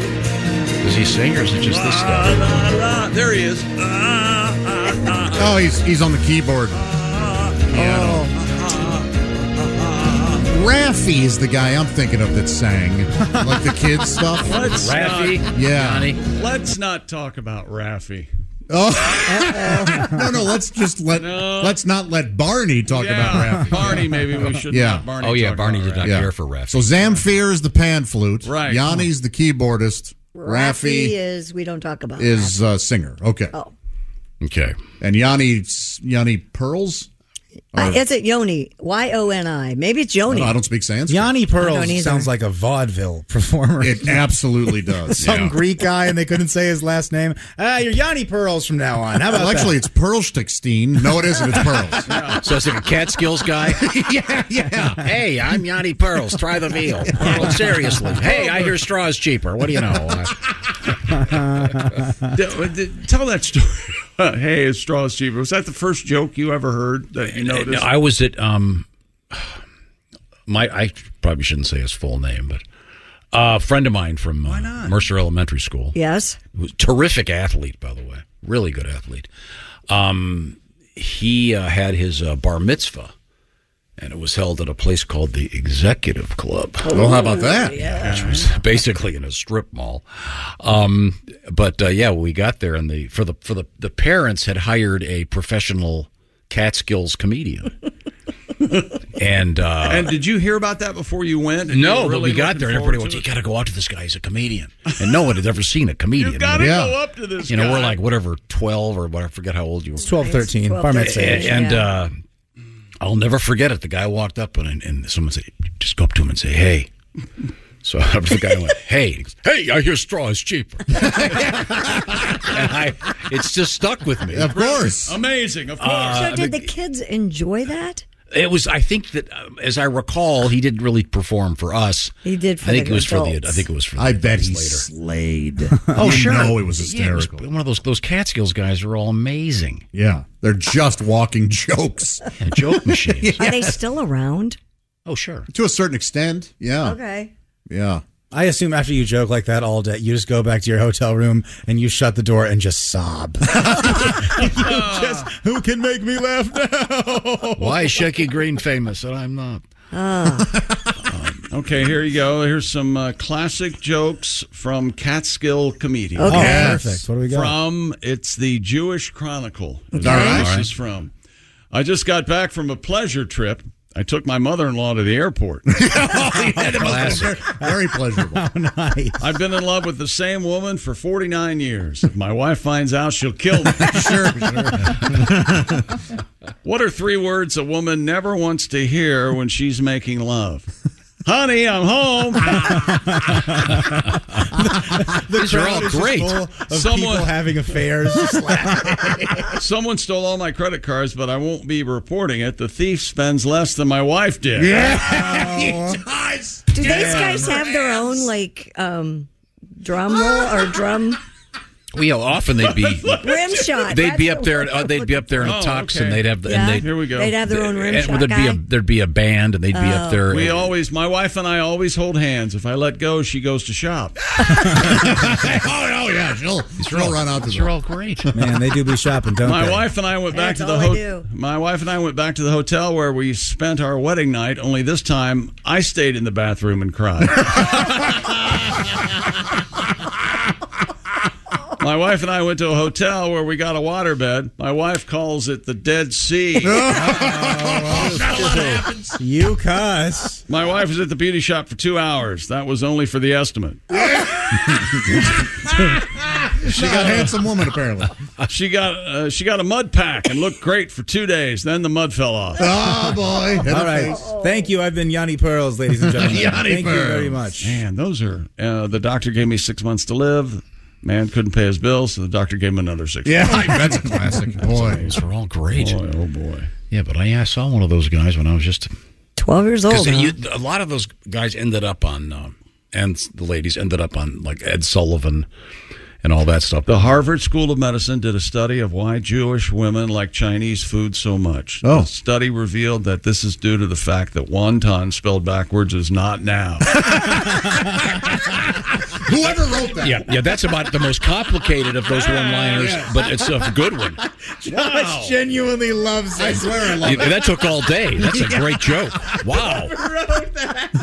Does he sing or is it just this stuff?
There he is.
Oh, he's he's on the keyboard. Yeah. Raffy is the guy I'm thinking of that sang like the kids stuff.
Let's not-
yeah.
Let's not talk about Raffy.
Oh no, no. Let's just let let's not let Barney talk
Yeah,
about Raffy.
Barney, maybe we should
Yeah.
not Barney
Oh, yeah,
talk
Barney
about
did not
Raffy.
care for Raffy.
So Zamfir is the pan flute.
Right.
Yanni's the keyboardist.
Raffy
Raffy
is, we don't talk about
is uh, singer. Okay.
Oh.
Okay.
And Yanni Yanni Pearls.
Uh, is it Yoni? Y O N I. Maybe it's Yoni.
I don't speak Sanskrit.
Yanni
Oh, I don't
Pearls
either.
sounds like a vaudeville performer.
It absolutely does.
Some
Yeah.
Greek guy, and they couldn't say his last name. Ah, you're Yanni Pearls from now on. How about
well, actually, it's Perlstickstein. No, it isn't. It's Pearls.
So it's like a Catskills guy. yeah, yeah. Hey, I'm Yanni Pearls. Try the veal. Well, seriously. Hey, I hear straw is cheaper. What do you know? Uh,
D- uh, d- Tell that story. hey, it's straw is cheaper. Was that the first joke you ever heard that you noticed?
No, I was at um, my I probably shouldn't say his full name, but uh, a friend of mine from uh, Mercer Elementary School.
Yes.
was a terrific athlete, by the way, really good athlete. Um, he uh, had his uh, bar mitzvah, and it was held at a place called the Executive Club.
Oh, how about that? yeah.
Which was basically in a strip mall. Um, but uh, yeah, we got there, and the for the for the the parents had hired a professional Catskills comedian. and uh,
and did you hear about that before you went? And you were
no, but we
really
got
looking
there, and
forward
everybody
to
went, "You
it?
got to go out to this guy; he's a comedian." And no one had ever seen a comedian.
You gotta
Yeah.
go up to this
You know, we're
guy.
like whatever, twelve or whatever. I forget how old you were.
12, 13, bar mitzvah age.
And
Yeah.
uh, I'll never forget it. The guy walked up and, and someone said, "Just go up to him and say, hey." So I went up to the guy and went, "Hey, He goes, hey, I hear straw is cheaper." and I, it's just stuck with me. Uh,
Of course,
amazing. Of course.
so, did the kids enjoy that?
It was. I think that, um, as I recall, he didn't really perform for us.
He did for
I think
the
it was for the. I
adults.
think it was for. The
I bet he
slayed.
Oh,
Oh,
You
sure.
know it was
Yeah,
hysterical.
one of those those Catskills guys are all amazing.
Yeah, they're just walking jokes.
joke machines.
Are they still around?
Oh, sure.
To a certain extent, yeah.
Okay.
Yeah.
I assume after you joke like that all day, you just go back to your hotel room and you shut the door and just sob.
Just, who can make me laugh now? Why is Shecky Green famous and I'm not?
Oh.
Okay, here you go. Here's some uh, classic jokes from Catskill comedians.
Okay. Oh, perfect. What do we got?
From it's the Jewish Chronicle. is
All
where
right.
This
All right.
is from. I just got back from a pleasure trip. I took my mother-in-law to the airport.
Oh,
Classic.
Very pleasurable.
Oh,
nice.
I've been in love with the same woman for 49 years. If my wife finds out, she'll kill me. sure, sure. what are three words a woman never wants to hear when she's making love? Honey, I'm home.
These are all crowd is just great. full of people having affairs.
someone stole all my credit cards, but I won't be reporting it. The thief spends less than my wife did.
Do these guys have their own like um, drum roll or drum
Well, you know, often they'd be
Rim shot.
They'd be
That's
up
the
there.
word.
Uh, they'd be up there in a
Oh,
tux,
okay.
and they'd have. The,
Yeah.
and they'd,
Here we go. They'd have Oh. their own rim
and
shot
There'd be a
guy.
there'd be a band, and they'd be up there.
We
and-
always, my wife and I always hold hands. If I let go, she goes to shop.
oh, yeah, she'll,
she'll run out the
door.
all great.
Man, they do be shopping, don't
my
they?
wife and I went back
That's
to the
all I
hotel. My wife and I went back to the hotel where we spent our wedding night. Only this time, I stayed in the bathroom and cried. My wife and I went to a hotel where we got a waterbed. My wife calls it the Dead Sea. you cuss. My wife was at the beauty shop for two hours. That was only for the estimate.
She got a handsome woman, apparently.
She got uh, she got a mud pack and looked great for two days. Then the mud fell off.
Oh, boy. Hit
All
her
right.
face.
Thank you. I've been Yanni Pearls, ladies and gentlemen. Thank you very much.
Man, those are uh, the doctor gave me six months to live. Man couldn't pay his bills, so the doctor gave him another six.
Yeah,
months.
that's a classic. Boy. Those were all great.
Boy, oh boy.
Yeah, but I, I saw one of those guys when I was just
12 years old.
'Cause
huh?
you- a lot of those guys ended up on, um, and the ladies ended up on like Ed Sullivan and all that stuff.
The Harvard School of Medicine did a study of why Jewish women like Chinese food so much. Oh. The study revealed that this is due to the fact that wonton spelled backwards is not now.
Whoever wrote that.
Yeah, yeah, that's about the most complicated of those one-liners, but it's a good one.
Josh genuinely loves it. I swear I love it.
That took all day. That's a great joke. Wow,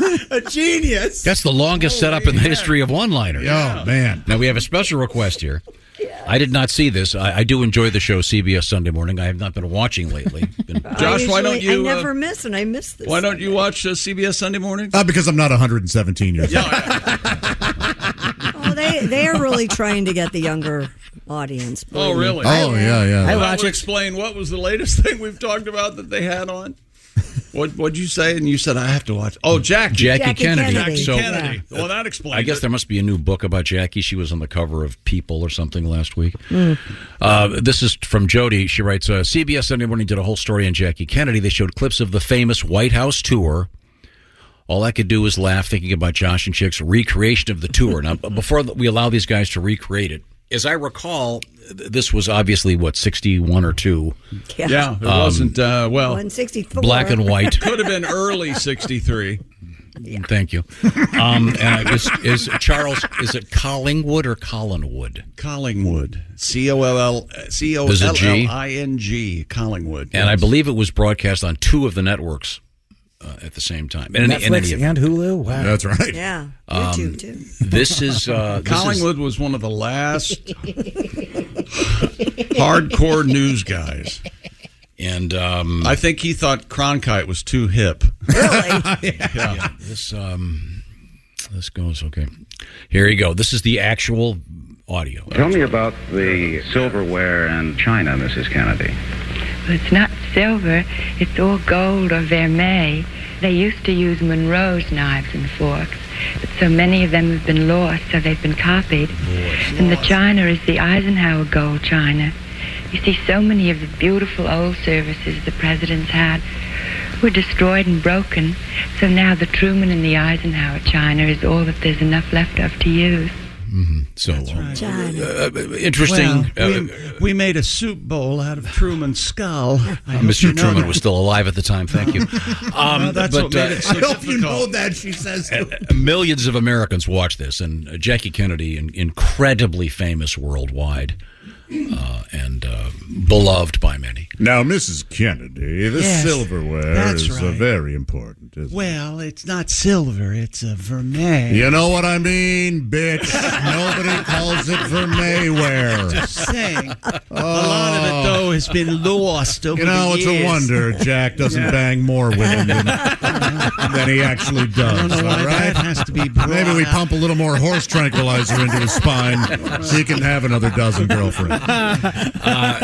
Oh,
a genius.
that's the longest setup in the history of one-liners.
Oh, man.
Now we have a special request here. I did not see this. I, I do enjoy the show CBS Sunday Morning. I have not been watching lately. Been-
Josh, why don't
Usually
you,
I
uh,
never miss, and I miss this.
why don't you watch uh, CBS Sunday morning?
Uh, because I'm not 117 years old.
Oh, they they are really trying to get the younger audience.
Oh,
believe me.
really?
Oh, yeah, yeah. I
I
watch
watch explain what was the latest thing we've talked about that they had on. What what'd you say? And you said I have to watch. Oh, Jackie,
Jackie Jackie Kennedy. Kennedy.
Jackie
So-
Kennedy. Well, that explains.
I guess
it.
there must be a new book about Jackie. She was on the cover of People or something last week.
Mm.
Uh, this is from Jody. She writes uh, CBS Sunday Morning did a whole story on Jackie Kennedy. They showed clips of the famous White House tour. All I could do was laugh thinking about Josh and Chick's recreation of the tour. Now, b- before we allow these guys to recreate it, as I recall, th- this was obviously what sixty-one or two.
Yeah.
Yeah, it
Um,
wasn't. Uh, well,
164.
black and white.
could have been early '63.
Thank you. Um, and is, is Charles? Is it Collingwood or Collinwood?
Collingwood. C O L L C O
There's a
L
G?
L I N G. Collingwood.
And I believe it was broadcast on two of the networks uh, at the same time. in any- in any
Netflix
event.
and Hulu. Wow.
That's right.
Yeah.
Um, This is uh, this is-
Collingwood was one of the last hardcore news guys.
And um,
I think he thought Cronkite was too hip.
yeah. This um, this goes okay. Here you go. This is the actual audio.
Tell me about the silverware in China, Mrs. Kennedy.
It's not silver, it's all gold or vermeil. They used to use Monroe's knives and forks, but so many of them have been lost, so they've been copied. And the china is the Eisenhower gold china. You see, so many of the beautiful old services the presidents had were destroyed and broken, so now the Truman and the Eisenhower china is all that there's enough left of to use.
Mm-hmm. So
China.
uh, uh, interesting.
Well,
uh,
we, we made a soup bowl out of Truman's skull. I
uh,
hope
Mr.
you know
Truman
that.
was still alive at the time. Thank you. Um,
Well, that's
but,
what made
uh,
it so
I hope you know
difficult.
that, she says.
millions of Americans watch this, and uh, Jackie Kennedy, in, incredibly famous worldwide, uh, and uh, beloved by many.
Now, Mrs. Kennedy, this
Yes,
silverware
that's
is uh,
right.
very important, isn't
Well, it's not silver; it's a vermeil.
it? You know what I
mean, bitch. Nobody calls it vermeilware.
Just saying. A
Oh,
lot of it though has been lost over
You know,
the
it's a
years.
wonder Jack doesn't
Yeah.
bang more women than, than he actually does.
I don't know
all
why
right?
that has to be brought
Maybe we
up.
pump a little more horse tranquilizer into his spine so he can have another dozen girlfriends.
Uh,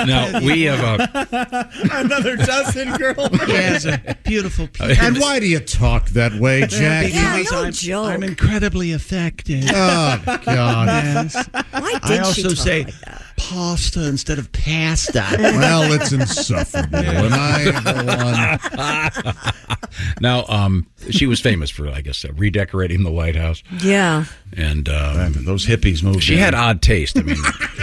now we have a.
another dozen
Yes,
girlfriends.
a beautiful people.
And why do you talk that way, Jack?
Because I'm, I'm incredibly affected.
Oh, God.
Yes.
Why did
I
she
also
talk
say,
like that?
pasta instead of pasta.
Well, it's insufferable, and I,
now, um, she was famous for, I guess, uh, redecorating the White House.
Yeah.
and um,
those hippies moved.
She
in.
had odd taste. I mean,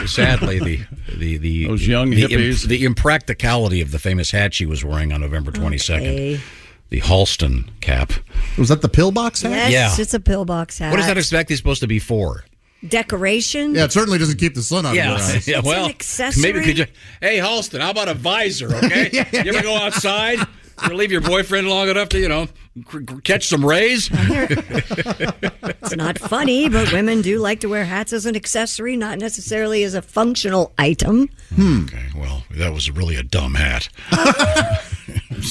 sadly, the the the those young the,
hippies.
the impracticality of the famous hat she was wearing on November twenty second, the Halston cap.
Was that the pillbox hat?
Yes,
Yeah.
it's a pillbox hat.
What is that exactly supposed to be for?
Decoration?
Yeah, it certainly doesn't keep the sun out
yeah,
of your eyes.
yeah. Well,
accessory.
maybe could you? Hey, Halston, how about a visor? Okay, you ever go outside? Or leave your boyfriend long enough to you know c- c- catch some rays.
It's not funny, but women do like to wear hats as an accessory, not necessarily as a functional item.
Hmm. Okay, well, that was really a dumb hat.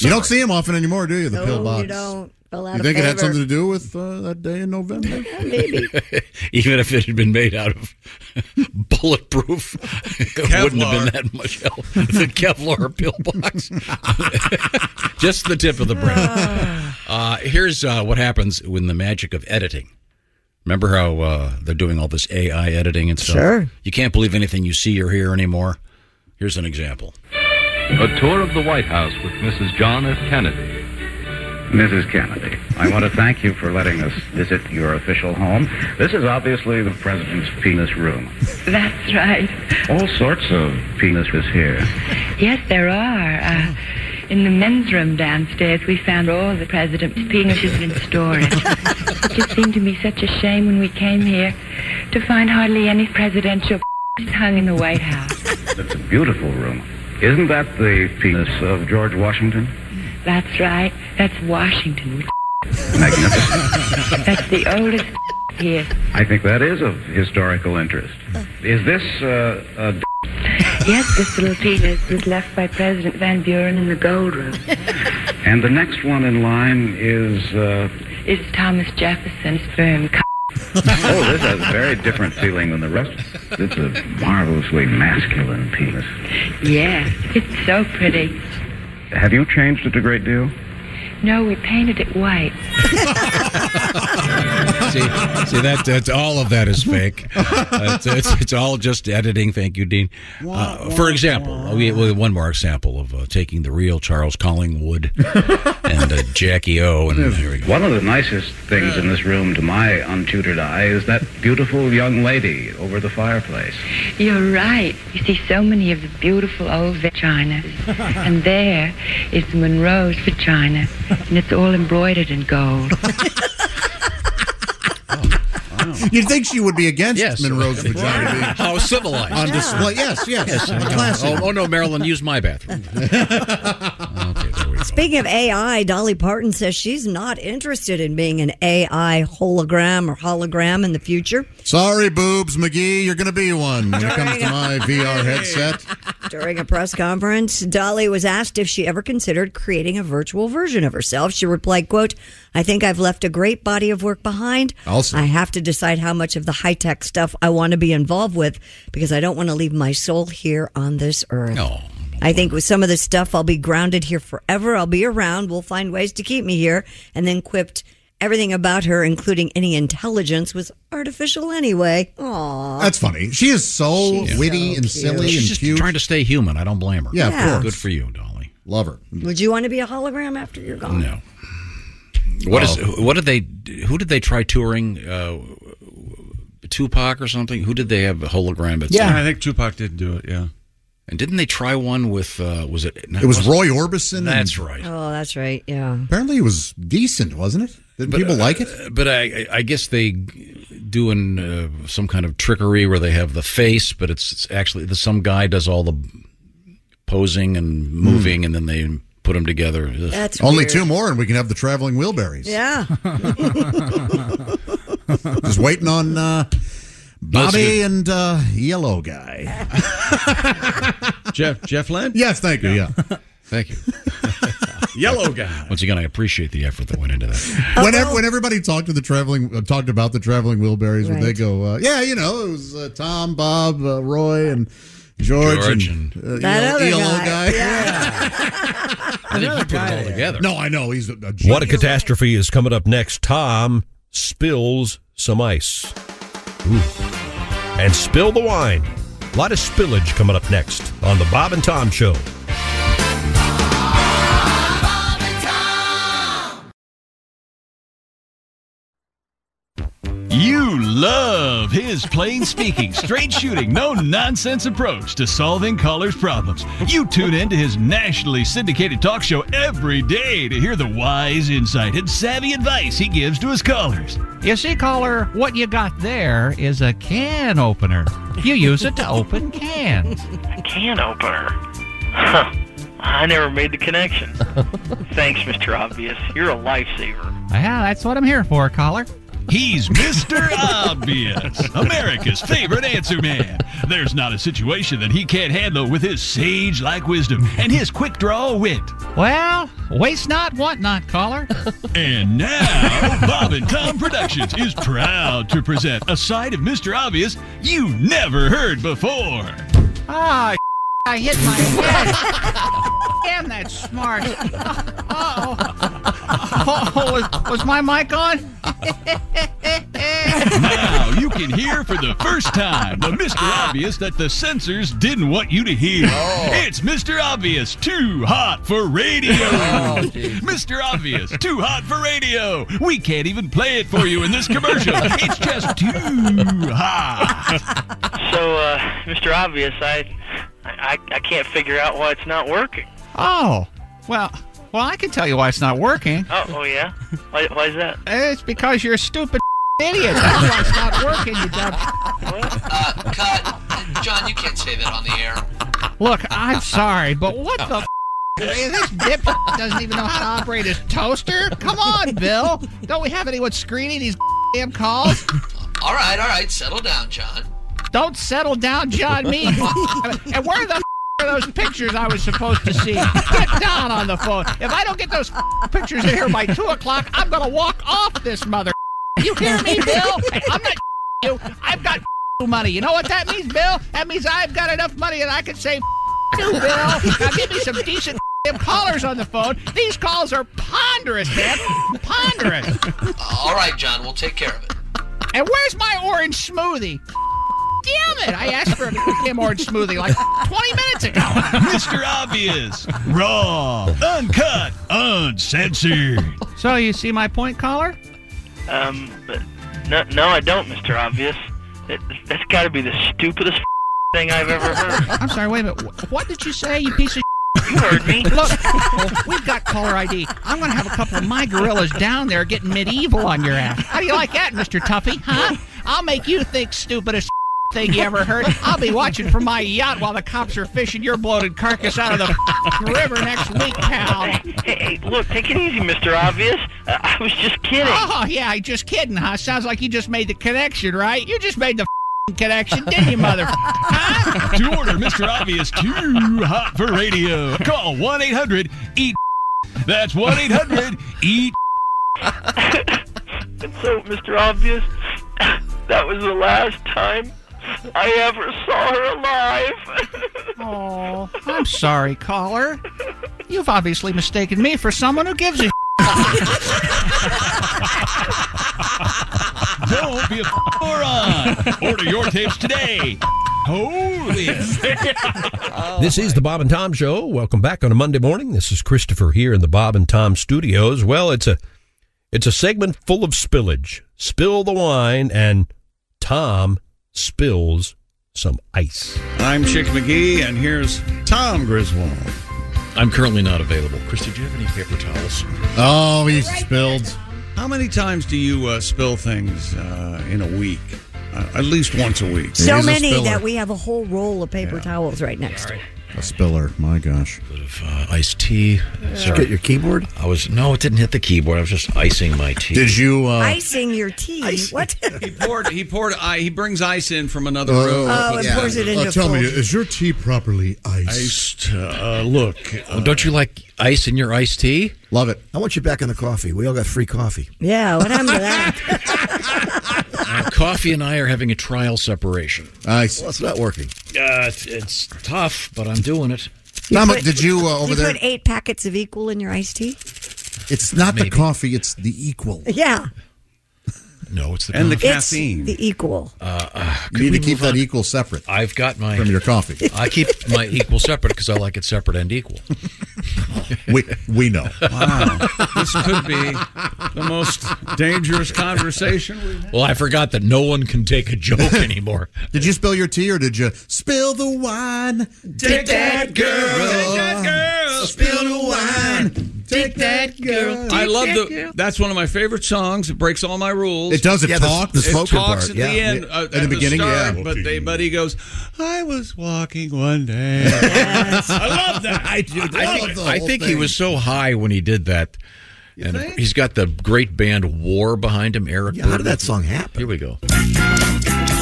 You don't see him often anymore, do you? The
No,
pillbox.
you don't. Fell out
You
of
think it had
favor.
something to do with uh, that day in November?
Maybe.
Even if it had been made out of bulletproof, it wouldn't have been
Kevlar.
that much help. The Kevlar pillbox. Just the tip of the brain.
Ah.
Uh, here's uh, what happens when the magic of editing. Remember how uh, they're doing all this AI editing and stuff?
Sure.
You can't believe anything you see or hear anymore. Here's an example.
A tour of the White House with Mrs. John F. Kennedy.
Mrs. Kennedy, I want to thank you for letting us visit your official home. This is obviously the president's penis room.
That's right.
All sorts of penises here.
Yes, there are. Uh, in the men's room downstairs, we found all the president's penises in storage. it just seemed to me such a shame when we came here to find hardly any presidential hung in the White House.
It's a beautiful room. Isn't that the penis of George Washington?
That's right. That's Washington. with
Magnificent.
That's the oldest here.
I think that is of historical interest. Is this uh, a d-
Yes, this little penis was left by President Van Buren in the gold room.
and the next one in line is uh,
It's Thomas Jefferson's firm.
oh, this has a very different feeling than the rest. It's a marvelously masculine penis.
Yeah, it's so pretty.
Have you changed it a great deal?
No, we painted it white.
see, see that that's all of that is fake. Uh, it's, it's, it's all just editing. Thank you, Dean. Uh, for example, we, we- one more example of uh, taking the real Charles Collingwood and uh, Jackie O. And here we go.
One of the nicest things in this room, to my untutored eye, is that beautiful young lady over the fireplace.
You're right. You see so many of the beautiful old vaginas. And there is Monroe's vagina. And it's all embroidered in gold.
You'd think she would be against Monroe's vagina being
How civilized
on display. Yes, yes, classy.
Oh, oh, no, Marilyn, use my bathroom.
Speaking of AI, Dolly Parton says she's not interested in being an AI hologram or hologram in the future.
Sorry, boobs, McGee. You're going to be one when it comes to my VR headset.
During a press conference, Dolly was asked if she ever considered creating a virtual version of herself. She replied, quote, I think I've left a great body of work behind.
Also-
I have to decide how much of the high tech stuff I want to be involved with because I don't want to leave my soul here on this earth.
No.
I think with some of this stuff, I'll be grounded here forever. I'll be around. We'll find ways to keep me here. And then quipped everything about her, including any intelligence, was artificial anyway. Aww.
That's funny. She is so
She's
witty
so
and
cute.
silly
She's
and
just
cute.
trying to stay human. I don't blame her.
Yeah, of Yeah. course.
Good for you, Dolly.
Love her.
Would you want to be a hologram after you're gone?
No. What is?
Well-
What did they? Who did they try touring? Uh, Tupac or something? Who did they have a hologram? At
Yeah,
some-
I think Tupac did do it. Yeah.
And didn't they try one with? Uh, was it? no,
It was
wasn't-
Roy Orbison.
That's
and-
right.
Oh, that's right. Yeah.
Apparently, it was decent, wasn't it? Did people like it?
But uh, I, I- I guess they doing uh, some kind of trickery where they have the face, but it's, it's actually the, some guy does all the posing and moving, and then they put them together. Ugh.
Hmm. only two more, and we can have the traveling wheelberries.
Yeah.
Just waiting on uh, Bobby
good.
and uh, Yellow Guy.
Jeff Jeff Lynn.
Yes, thank you. Yeah.
Thank you.
Yellow guy.
Once again, I appreciate the effort that went into that.
When, ev- when everybody talked to the traveling uh, talked about the traveling wheelberries, when they
Right.
go, uh, yeah, you know, it was uh, Tom, Bob, uh, Roy, and George,
George
and, uh,
That
ELO,
other
ELO
guy.
guy.
I think you put it all together.
No, I know he's a, a
What a
genius.
catastrophe is coming up next. Tom spills some ice. Ooh. And spill the wine. A lot of spillage coming up next on the Bob and Tom Show.
You love his plain speaking, straight shooting, no nonsense approach to solving callers' problems. You tune in to his nationally syndicated talk show every day to hear the wise insight and savvy advice he gives to his callers.
You see, caller, what you got there is a can opener. You use it to open cans.
Can opener. Huh. I never made the connection. Thanks, Mr. Obvious. You're a lifesaver.
Yeah, that's what I'm here for, caller.
He's Mr. Obvious, America's favorite answer man. There's not a situation that he can't handle with his sage like wisdom and his quick draw wit.
Well, waste not, want not, caller.
And now, Bob and Tom Productions is proud to present a side of Mr. Obvious you never heard before.
Ah, I hit my head. Damn, that's smart. Oh, oh was, was my mic on?
Now you can hear for the first time the Mr.
Ah.
Obvious that the censors didn't want you to hear.
Oh.
It's Mr. Obvious, too hot for radio.
Oh,
Oh,
Mr. Obvious, too hot for radio. We can't even play it for you in this commercial. It's just too hot.
So, uh, Mr. Obvious, I, I, I can't figure out why it's not working.
Oh, well, well, I can tell you why it's not working.
Oh, oh yeah? Why, why is that?
It's because you're a stupid idiot. Oh, That's why it's not working, you dumb.
Uh, cut. John, you can't say that on the air.
Look, I'm sorry, but what the f- this dip doesn't even know how to operate his toaster? Come on, Bill. Don't we have anyone screening these damn calls?
All right, all right, settle down, John.
Don't settle down, John. Me. and where the f- are those pictures I was supposed to see? Get down on the phone. If I don't get those f- pictures in here by two o'clock, I'm gonna walk off this mother. You hear me, Bill? I'm not you. I've got money. You know what that means, Bill? That means I've got enough money that I can say you, Bill. Now give me some decent damn callers on the phone. These calls are ponderous, man. Ponderous.
All right, John, we'll take care of it.
And where's my orange smoothie? Damn it! I asked for a damn orange smoothie like 20 minutes ago.
Mr. Obvious, raw, uncut, uncensored.
So you see my point, caller?
Um, but no, no, I don't, Mr. Obvious. That, that's got to be the stupidest thing I've ever heard.
I'm sorry. Wait a minute. Wh- What did you say? You piece of.
You heard me.
Look, we've got caller ID. I'm going to have a couple of my gorillas down there getting medieval on your ass. How do you like that, Mr. Tuffy? Huh? I'll make you think stupidest thing you ever heard. I'll be watching from my yacht while the cops are fishing your bloated carcass out of the river next week, pal.
Hey, look, take it easy, Mr. Obvious. Uh, I was just kidding.
Oh, yeah, just kidding, huh? Sounds like you just made the connection, right? You just made the f***ing connection, didn't you, mother?
to order Mr. Obvious too hot for radio, call 1 800 EAT. E That's 1 800 EAT.
So, Mr. Obvious, that was the last time I ever saw her alive.
Oh, I'm sorry, caller. You've obviously mistaken me for someone who gives a
Don't be a moron. Order your tapes today. Holy.
this is the Bob and Tom Show. Welcome back on a Monday morning. This is Christopher here in the Bob and Tom Studios. Well, it's a it's a segment full of spillage. Spill the wine, and Tom spills some ice.
I'm Chick McGee, and here's Tom Griswold.
I'm currently not available. Christy, do you have any paper towels?
Oh, he spilled. How many times do you uh, spill things uh, in a week? Uh, at least once a week.
So many that we have a whole roll of paper towels right next to it.
A spiller. My gosh.
Uh, iced tea.
Did you get your
keyboard? I was no, it didn't hit the keyboard. I was just icing my tea.
Did you?
Uh,
uh,
Icing your tea. What?
He poured. He poured. I, he brings ice in from another
Oh,
room.
Oh, and pours it into
Uh, tell me, is your tea properly iced?
Iced. Uh, look.
don't you like ice in your iced tea?
Love it. I want you back on the coffee. We all got free coffee.
Yeah, what happened to that?
Uh, coffee and I are having a trial separation.
Ice.
Well, it's not working.
Uh, it's, it's tough, but I'm doing it.
Nama, did you uh, over
you
there?
put eight packets of equal in your iced tea?
It's not the coffee. It's the equal.
Yeah.
No, it's the
And the
coffee.
caffeine. It's the e-, equal.
Uh, uh,
You need to keep that equal separate.
I've got my
from your coffee.
I keep my equal separate because I like it separate and equal.
we we know.
Wow,
this could be the most dangerous conversation we've had.
Well, I forgot that no one can take a joke anymore.
Did you spill your tea or did you spill the wine?
Take that girl. Take that girl. Spill the wine. Take that girl.
I
Take
love
that
the. That's one of my favorite songs. It breaks all my rules.
It does, it Yeah, the- talks. the
it
spoken
talks
part,
at
yeah.
the end.
Yeah.
Uh,
At
at
the
the
beginning,
start,
yeah.
But they, but he goes. I was walking one day. I love that. I do.
I think, I think he was so high when he did that. and he's got the great band War behind him, Eric.
Yeah, how did
Burdon.
that song happen?
Here we go.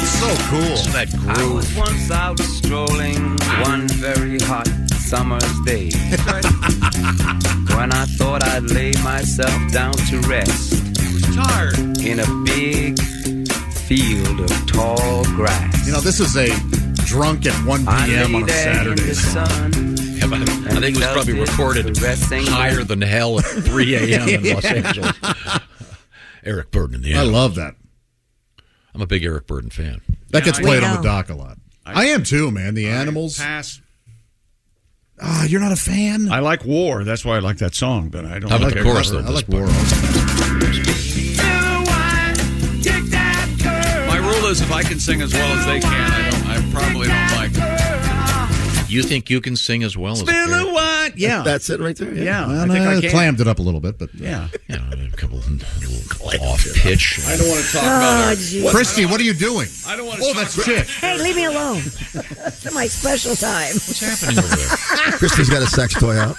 So cool.
So that
I
groove.
was once out strolling one very hot summer's day when I thought I'd lay myself down to rest in a big field of tall grass.
You know, this is a drunk at 1 p.m. on a Saturday.
Yeah, but I think it was probably recorded higher than hell at 3 a.m. in Los
Yeah.
Angeles. Eric Burden in the
I
end.
love that.
I'm a big Eric Burden fan.
That gets played on the dock a lot. I, am too, man. The animals.
Pass.
Ah, you're not a fan.
I like war. That's why I like that song. But I don't.
I like
that
the chorus,
cover.
though, I like war.
My rule is if I can sing as well as they can, I don't. I probably don't like. It.
You think you can sing as well as
Spill
Eric?
a wine. Yeah,
That's it right there.
Yeah,
Well,
I think
I
I can.
clammed it up a little bit, but
Yeah.
a couple of little off pitch.
I don't want to talk
Oh,
about
geez.
it.
What?
Christy, what are you doing?
I don't want to.
Oh,
talk
that's
about
chick.
Hey, leave me alone. it's my special time. What's
happening over there?
Christy's got a sex toy out.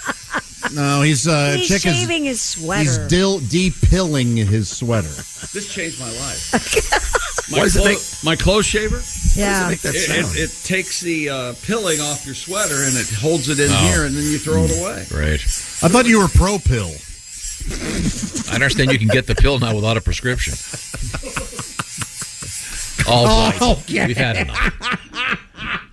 No, he's uh,
He's
chick is
shaving his sweater.
He's dill depilling his sweater.
This changed my life. my,
Why does it
clo-
make-
my clothes shaver?
Yeah.
Why does it make that sound?
It, it takes the uh, pilling off your sweater and it holds it in
Oh.
here, and then you throw
Mm.
it away.
Right.
I thought you were pro pill.
I understand you can get the pill now without a prescription. All
Oh,
right. We've had enough.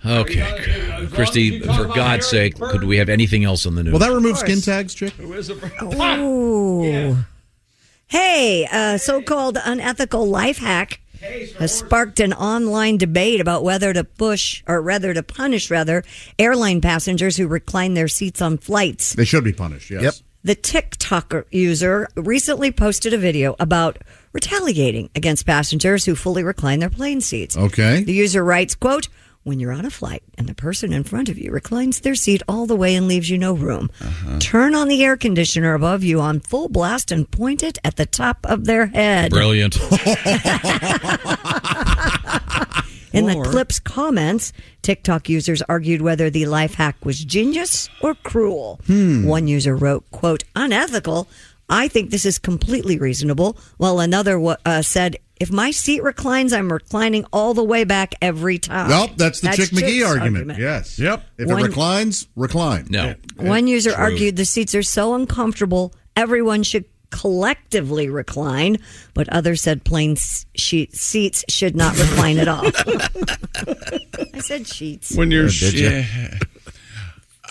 Okay. Christy, for God's sake, could we have anything else on the news?
Will that remove skin tags, chick?
Ooh. Hey, a so called unethical life hack has sparked an online debate about whether to push or rather to punish rather airline passengers who recline their seats on flights.
They should be punished. Yes. Yep.
The TikTok user recently posted a video about retaliating against passengers who fully recline their plane seats.
Okay.
The user writes, quote, when you're on a flight and the person in front of you reclines their seat all the way and leaves you no room,
Uh-huh.
turn on the air conditioner above you on full blast and point it at the top of their head.
Brilliant.
In
Or-
the clip's comments, TikTok users argued whether the life hack was genius or cruel.
Hmm.
One user wrote, quote, unethical. I think this is completely reasonable. While another wa- uh, said, if my seat reclines, I'm reclining all the way back every time.
Nope, that's the Chick McGee
Ah, Chick's
argument. Yes. Yep. If
One-
it reclines, recline.
No.
One user argued the seats are so uncomfortable, everyone should collectively recline, but others said plain s- sheet seats should not recline at all. I said sheets.
When you're.
Oh,
sh-
did ya?
yeah.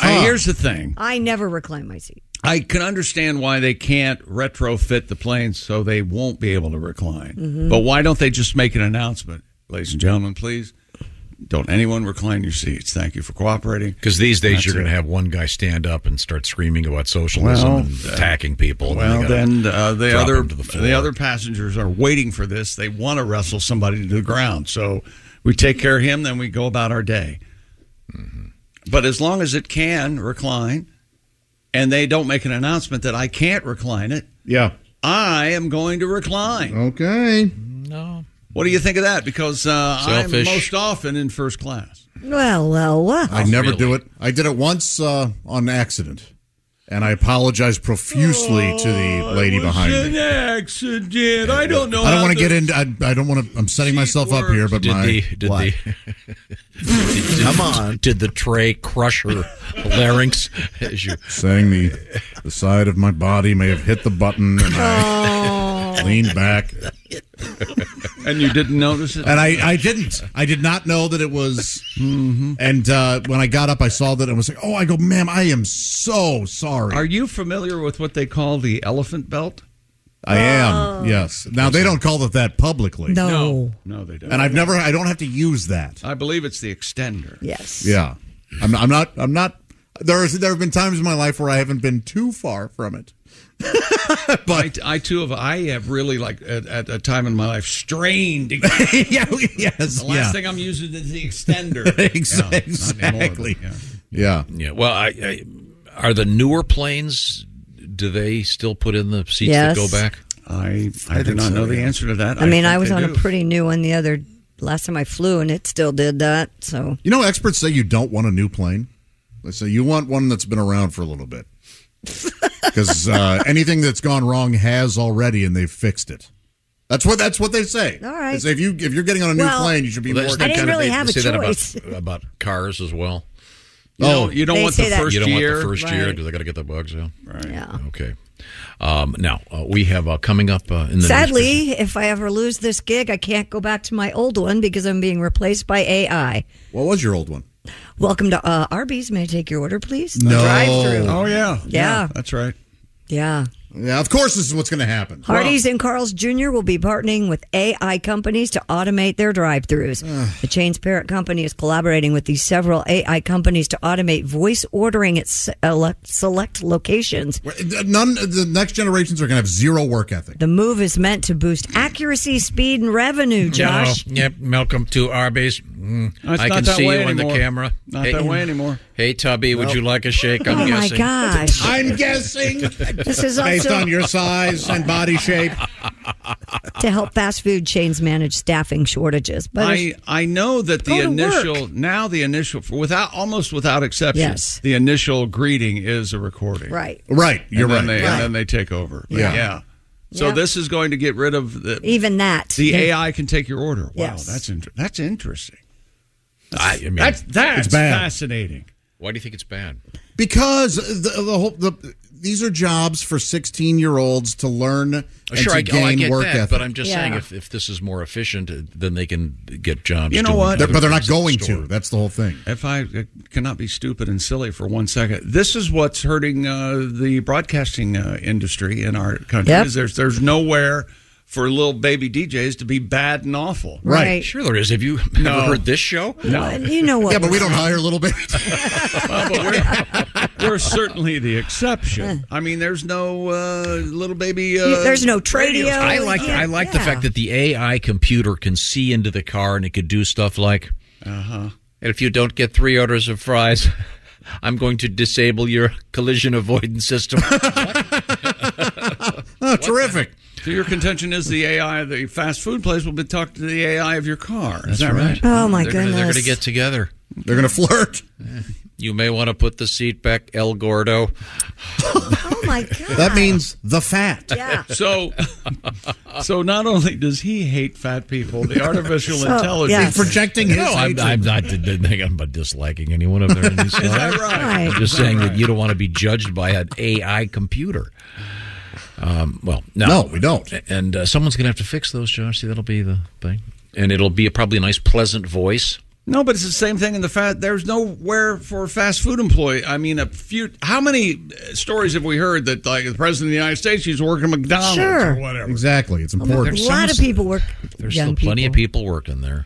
I, here's the thing.
I never recline my seat.
I can understand why they can't retrofit the planes so they won't be able to recline.
Mhm.
But why don't they just make an announcement? Ladies and gentlemen, please don't anyone recline your seats. Thank you for cooperating.
Because these days
That's
you're going
it.
to have one guy stand up and start screaming about socialism
Well,
and attacking people. and
Well,
you gotta
then uh, the
drop
other
him to the
the,
floor.
other passengers are waiting for this. They want to wrestle somebody to the ground. So we take care of him, then we go about our day.
Mm-hmm.
But as long as it can recline, and they don't make an announcement that I can't recline it,
yeah,
I am going to recline.
Okay.
Oh, No.
What do you think of that? Because uh, I'm
Selfish.
most often in first class.
Well, well, well.
I never do it. I did it once uh, on accident, and I apologize profusely to the lady behind me.
accident. I don't know.
I don't
how
want to
the-
get into. I, I don't want to. I'm setting myself up here, but
Did
my
the- did
what?
Did-
Come on.
Did the tray crush her larynx as you
saying the the side of my body may have hit the button, and I leaned back.
And you didn't notice it.
And I, I didn't. I did not know that it was. And uh, when I got up, I saw that and was like, "Oh, I go, ma'am, I am so sorry."
Are you familiar with what they call the elephant belt?
I am. Yes. Now they don't call it that publicly.
No. No, they don't.
And I've never. I don't have to use that.
I believe it's the extender.
Yes.
Yeah. I'm, I'm not. I'm not. There's. There have been times in my life where I haven't been too far from it.
but I, I too have. I have really like at, at a time in my life strained. yeah.
Yes.
The last
yeah.
thing I'm using is the extender.
Ex-
Yeah, not anymore,
exactly.
but, yeah.
Yeah.
Yeah. Well, I, I, are the newer planes? Do they still put in the seats that
Yes.
go back?
I I, do not know the answer to that.
I mean, I, was
think
on
they
a
do.
pretty new one the other last time I flew, and it still did that. So
You know, experts say you don't want a new plane. They say you want one that's been around for a little bit. Because uh, anything that's gone wrong has already, and they've fixed it. That's what that's what they say.
All right.
They say if you if you're getting on a new
Well,
plane, you should be
Well,
more.
that's I didn't
Kinda,
really
they-
have
they
a
say that
choice.
about, about cars as well.
You Oh. don't- you don't They want the say that. first
You don't
year.
want the first year
Right.
because they got to get the bugs out. Right.
Yeah.
Okay. Um, now uh, we have uh, coming up uh, in the
sadly, if I ever lose this gig, I can't go back to my old one because I'm being replaced by AI.
What was your old one?
Welcome to uh, Arby's. May I take your order, please?
No.
Drive-through.
Oh, yeah.
Yeah.
Yeah.
That's right.
Yeah.
Yeah, of course, this is what's going to happen.
Hardee's and Carl's Jr. will be partnering with AI companies to automate their drive throughs. the chain's parent company is collaborating with these several AI companies to automate voice ordering at se- elect- select locations.
None. The next generations are going to have zero work ethic.
The move is meant to boost accuracy, speed, and revenue, Josh.
No. Oh, Yep. Welcome to Arby's. Mm,
No, it's
I
not
can
that
see you
way
on the
anymore.
camera.
Not that way
anymore.
Hey, Tubby, would
Nope.
you like a shake? I'm
Oh, my
guessing.
gosh.
I'm guessing.
This is
based
also-
on your size and body shape.
to help fast food chains manage staffing shortages. But
I, I know that the
Go to work.
initial now the initial without almost without exception
Yes.
the initial greeting is a recording
Right.
right
And
you're
then
right.
they,
Right.
and then they take over But
Yeah.
yeah, so
Yeah.
this is going to get rid of the
even that,
the AI can take your order wow
Yes.
that's inter- that's interesting
I, I mean,
that's that's
It's bad.
fascinating
Why do you think it's bad?
Because the, the whole the these are jobs for sixteen year olds to learn and
Sure,
to
I,
gain
oh, I get
work
that,
ethic.
but I'm just saying if, if this is more efficient, uh, then they can get jobs.
You know
doing
what?
They're-
other
but they're not
things at the
going
store.
to. That's the whole thing.
if I uh, cannot be stupid and silly for one second this is what's hurting uh, the broadcasting uh, industry in our country
Yep.
is there's there's nowhere for little baby DJs to be bad and awful
Right.
Sure, there is. Have you
No.
ever heard this show?
No.
you know what?
yeah, but we
we're
don't
saying.
hire little baby.
We're certainly the exception. I mean, there's no uh, little baby. Uh,
You- there's no tradio.
radio.
I like I like the fact that the AI computer can see into the car and it could do stuff like,
uh-huh.
and if you don't get three orders of fries, I'm going to disable your collision avoidance system.
oh, terrific.
So your contention is the AI, of the fast food place, will be talking to the AI of your car. Is that right?
Oh, my
they're gonna- they're going to
goodness.
get together.
They're going to flirt.
You may want to put the seat back, El Gordo.
Oh my god.
That means the fat.
Yeah.
So, so not only does he hate fat people, the artificial
So,
intelligence
yes.
projecting his
No, I'm,
hatred.
I'm not. Didn't think I'm about disliking any one of their. Is
that right?
I'm just
Right.
saying that you don't want to be judged by an AI computer. Um, well, no,
No, we don't.
And uh, someone's going to have to fix those, Josh. See, that'll be the thing, and it'll be a, probably a nice, pleasant voice.
No, but it's the same thing in the fat. There's nowhere for a fast food employee. I mean, a few. How many uh, stories have we heard that like the president of the United States, he's working McDonald's
Sure.
or whatever?
Exactly. It's
a
important.
lot of people work.
There's
young
still plenty of people working there.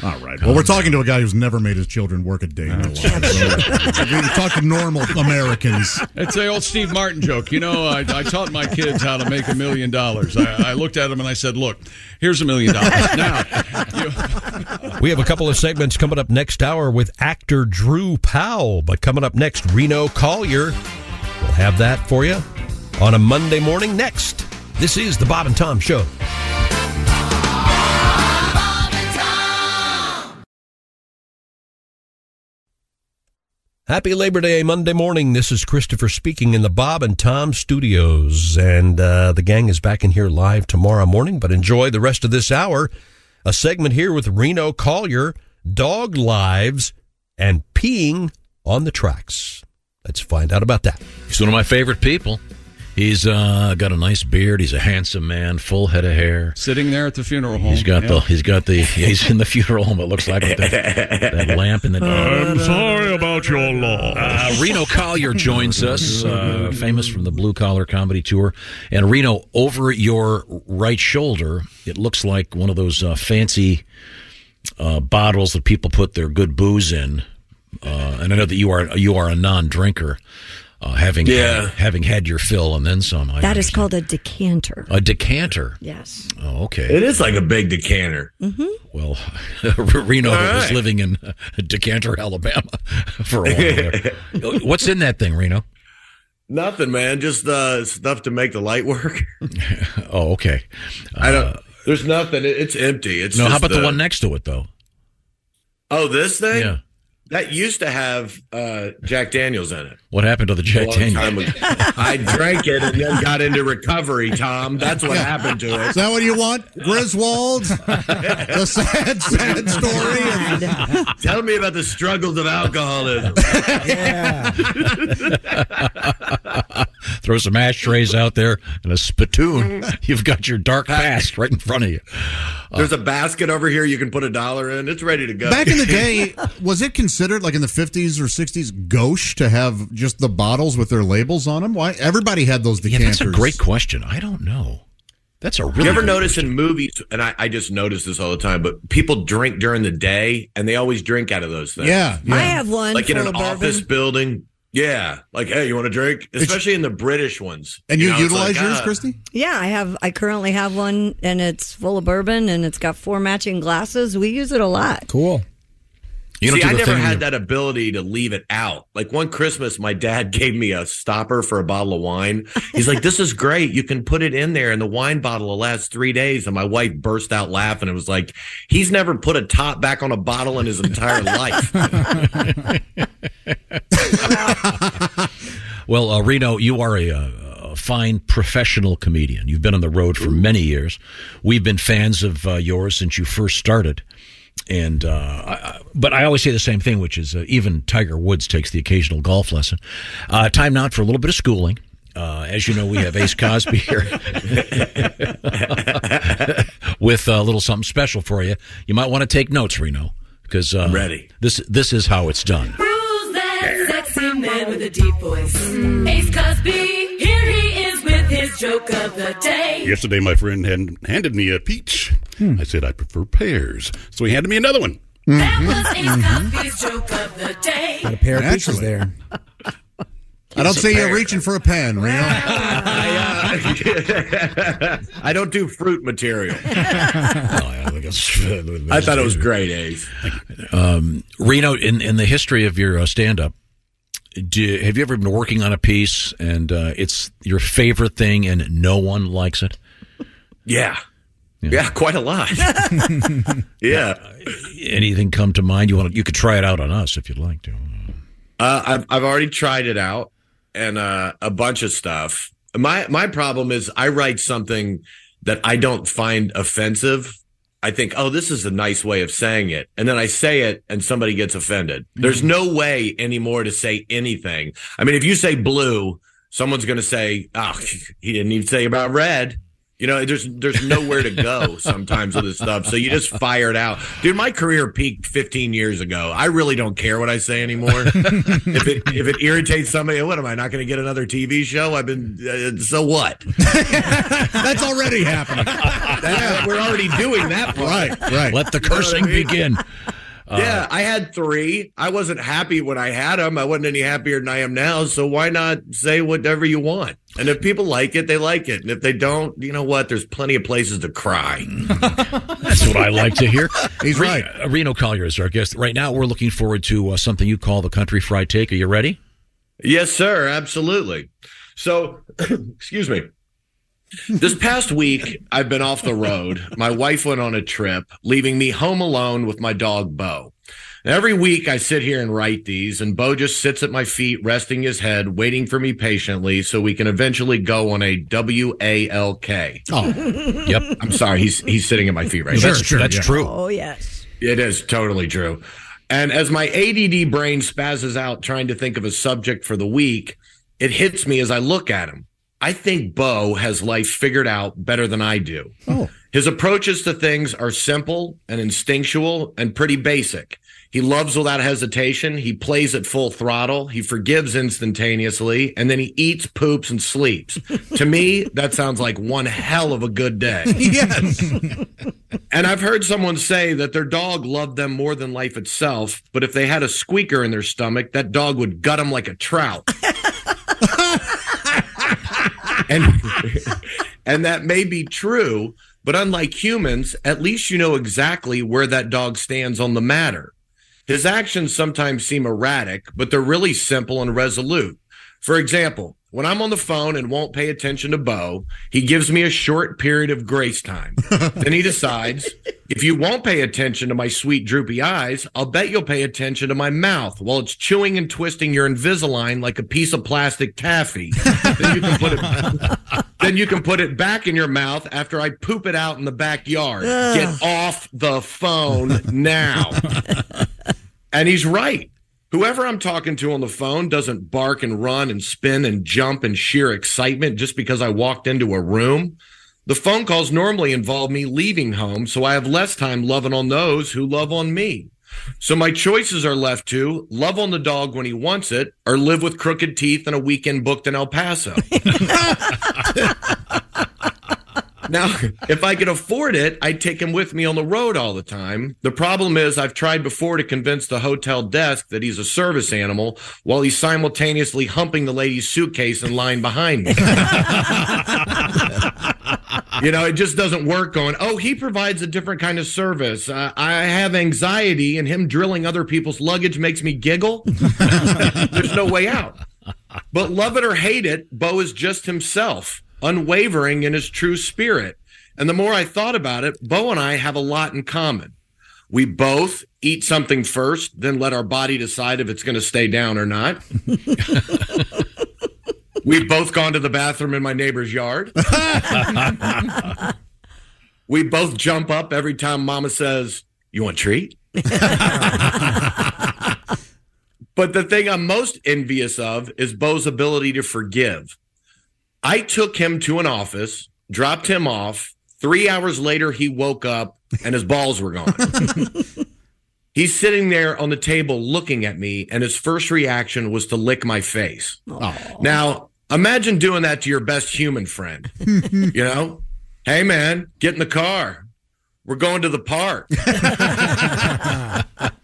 All right. Well, we're talking to a guy who's never made his children work a day in their life. So we talk to normal Americans.
It's the old Steve Martin joke. You know, I, I taught my kids how to make a million dollars. I, I looked at them and I said, "Look, here's a million dollars." Now,
We have a couple of segments coming up next hour with actor Drew Powell. But coming up next, Reno Collier. We'll have that for you on a Monday morning next. This is the Bob and Tom Show. Happy Labor Day Monday morning. This is Christopher speaking in the Bob and Tom studios. And uh, the gang is back in here live tomorrow morning. But enjoy the rest of this hour. A segment here with Reno Collier, Dog Lives, and Peeing on the Tracks. Let's find out about that.
He's one of my favorite people. He's uh, got a nice beard. He's a handsome man, full head of hair.
Sitting there at the funeral home.
He's got the
Yeah.
he's got the he's in the funeral home. It looks like with that, that lamp in the
I'm
sorry about your loss. Uh, Reno Collier joins us, uh, famous from the Blue Collar Comedy Tour. And Reno, over your right shoulder, it looks like one of those uh, fancy uh, bottles that people put their good booze in. Uh, and I know that you are you are a non-drinker, uh, having
Yeah.
having had your fill and then some. I
That is called a decanter.
a decanter.
Yes.
Oh, okay.
It is like a big decanter.
Mm-hmm.
Well, Reno
All
was
right.
living in uh, Decanter, Alabama for a while. There. What's in that thing, Reno?
Nothing, man. Just uh, stuff to make the light work.
Oh, okay. Uh,
I don't. There's nothing. It, it's empty. It's
no, how
just
about the, one next to it, though?
Oh, this thing.
Yeah.
That used to have uh, Jack Daniels in it.
What happened to the Jack
A long
Daniel?
time ago. I drank it and then got into recovery, Tom. That's what happened to it.
Is that what you want, Griswold? the sad, sad story. of-
Tell me about the struggles of alcoholism.
Throw some ashtrays out there and a spittoon. You've got your dark past right in front of you.
There's a basket over here you can put a dollar in. It's ready to go.
Back in the day, was it considered like in the 50s or 60s gauche to have just the bottles with their labels on them? Why everybody had those
Yeah,
decanters?
that's a great question. I don't know. That's a really
you ever
good
notice in movies, and I, I just notice this all the time, but people drink during the day and they always drink out of those things.
Yeah,
I have one
Like in
full
an
of bourbon.
office building. Yeah. Like, hey, you want a drink? Especially in the British ones.
And you,
know, it's
utilize
like,
yours,
ah.
Christy?
Yeah, I have. I currently have one, and it's full of bourbon, and it's got four matching glasses. We use it a lot.
Cool.
You See,
You don't do
I
the
never
thing
had
you-
that ability to leave it out. Like one Christmas, my dad gave me a stopper for a bottle of wine. He's like, "This is great. You can put it in there, and the wine bottle will last three days." And my wife burst out laughing. It was like he's never put a top back on a bottle in his entire life.
Uh, Well, uh, Reno, you are a, uh, a fine professional comedian. You've been on the road for many years. We've been fans of uh, yours since you first started. And uh, I, I- but I always say the same thing, which is uh, even Tiger Woods takes the occasional golf lesson. Uh, time now for a little bit of schooling. Uh, as you know, we have Ace Cosby here with uh, a little something special for you. You might want to take notes, Reno, because uh, ready. This this is how it's done.
Who's that sexy man with a deep voice? Ace Cosby, here he is with his joke of the day.
Yesterday, my friend hand, handed me a peach.
Hmm.
I said, I prefer pears. So he handed me another one.
Hmm.
That
Mm-hmm.
was Ace Cosby's joke of the day.
Got a pair of peaches there.
I don't
It's a
see you
pear.
reaching for a pen, Reno.
I don't do fruit material.
Oh, I
thought it was great, Ace.
Um, Reno, in, in the history of your uh, stand up, do, have you ever been working on a piece and uh, it's your favorite thing and no one likes it?
Yeah. yeah, quite a lot. yeah.
Uh, Anything come to mind? You want to, you could try it out on us if you'd like to.
Uh, I've I've already tried it out and uh, a bunch of stuff. My my problem is I write something that I don't find offensive. I think, oh, this is a nice way of saying it, and then I say it, and somebody gets offended. There's no way anymore to say anything. I mean, if you say blue, someone's going to say, oh, he didn't even say about red. You know, there's there's nowhere to go sometimes with this stuff. So you just fire it out. Dude, my career peaked 15 years ago. I really don't care what I say anymore. if it if it irritates somebody, what am I not going to get another TV show? I've been uh, so what?
That's already happening.
we're already doing that. Part.
Right, right.
Let the
You know what I
cursing
mean?
begin.
yeah, I had three. I wasn't happy when I had them. I wasn't any happier than I am now. So why not say whatever you want? And if people like it, they like it. And if they don't, you know what? There's plenty of places to cry.
That's what I like to hear.
He's
Re-
right.
uh, Reno Collier is our guest. Right now, we're looking forward to uh, something you call the Country Fried Take. Are you ready?
Yes, sir. Absolutely. So, excuse me. This past week, I've been off the road. My wife went on a trip, leaving me home alone with my dog, Bo. And every week, I sit here and write these, and Bo just sits at my feet, resting his head, waiting for me patiently so we can eventually go on a W A L K.
Oh, yep.
I'm sorry. He's, he's sitting at my feet right now.
That's true. That's true.
Oh yes.
It is totally true. And as my ADD brain spazzes out trying to think of a subject for the week, it hits me as I look at him. I think Bo has life figured out better than I do.
Oh.
His approaches to things are simple and instinctual and pretty basic. He loves without hesitation. He plays at full throttle. He forgives instantaneously. And then he eats, poops, and sleeps. to me, that sounds like one hell of a good day.
yes.
And I've heard someone say that their dog loved them more than life itself, but if they had a squeaker in their stomach, that dog would gut them like a trout. and and that may be true, but unlike humans, at least you know exactly where that dog stands on the matter. His actions sometimes seem erratic, but they're really simple and resolute. For example, when I'm on the phone and won't pay attention to Bo, he gives me a short period of grace time. then he decides, if you won't pay attention to my sweet droopy eyes, I'll bet you'll pay attention to my mouth while it's chewing and twisting your Invisalign like a piece of plastic taffy. then you can put it then you can put it back in your mouth after I poop it out in the backyard.
Ugh.
Get off the phone now. And he's right. Whoever I'm talking to on the phone doesn't bark and run and spin and jump in sheer excitement just because I walked into a room. The phone calls normally involve me leaving home, so I have less time loving on those who love on me. So my choices are left to love on the dog when he wants it or live with crooked teeth and a weekend booked in El Paso. Now, if I could afford it, I'd take him with me on the road all the time. The problem is, I've tried before to convince the hotel desk that he's a service animal while he's simultaneously humping the lady's suitcase in line behind me. you know, it just doesn't work going, oh, he provides a different kind of service. Uh, I have anxiety, and him drilling other people's luggage makes me giggle. There's no way out. But love it or hate it, Bo is just himself, unwavering in his true spirit. And the more I thought about it, Bo and I have a lot in common. We both eat something first, then let our body decide if it's going to stay down or not. We've both gone to the bathroom in my neighbor's yard. we both jump up every time mama says, You want a treat? But the thing I'm most envious of is Bo's ability to forgive. I took him to an office, dropped him off. Three hours later, he woke up and his balls were gone. He's sitting there on the table looking at me, and his first reaction was to lick my face. Now, imagine doing that to your best human friend. you know, hey, man, get in the car. We're going to the park.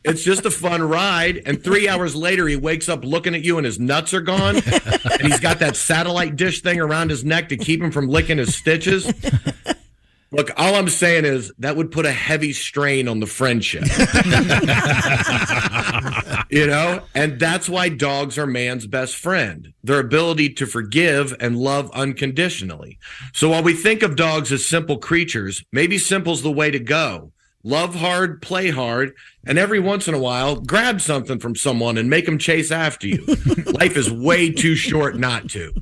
it's just a fun ride. And three hours later, he wakes up looking at you and his nuts are gone. and he's got that satellite dish thing around his neck to keep him from licking his stitches. Look, all I'm saying is that would put a heavy strain on the friendship. you know, and that's why dogs are man's best friend their ability to forgive and love unconditionally. So while we think of dogs as simple creatures, maybe simple's the way to go. Love hard, play hard, and every once in a while, grab something from someone and make them chase after you. Life is way too short not to.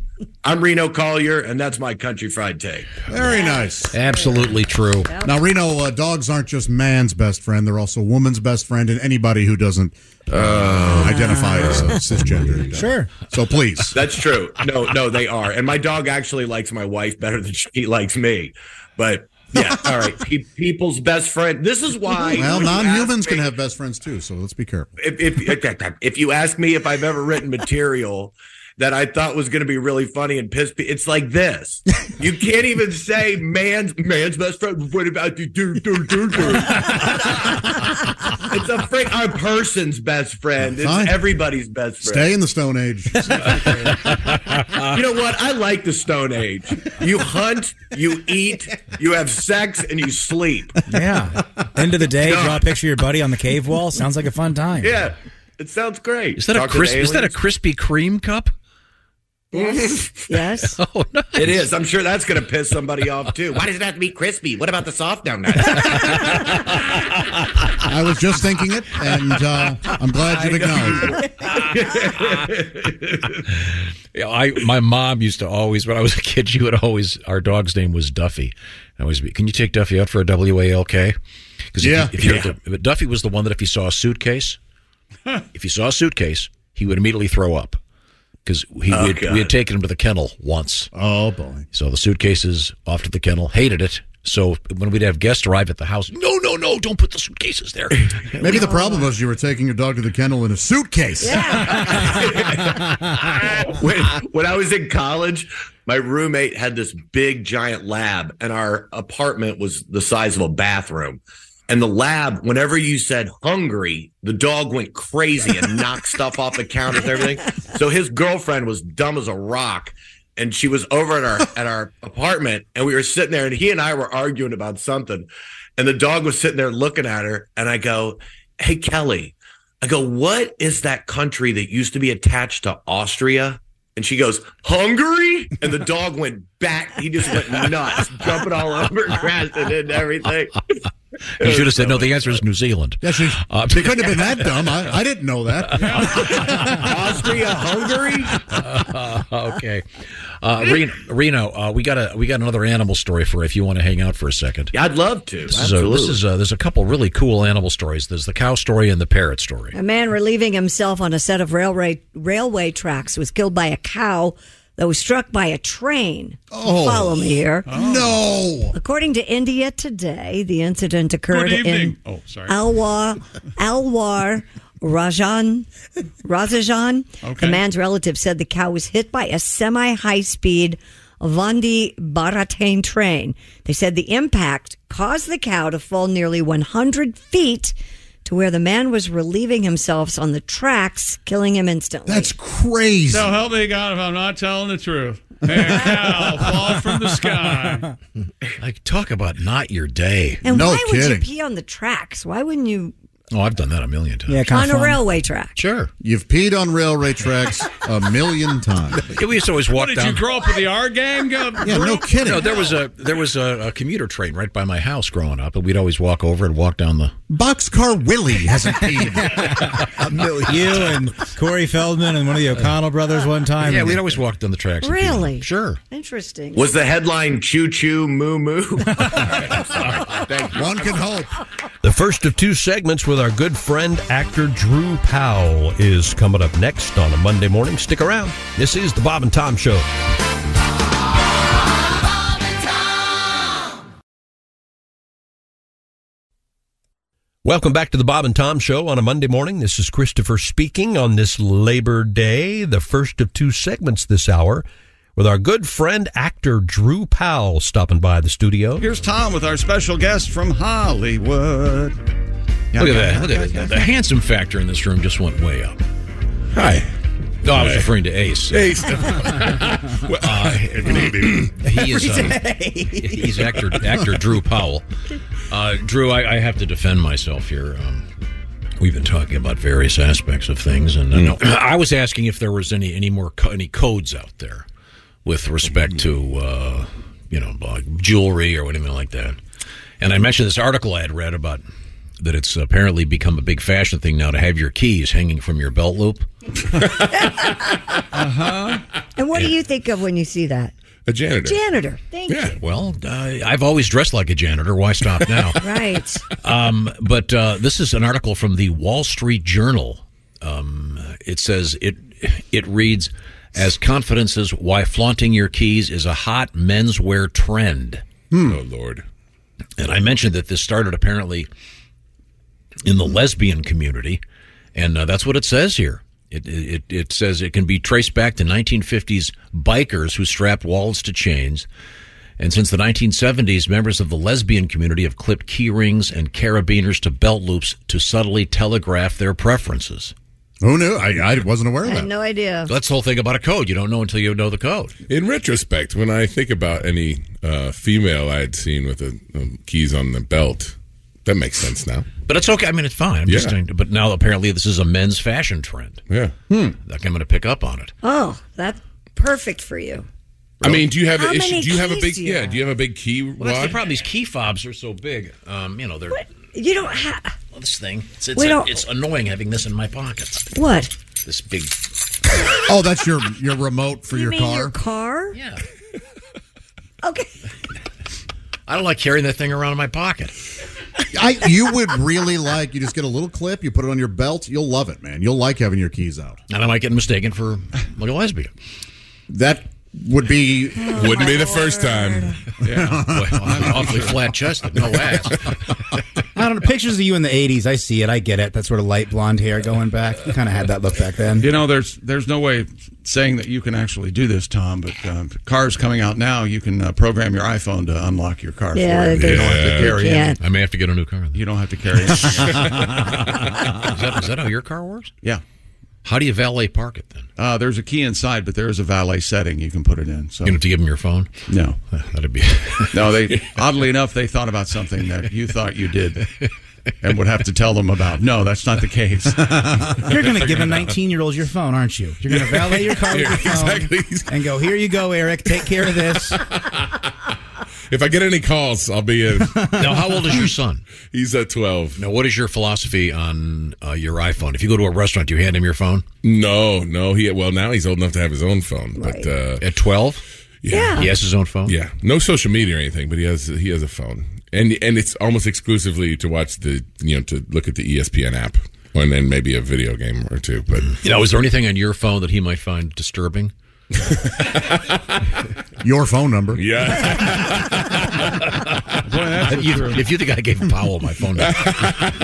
I'm Reno Collier, and that's my country fried take.
Very nice.
Absolutely true.
Now, Reno, uh, dogs aren't just man's best friend; they're also woman's best friend, and anybody who doesn't uh, identify as a cisgender.
Sure.
So please.
That's true. No, no, they are. And my dog actually likes my wife better than she likes me. But yeah, all right. Pe- people's best friend. This is why.
Well,
when you ask
non-humans can
me-
have best friends too, so let's be careful.
if, if, if you ask me if I've ever written material that I thought was going to be really funny and piss, pe- it's like this. You can't even say man's man's best friend. What about you? Do, do, do, do. it's a frick, a person's best friend. It's
Fine.
everybody's best friend.
Stay in the Stone Age.
you know what? I like the Stone Age. You hunt, you eat, you have sex, and you sleep.
Yeah. End of the day, draw a picture of your buddy on the cave wall. Sounds like a fun time.
Yeah, it sounds great.
Is that a
Talking to
crisp- is that a
aliens.
Krispy Kreme cup?
Yes. yes.
Oh, nice.
It is. I'm sure that's going to piss somebody off too. Why does it have to be crispy? What about the soft donut?
I was just thinking it, and uh, I'm glad you've acknowledged it.
Yeah, I my mom used to always when I was a kid. She would always our dog's name was Duffy. I always be, can you take Duffy out for a walk? Because
Yeah.
if you, if you-
Yeah.
but Duffy was the one that if he saw a suitcase, if he saw a suitcase, he would immediately throw up. because he
Oh,
we, had,
God.
we had taken him to the kennel once.
Oh boy!
So the suitcases off to the kennel. Hated it. So when we'd have guests arrive at the house, no, no, no, don't put the suitcases there.
Maybe the problem was you were taking your dog to the kennel in a suitcase.
when, when I was in college, my roommate had this big giant lab, and our apartment was the size of a bathroom. And the lab, whenever you said hungry, the dog went crazy and knocked stuff off the counters and everything. So his girlfriend was dumb as a rock. And she was over at our at our apartment, and we were sitting there, and he and I were arguing about something. And the dog was sitting there looking at her, and I go, Hey Kelly, I go, what is that country that used to be attached to Austria? And she goes, Hungary? And the dog went back. He just went nuts, jumping all over, crashing into everything.
You should have said, no, the answer is New Zealand. Uh, Yes,
They couldn't have been that dumb. I, I didn't know that.
Austria, Hungary?
okay. Uh, Reno, Reno uh, we got a we got another animal story for if you want to hang out for a second.
Yeah, I'd love to.
This is, a, this is a, there's a couple really cool animal stories. There's the cow story and the parrot story.
A man relieving himself on a set of railway railway tracks was killed by a cow that was struck by a train.
Oh.
Follow me here.
No.
According to India Today, the incident occurred
Good
in
evening. Oh, sorry.
Alwar Alwar Rajan Razajan.
Okay.
The man's relative said the cow was hit by a semi high speed Vandi Bharatane train. They said the impact caused the cow to fall nearly 100 feet to where the man was relieving himself on the tracks, killing him instantly. That's
crazy.
So help me God if I'm not telling the truth. Hey, cow, fall from the sky.
Like talk about not your day.
And why would you pee on the tracks? Why wouldn't you
oh, I've done that a million times.
on a railway track?
Sure.
You've peed on railway tracks a million times.
Yeah, we used to always walk
Did
down.
you grow up with the R game? Go,
no kidding.
No, there was a there was a, a commuter train right by my house growing up, and we'd always walk over and walk down the.
Boxcar Willie hasn't peed.
you and Corey Feldman and one of the O'Connell brothers one time.
Yeah, we'd always walk down the tracks.
Really?
Sure.
Interesting.
Was the headline choo choo moo moo?
One can hope.
The first of two segments with our good friend actor Drew Powell is coming up next on a Monday morning. Stick around. This is the Bob and Tom Show. Welcome back to the Bob and Tom Show on a Monday morning. This is Christopher speaking on this Labor Day, the first of two segments this hour with our good friend actor Drew Powell stopping by the studio.
Here's Tom with our special guest from Hollywood.
Look at that! Look at that! The handsome factor in this room just went way up. Hi. No, I was
Hey.
referring to Ace.
Ace.
uh, he is. uh, he's actor actor Drew Powell. Uh, Drew, I, I have to defend myself here. Um, we've been talking about various aspects of things, and I, know- I was asking if there was any any more co- any codes out there with respect to uh, you know like jewelry or anything like that. And I mentioned this article I had read about that it's apparently become a big fashion thing now to have your keys hanging from your belt loop.
And what do you think of when you see that?
A
Janitor. Thank you.
Well, uh, I've always dressed like a janitor. Why stop now?
Right.
um, but uh, this is an article from the Wall Street Journal. Um, it says it it reads as confidences why flaunting your keys is a hot menswear trend.
Hmm.
Oh Lord! And I mentioned that this started apparently in the lesbian community, and uh, that's what it says here. It, it it says it can be traced back to 1950s bikers who strapped wallets to chains. And since the 1970s, members of the lesbian community have clipped key rings and carabiners to belt loops to subtly telegraph their preferences.
Who knew? I, I wasn't aware
I had no idea.
That's the whole thing about a code. You don't know until you know the code.
In retrospect, when I think about any uh, female I had seen with the um, keys on the belt, that makes sense now.
But it's okay. I mean, it's fine. I'm just
Yeah.
saying, but now apparently this is a men's fashion trend. Hmm.
Yeah.
Like I'm going to pick up on it.
Oh, that's perfect for you.
I mean, do you have
How
an issue?
many
Do you have a
keys
big
do you
yeah?
have?
Do you have a big key?
Well, that's the
wad?
problem. These key fobs are so big. Um, you know, they're
You don't have.
well, this thing. It's, it's,
We don't-
it's annoying having this in my pocket.
What?
This big.
Oh, that's your your remote for
you
your
mean
car.
your car?
Yeah.
okay.
I don't like carrying that thing around in my pocket.
I, you would really like. You just get a little clip. You put it on your belt. You'll love it, man. You'll like having your keys out.
And I might get mistaken for like a lesbian.
That would be
Wouldn't be the first time.
Yeah. Well, I'm awfully flat chested. No ass.
I don't know. Pictures of you in the 80s. I see it. I get it. That sort of light blonde hair going back. You kind of had that look back then.
You know, there's there's no way saying that you can actually do this, Tom. But um, cars coming out now, you can uh, program your iPhone to unlock your car.
Yeah,
for you. you
they-
don't have to
Yeah.
carry
you
it.
can't.
I may have to get a new car.
You don't have to carry it.
is, that, is that how your car works?
Yeah.
How do you valet park it then?
Uh, there's a key inside, but there is a valet setting you can put it in. So
You don't have to give them your phone.
No,
that'd be.
no, they oddly enough they thought about something that you thought you did, and would have to tell them about. No, that's not the case.
You're going to give a 19 year old your phone, aren't you? You're going to valet your car with your phone and go, here you go, Eric. Take care of this.
If I get any calls, I'll be in.
Now, how old is your son?
He's at 12.
Now, what is your philosophy on uh, your iPhone? If you go to a restaurant, do you hand him your phone?
No, no. He well now he's old enough to have his own phone, but uh,
at twelve,
yeah.
he has his own phone.
Yeah, no social media or anything, but he has he has a phone, and and it's almost exclusively to watch the you know to look at the E ESPN app, and then maybe a video game or two. But
You know, is there anything on your phone that he might find disturbing?
your phone number.
Yeah.
If you- if you think I gave Powell my phone number,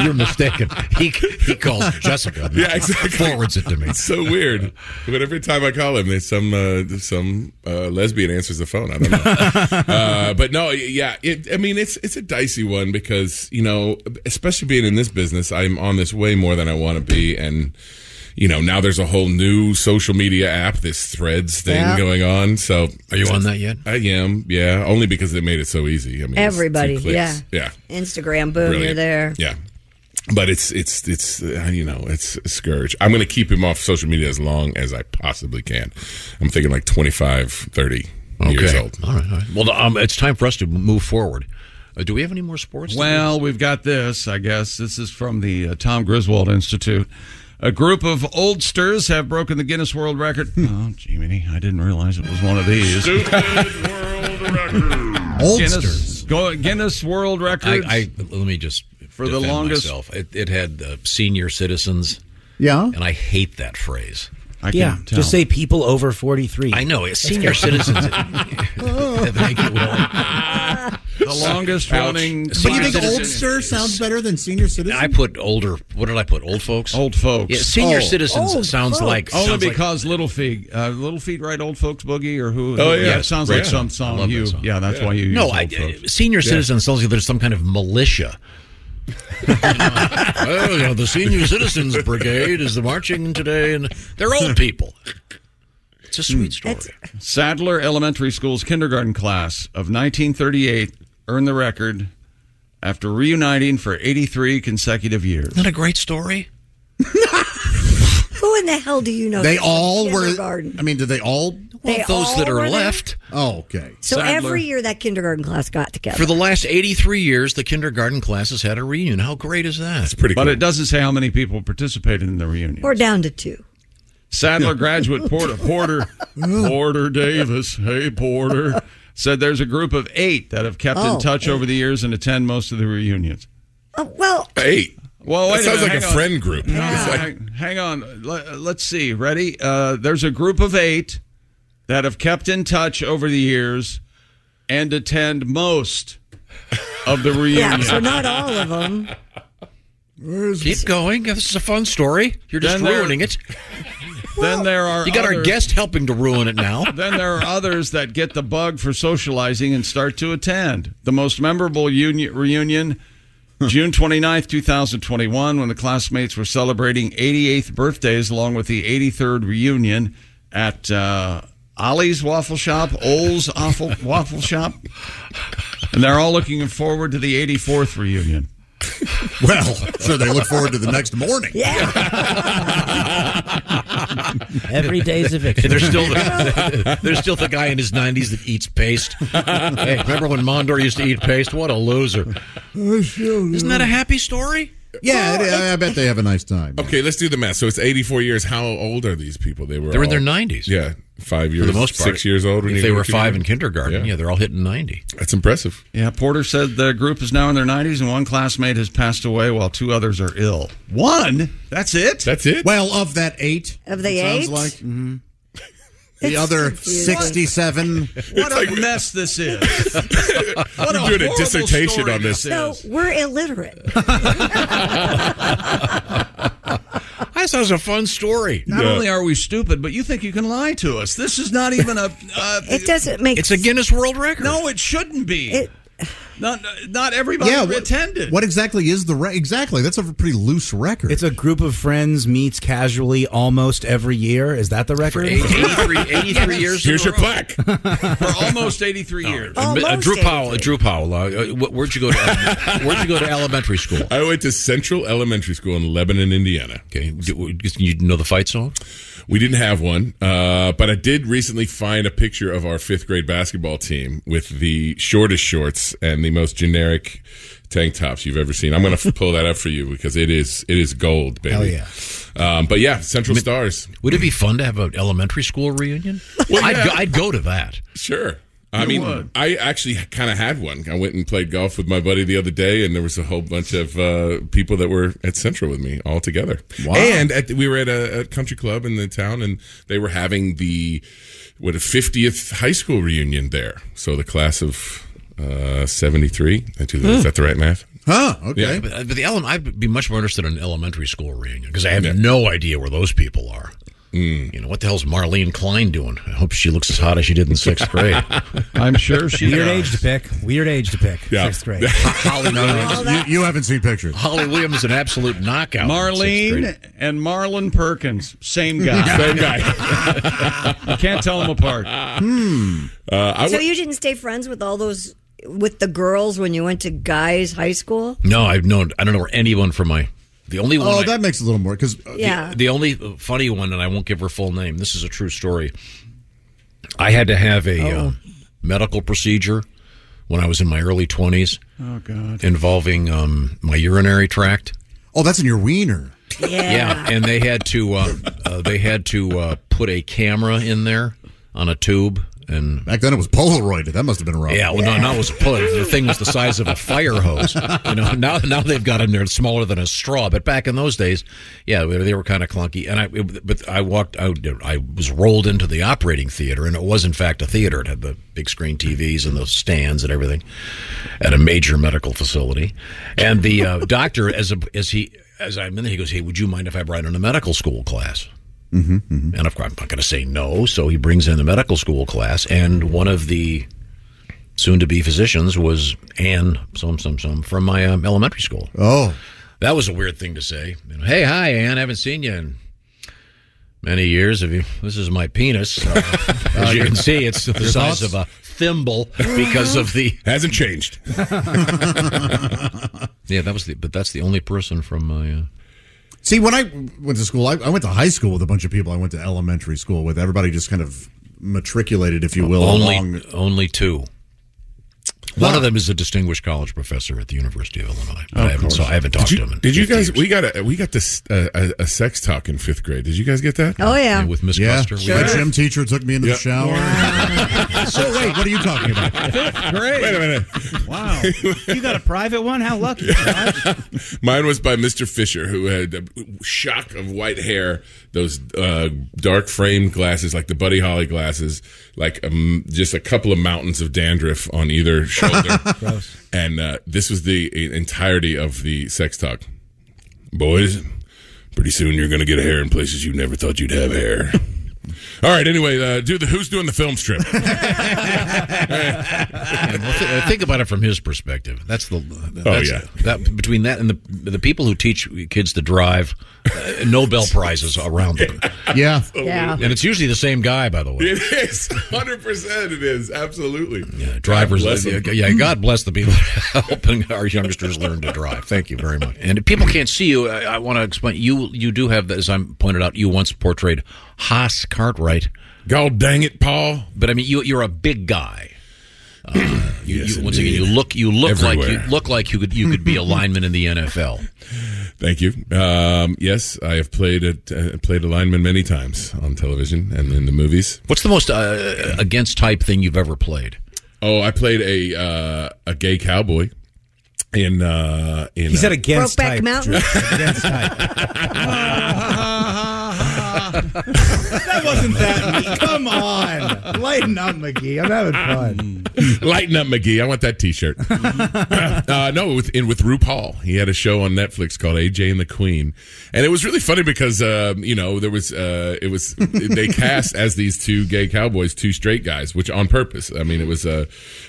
you're mistaken. He he calls Jessica.
Yeah, exactly.
Forwards it to me.
It's so weird. But every time I call him, there's some uh, some uh, lesbian answers the phone. I don't know. uh, but no, yeah. It, I mean, it's it's a dicey one because you know, especially being in this business, I'm on this way more than I want to be, and you know, now there's a whole new social media app, this Threads thing
Yeah.
going on. So,
are you on that yet?
I am. Yeah, only because they made it so easy. I mean, it's two
Everybody,
clicks.
yeah.
yeah.
Instagram, boom, you're
Brilliant.
there.
Yeah. But it's it's it's uh, you know it's a scourge. I'm going to keep him off social media as long as I possibly can. I'm thinking like 25, 30 years
Okay.
old.
All right. All right. Well, um, it's time for us to move forward. Uh, do we have any more sports?
Well, we've got this, I guess. This is from the uh, Tom Griswold Institute. A group of oldsters have broken the Guinness World Record. Oh, Jiminy, I didn't realize it was one of these. Guinness, go, Guinness World Records.
I, I let me just
For the
defend
longest-
Myself. It, it had uh, senior citizens.
Yeah.
and I hate that phrase.
yeah. Just say people over 43.
I know. It's senior citizens. Thank you,
the longest
Ouch.
running.
So you
by
think
citizen-
oldster
sounds better than senior citizen?
I put older. What did I put? Old folks. Old
folks.
Yeah, senior
Oh.
citizens sounds like
only
sounds like-
because Little Feet, uh, Little Feet, right? Old folks boogie or who?
Oh, yeah.
it sounds like
Yeah.
some
I
song.
love
You,
that song.
yeah, that's why you.
no.
use
I,
old folks.
senior
Yeah.
citizen sounds like there's some kind of militia. oh, you know, the senior citizens brigade is the marching today, and they're old people. It's a
Hmm.
sweet story.
Sadler Elementary School's kindergarten class of 1938 earned the record after reuniting for 83 consecutive years.
Isn't that a great story?
Who in the hell do you know?
They
that's in
all were.
kindergarten?
I mean, did they all?
They those all that are were there? left.
Oh, okay.
So
Sadler.
every year that kindergarten class got together.
For the last 83 years, the kindergarten class has had a reunion. How great is that? That's
pretty
But it doesn't say how many people participated in the reunion.
or down to two.
Sadler graduate Porter Porter Porter Davis, hey Porter, said there's a group of eight that have kept
Oh,
in touch
eight.
over the years and attend most of the reunions.
Oh, well,
Eight.
Well, wait
That sounds
minute, hang
like a
on.
friend group.
No,
It's like-
hang, hang on. Let, let's see. Ready? Uh, there's a group of eight that have kept in touch over the years and attend most of the reunions.
yeah, so not all of them.
Keep going. This is a fun story. You're just
Then there-
ruining it.
then there are
You got our
others-
guest helping to ruin it now.
Then there are others that get the bug for socializing and start to attend. The most memorable union, reunion, June 29th, 2021, when the classmates were celebrating 88th birthdays along with the 83rd reunion at uh, Ollie's Waffle Shop, Ole's Waffle, Waffle Shop. And they're all looking forward to the 84th reunion.
Well, so they look forward to the next morning.
Every day's a victory. There's still the, there's still the guy in his 90s that eats paste. Hey, remember when Mondor used to eat paste? What a loser!
Isn't
that a happy story?
Yeah, it- I, I bet they have a nice time.
okay, let's do the math. So it's 84 years. How old are these people? They were
They're in
all-
their 90s.
Yeah, five
For
years,
the most part,
six years old. When
if
you
they
go
were
to
five in kindergarten, yeah,
they're all hitting ninety. That's impressive.
Yeah, Porter said the group is now in their 90s, and one classmate has passed away while two others are ill. One? That's it?
That's it?
Well, of that eight.
Of the
it sounds
eight?
like. Mhm. The other
confusing.
67.
What a mess this is.
What a doing a horrible dissertation story on this. this
So we're illiterate.
That sounds a fun story.
Not
Yeah.
only are we stupid, but you think you can lie to us. This is not even a. Uh,
it doesn't make.
It's a Guinness World Record.
No, it shouldn't be. not not everybody
Yeah, what-
attended.
What exactly is the re- exactly? That's a pretty loose record.
It's a group of friends meets casually almost every year. Is that the record?
83, 83 years.
Here's
in a
your
row.
for almost 83 years.
Uh, Drew Powell. Drew Powell. Uh, uh, wh- where'd you go to? where'd you go to elementary school?
I went to Central Elementary School in Lebanon, Indiana.
Okay, you know the fight song?
We didn't have one, uh, but I did recently find a picture of our fifth grade basketball team with the shortest shorts and the most generic tank tops you've ever seen. I'm going to pull that up for you because it is it is gold, baby.
Hell
Um, but yeah, Central Stars.
Would it be fun to have an elementary school reunion? I'd, go, I'd go to that.
Sure. I
You
mean,
would.
I actually kind of had one. I went and played golf with my buddy the other day, and there was a whole bunch of uh, people that were at Central with me all together.
Wow.
And at the, we were at a, a country club in the town, and they were having the what a fiftieth high school reunion there. So the class of uh, seventy three. Is that the right math?
Yeah, but, but the ele- I'd be much more interested in an elementary school reunion because I have no idea where those people are. You know what the hell's Marlene Klein doing? I hope she looks as hot as she did in sixth grade.
I'm sure she
Weird
does.
age to pick. Weird age to pick.
Yeah.
Sixth grade.
Holly Williams.
you, haven't seen pictures.
Holly Williams is an absolute knockout.
Marlene and Marlon Perkins, same guy.
Same guy.
you can't tell them apart.
Hmm. Uh, I
so
w-
you didn't stay friends with all those with the girls when you went to guys' high school?
No, I've known. I don't know where anyone from my. The only one.
Oh,
I-
that makes it a little more because
Yeah.
The, the only funny one, and I won't give her full name. This is a true story. I had to have a
Oh.
uh, medical procedure when I was in my early twenties.
Oh, God.
Involving um, my urinary tract.
Oh, that's in your wiener.
Yeah. and they had to uh, uh, they had to uh, put a camera in there on a tube. And
back then it was Polaroided. That must have been rough.
Yeah, well, no, no, it was a pull. The thing was the size of a fire hose. You know, now now they've got them there smaller than a straw. But back in those days, yeah, they were- they were kind of clunky. And I, it- but I walked, I, I was rolled into the operating theater, and it was in fact a theater. It had the big screen TVs and the stands and everything, at a major medical facility. And the uh, doctor, as a, as he as I'm in there, he goes, "Hey, would you mind if I brought in a medical school class?"
Mm-hmm,
Mm-hmm. And of course, I'm not going to say no. So he brings in the medical school class, and one of the soon-to-be physicians was Ann some some some from my um, elementary school.
Oh,
that was a weird thing to say. You know, hey, hi, Ann. I haven't seen you in many years. Have you? This is my penis. Uh, as you can see, it's the
Oh, Your
size of
thoughts?
a thimble because of the
hasn't changed.
yeah, that was the. But that's the only person from my. Uh,
See, when I went to school, I, I went to high school with a bunch of people. I went to elementary school with everybody. Just kind of matriculated, if you will.
Uh, only
along-
only two. One of them is a distinguished college professor at the University of Illinois. But I haven't, so I haven't talked
Oh, did you,
to him. In
Did you
50
guys?
years.
We got a we got this uh, a, a sex talk in fifth grade. Did you guys get that?
Oh, yeah. Yeah,
with Miss
Yeah,
Custer.
my gym teacher took me into
Yep.
the shower. so wait, what are you talking about?
Great.
Wait a minute.
Wow.
You
got a private one? How lucky.
Mine was by Mr. Fisher, who had a shock of white hair, those uh, dark framed glasses, like the Buddy Holly glasses, like um, just a couple of mountains of dandruff on either shoulder. and uh, this was the entirety of the sex talk. Boys, pretty soon you're going to get hair in places you never thought you'd have hair. All right. Anyway, uh, do the who's doing the film strip?
Yeah, well, th- uh, think about it from his perspective. That's the.
Oh,
that's-
Oh, yeah.
That between that and the the people who teach kids to drive, uh, Nobel prizes around them.
Yeah.
Yeah.
And it's usually the same guy, by the way.
It is hundred percent. It is absolutely. Yeah,
Drivers, uh,
God bless 'em.
yeah, yeah, God bless the people helping our youngsters learn to drive. Thank you very much. And if people can't see you, I, I want to explain. You, you do have, as I am pointed out, you once portrayed Haas Cartwright.
God dang it, Paul!
But I mean, you, you're a big guy. Uh, you,
Yes,
you, once again, you
indeed.
look you look like
Everywhere.
you look like you could you could be a lineman in the NFL.
Thank you. Um, yes, I have played at uh, played a lineman many times on television and in the movies.
What's the most uh, against type thing you've ever played?
Oh, I played a uh, a gay cowboy in uh, in.
He said
uh,
against
Brokeback
type,
Mountain?
Drew. against Oh,
that wasn't that mean. Come on. Lighten up, McGee. I'm having fun.
Lighten up, McGee. I want that T-shirt. uh, no, with in, with RuPaul, he had a show on Netflix called AJ and the Queen, and it was really funny because um, you know there was uh, it was they cast as these two gay cowboys, two straight guys, which on purpose. I mean, it was uh,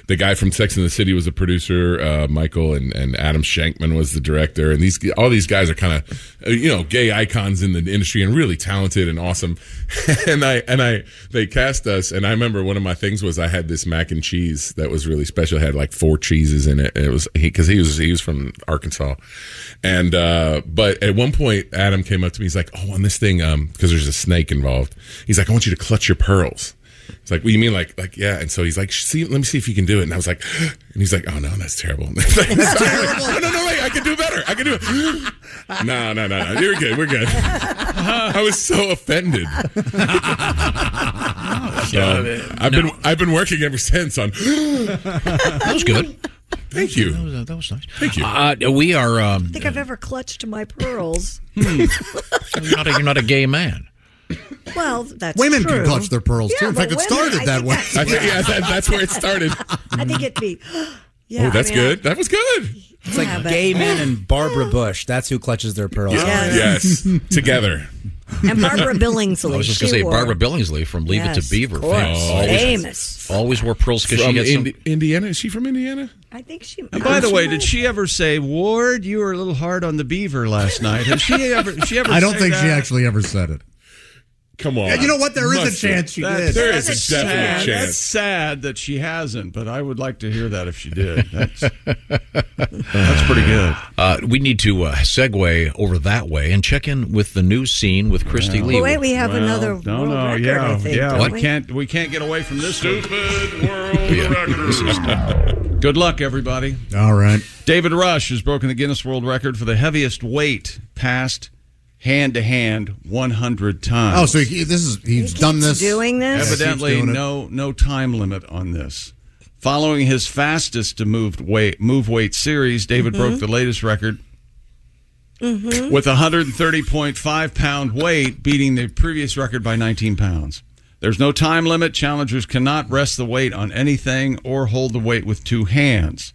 the guy from Sex and the City was a producer, uh, Michael, and, and Adam Shankman was the director, and these all these guys are kind of uh, you know gay icons in the industry and really talented and awesome. and I and I they cast us, and I remember one of my things was I had this mac and cheese that was really special. It had like four cheeses in it. And it was because he, was he was from Arkansas, and uh, but at one point Adam came up to me. He's like, "Oh, on this thing, um, because there's a snake involved." He's like, "I want you to clutch your pearls." It's like, what do you mean? Like, like, yeah. And so he's like, see, let me see if you can do it. And I was like, and he's like, oh no, that's terrible. no, no, no, wait, I can do better. I can do it. no, no, no, no. You're good. We're good. I was so offended. So, I've been I've been working ever since on. that
was good.
Thank you.
That was, that was nice.
Thank you.
Uh, we are.
I
Um,
think I've ever clutched my pearls.
you're, not a, you're not a gay man.
Well, that's
Women
true.
can clutch their pearls too.
Yeah,
In fact,
but
it
women,
started
I
that
think
way.
that's- I think- yeah, that-
that's where it started.
I think it'd be. Yeah,
oh, that's
I mean,
good. That was good.
It's like
Yeah, but-
gay men and Barbara Bush. That's who clutches their pearls.
Yes. Together.
And Barbara Billingsley.
I was just going
she
to say
wore-
Barbara Billingsley from Leave
Yes,
It to Beaver.
of course.
famous.
Famous.
Always wore pearls because
From
she had some.
Indi- Indiana. Is she from Indiana?
I think she.
And by the way, did she ever say, "Ward, you were a little hard on the beaver last night"? Has she ever? She ever?
I don't
say
think she
that?
actually ever said it.
Come on.
you know what? There is a
Must
chance
have.
she
That's-
did. There is
that's
a definite
sad.
chance.
That's sad that she hasn't, but I would like to hear that if she did. That's,
That's pretty good. Uh, we need to uh, segue over that way and check in with the news scene with Christy Lee.
Well, wait, we have another
No,
world
no,
record,
yeah,
I think,
yeah.
don't
We
we?
can't. We can't get away from this. Stupid world
record.
Good luck, everybody.
All right.
David Rush has broken the Guinness World Record for the heaviest weight passed hand to hand 100 times.
Oh, so he, this is he's done this.
doing this?
Yes,
Evidently,
he's doing it.
no no time limit on this. Following his fastest to move weight move weight series, David
Mhm.
Mm-hmm.
broke the latest record
Mm-hmm.
with 130.5 pound weight, beating the previous record by 19 pounds. There's no time limit. Challengers cannot rest the weight on anything or hold the weight with two hands.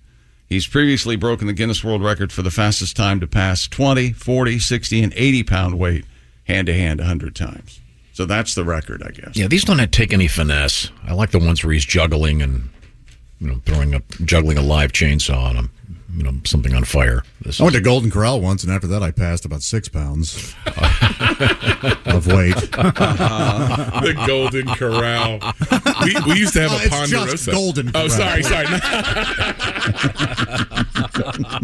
He's previously broken the Guinness World Record for the fastest time to pass 20, 40, 60, and 80 pound weight hand to hand 100 times. So that's the record, I guess.
Yeah, these don't take any finesse. I like the ones where he's juggling and you know throwing up juggling a live chainsaw and um, you know something on fire. This
I went
is-
to Golden Corral once, and after that, I passed about six pounds of weight.
the Golden Corral. We, we used to have a
Oh, it's just
Ponderosa.
Golden
Oh,
Corral.
sorry, sorry.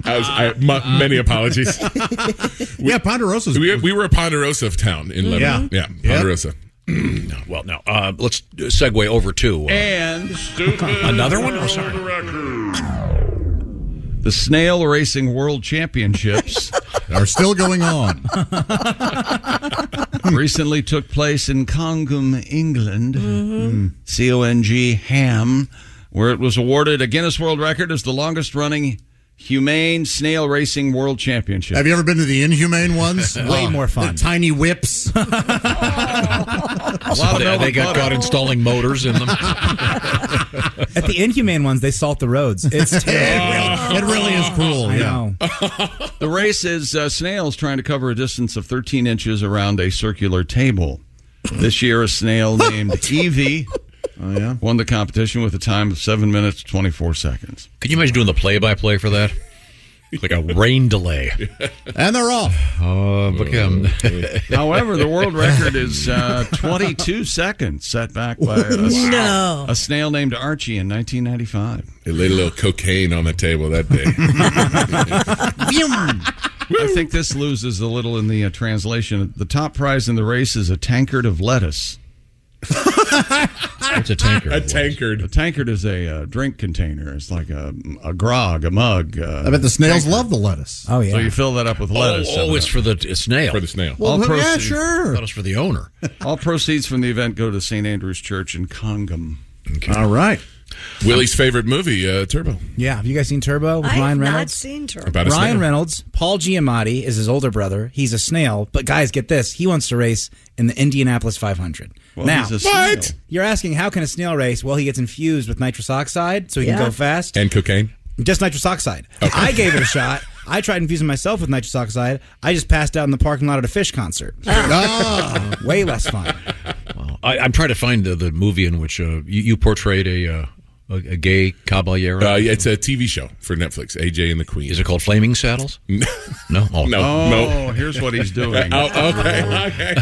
I was, I, my, many apologies. yeah,
Ponderosa's.
We, we were a Ponderosa of town in
Mhm.
Lebanon.
Yeah.
Yeah,
Yeah.
Ponderosa.
well, now uh, let's segue over to uh,
And
another one. Oh, sorry.
The Snail Racing World Championships
are still going on.
Recently took place in Congum, England. C O N G Ham, where it was awarded a Guinness World Record as the longest running humane snail racing world championship.
Have you ever been to the inhumane ones?
Way more fun.
The tiny whips.
A lot of
they,
elbow
they got
butter.
caught installing motors in them.
At the inhumane ones, they salt the roads. It's terrible.
it really is cruel.
I
Oh, yeah.
know.
The race is uh, snails trying to cover a distance of 13 inches around a circular table. This year, a snail named Evie won the competition with a time of 7 minutes 24 seconds.
Can you imagine doing the play-by-play for that? Like a rain delay,
and they're off.
Oh,
Uh, but, um,
However, the world record is uh, 22 seconds, set back by a,
No.
a snail named Archie in 1995.
They laid a little cocaine on the table that day.
I think this loses a little in the uh, translation. The top prize in the race is a tankard of lettuce. water.
It's a tankard.
A tankard. A tankard is a uh, drink container. It's like a, a grog, a mug. Uh,
I bet the snails
tankard.
love the lettuce.
Oh
So you fill that up with lettuce.
Oh, it's for the snail.
For the snail.
Well, yeah,
sure.
That was for the owner.
All proceeds from the event go to St. Andrew's Church in Congham.
All right.
Willie's favorite movie, uh, Turbo.
Yeah, have you guys seen Turbo with
I have
Ryan
not
Reynolds?
seen Turbo.
About a
Ryan
snail.
Reynolds, Paul Giamatti is his older brother. He's a snail, but guys, get this: he wants to race in the Indianapolis 500.
Well,
now,
he's a snail. What?
You're asking how can a snail race? Well, he gets infused with nitrous oxide, so he
Yeah.
can go fast.
And cocaine.
Just nitrous oxide. I gave it a shot. I tried infusing myself with nitrous oxide. I just passed out in the parking lot at a fish concert. Way less fun.
I, I'm trying to find the, the movie in which uh, you, you portrayed a, uh, a a gay caballero.
Uh, yeah, it's a TV show for Netflix. AJ and the Queen.
Is it called Flaming Saddles?
no,
no,
no,
Oh, here's what he's doing.
Oh, okay, okay.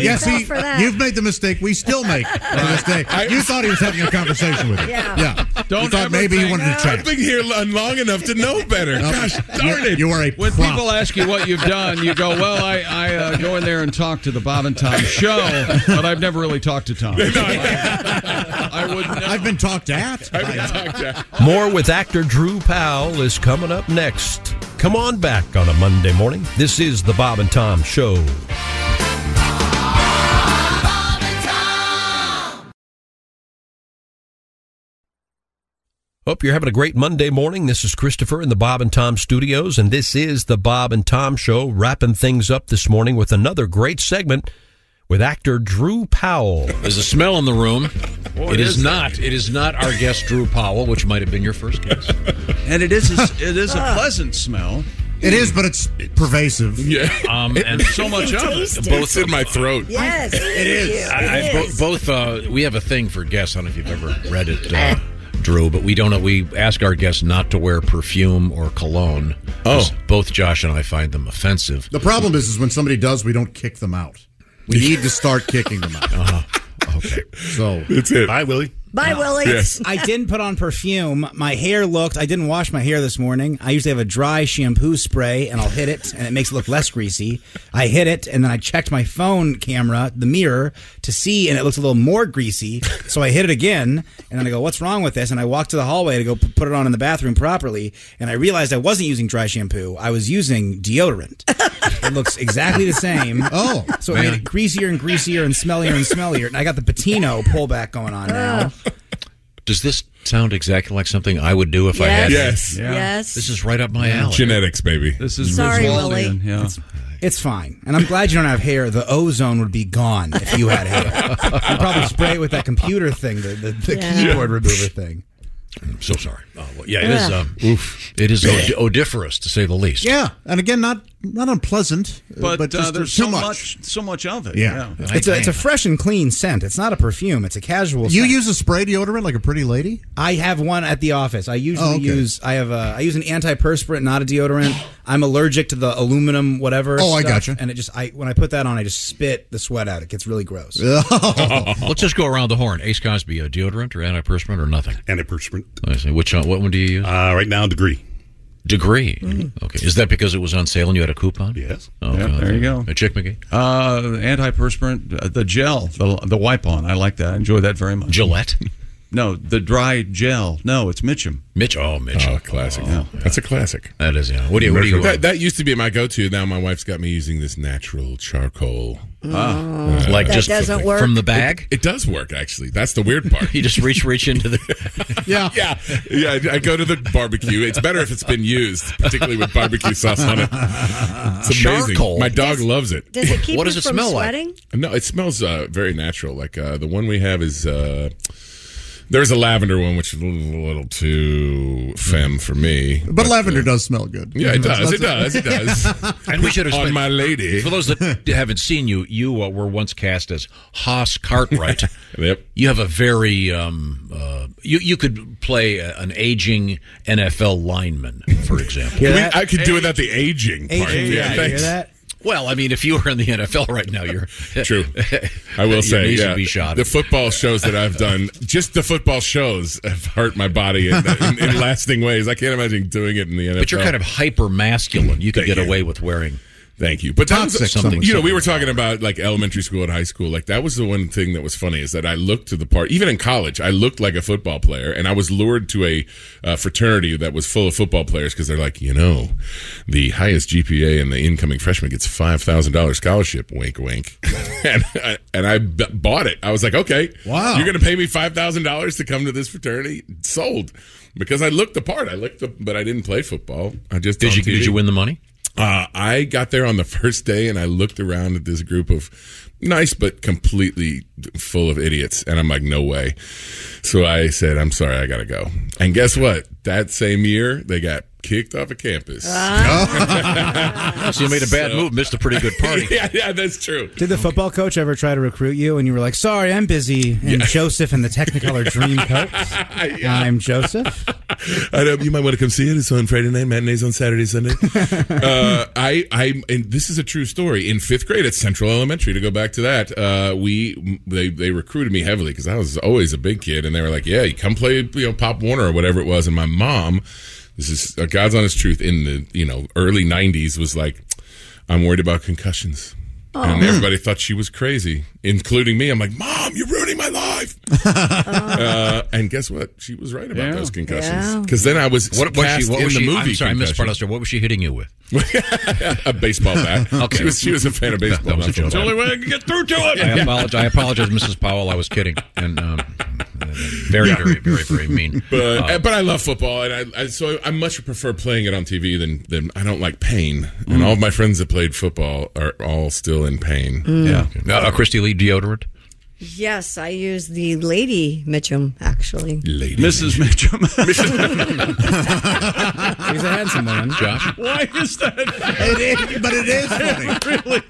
Yes, yeah, see, you've made the mistake we still make. the mistake. You thought he was having a conversation with you.
Yeah.
Don't you thought maybe he wanted to
I've
chat.
been here long long enough to know better. Gosh darn it!
You are a
When
prop.
people ask you what you've done, you go, "Well, I, I uh, go in there and talk to the Bob and Tom show, but I've never really talked to Tom." I would. I've
been talked at.
I've been talked at.
More with actor Drew Powell is coming up next. Come on back on a Monday morning. This is the Bob and Tom Show. Hope you're having a great Monday morning. This is Christopher in the Bob and Tom studios, and this is the Bob and Tom Show, wrapping things up this morning with another great segment with actor Drew Powell.
There's a smell in the room. it is,
is
not. It is not our guest Drew Powell, which might have been your first Ah. guess.
and it is a, it is a pleasant smell.
It is, but it's pervasive.
Yeah.
Um, and so much of it. Both
It's in my throat.
Yes,
it is.
I, I, bo- both uh, we have a thing for guests. I don't know if you've ever read it,
Eh.
uh, Drew, but we don't. know- We ask our guests not to wear perfume or cologne. Oh, both Josh and I find them offensive.
The problem is, is when somebody does, we don't kick them out. We need to start kicking them out.
Okay,
so
Uh-huh. that's it.
Bye, Willie.
Bye, Willie.
Yes.
I didn't put on perfume. My hair looked. I didn't wash my hair this morning. I usually have a dry shampoo spray, and I'll hit it, and it makes it look less greasy. I hit it, and then I checked my phone camera, the mirror, to see, and it looks a little more greasy. So I hit it again, and then I go, "What's wrong with this?" And I walked to the hallway to go p- put it on in the bathroom properly, and I realized I wasn't using dry shampoo. I was using deodorant. it looks exactly the same.
Oh,
so it made
man.
it greasier and greasier and smellier and smellier, and I got the patino pullback going on now.
Does this sound exactly like something I would do if I had?
Yes.
Yes. Yes.
This is right up my alley.
Genetics, baby. This
is
Sorry,
Willie. Yeah.
It's, it's fine. And I'm glad you don't have hair. The ozone would be gone if you had hair. You'd probably spray it with that computer thing, the, the, the
Yeah.
keyboard remover thing.
I'm so sorry. Oh, well, yeah, it is.
Yeah.
Um, It is od- odiferous to say the least.
Yeah, and again, not not unpleasant,
But,
but,
uh,
just
there's
too
so
much.
so much of it.
Yeah.
It's a, it's a fresh and clean scent. It's not a perfume. It's a casual
You
scent.
use a spray deodorant like a pretty lady?
I have one at the office. I usually
Oh, okay.
use I have a I use an antiperspirant, not a deodorant. I'm allergic to the aluminum whatever.
Oh, I
stuff,
gotcha.
And it just I when I put that on, I just spit the sweat out. It gets really gross.
Oh.
Let's just go around the horn. Ace Cosby, a deodorant or antiperspirant or nothing?
Antiperspirant.
I see. Which one, what one do you use?
Uh, right now, Degree.
Degree. Okay. Is that because it was on sale and you had a coupon?
Yes.
Oh,
Mm-hmm. Yeah,
God.
there you go.
Uh, Chick McGee.
Uh, antiperspirant, uh, the gel, the, the wipe on. I like that. I enjoy that very much.
Gillette?
no, the dry gel. No, it's Mitchum.
Mitch. Oh, Mitchum.
classic. That's a classic.
That is, Uh, yeah. What do you- what do you-
that, that used to be my go-to. Now my wife's got me using this natural charcoal.
Oh.
Ah.
Uh,
Like That just doesn't work. from the bag?
It, it does work actually. That's the weird part.
you just reach reach into the
Yeah.
yeah. Yeah, I, I go to the barbecue. It's better if it's been used, particularly with barbecue sauce on it. It's amazing.
Charcoal.
My dog loves it.
Does it keep you from sweating?
No, it smells uh, very natural. Like uh, the one we have is uh, there's a lavender one, which is a little, little too femme for me.
But, lavender does smell good.
Yeah, it does. It does. It does.
And we should have
on
spent-
my lady.
For those that haven't seen you, you uh, were once cast as Haas Cartwright.
yep.
You have a very um, uh, you you could play a, an aging NFL lineman, for example.
Hear We- that? I could do without the aging part. Aging, Yeah, yeah, you hear thanks. that?
Well, I mean, if you were in the NFL right now, you're
True. I will
Your
say,
knees would
yeah,
be shot.
the football shows that I've done, just the football shows have hurt my body in, in, in lasting ways. I can't imagine doing it in the NFL.
But you're kind of hyper masculine. You could
Thank
get
you.
away with wearing
Thank you. But that was,
Toxic,
something,
someone
you know,
said.
we were talking about like elementary school and high school. Like that was the one thing that was funny is that I looked to the part, even in college, I looked like a football player and I was lured to a uh, fraternity that was full of football players because they're like, you know, the highest GPA in the incoming freshman gets $5,000 scholarship. Wink, wink. and, I, and I b- bought it. I was like, okay, wow, you're going to pay me $5,000 to come to this fraternity. Sold. Because I looked the part. I looked the, but I didn't play football. I just,
Did
on
you- did
TV.
you win the money?
Uh, I got there on the first day and I looked around at this group of nice but completely full of idiots. And I'm like, no way. So I said, I'm sorry, I got to go. And guess what? That same year, they got kicked off of campus.
so you made a bad
So-
move, missed a pretty good party.
yeah, yeah, that's true.
Did the football coach ever try to recruit you and you were like, sorry, I'm busy? And Joseph and the Technicolor dream coat. I'm Joseph.
I know, you might want to come see it. It's on Friday night, matinees on Saturday, Sunday. uh, I, I, and this is a true story. In fifth grade at Central Elementary, to go back to that, uh, we they they recruited me heavily because I was always a big kid, and they were like, "Yeah, you come play, you know, Pop Warner or whatever it was." And my mom, this is uh, God's honest truth, in the you know early '90s, was like, "I'm worried about concussions." And
Oh.
everybody thought she was crazy, including me. I'm like, Mom, you're ruining my life.
Oh.
uh, and guess what? She was right about
Yeah.
those
Yeah.
concussions. Because then I was
What was she?
cast
What was
in
she?
the movie
I'm sorry, I missed part of
concussion.
the story. What was she hitting you with?
a baseball bat.
Okay.
She was, she was a fan of baseball.
That was a
not
joke.
football.
get through to
I apologize. I apologize, Mrs. Powell. I was kidding, and um, very,
Yeah.
very, very, very mean. Uh,
But but I love football, and I, I so I much prefer playing it on TV than than I don't like pain.
Mm.
And all of my friends that played football are all still in pain.
Mm.
Yeah,
uh, Christy Lee deodorant.
Yes, I use the Lady Mitchum, actually.
Lady
Mrs. Mitchum.
She's a handsome woman.
Josh.
Why is that?
It is, but it is funny.
It really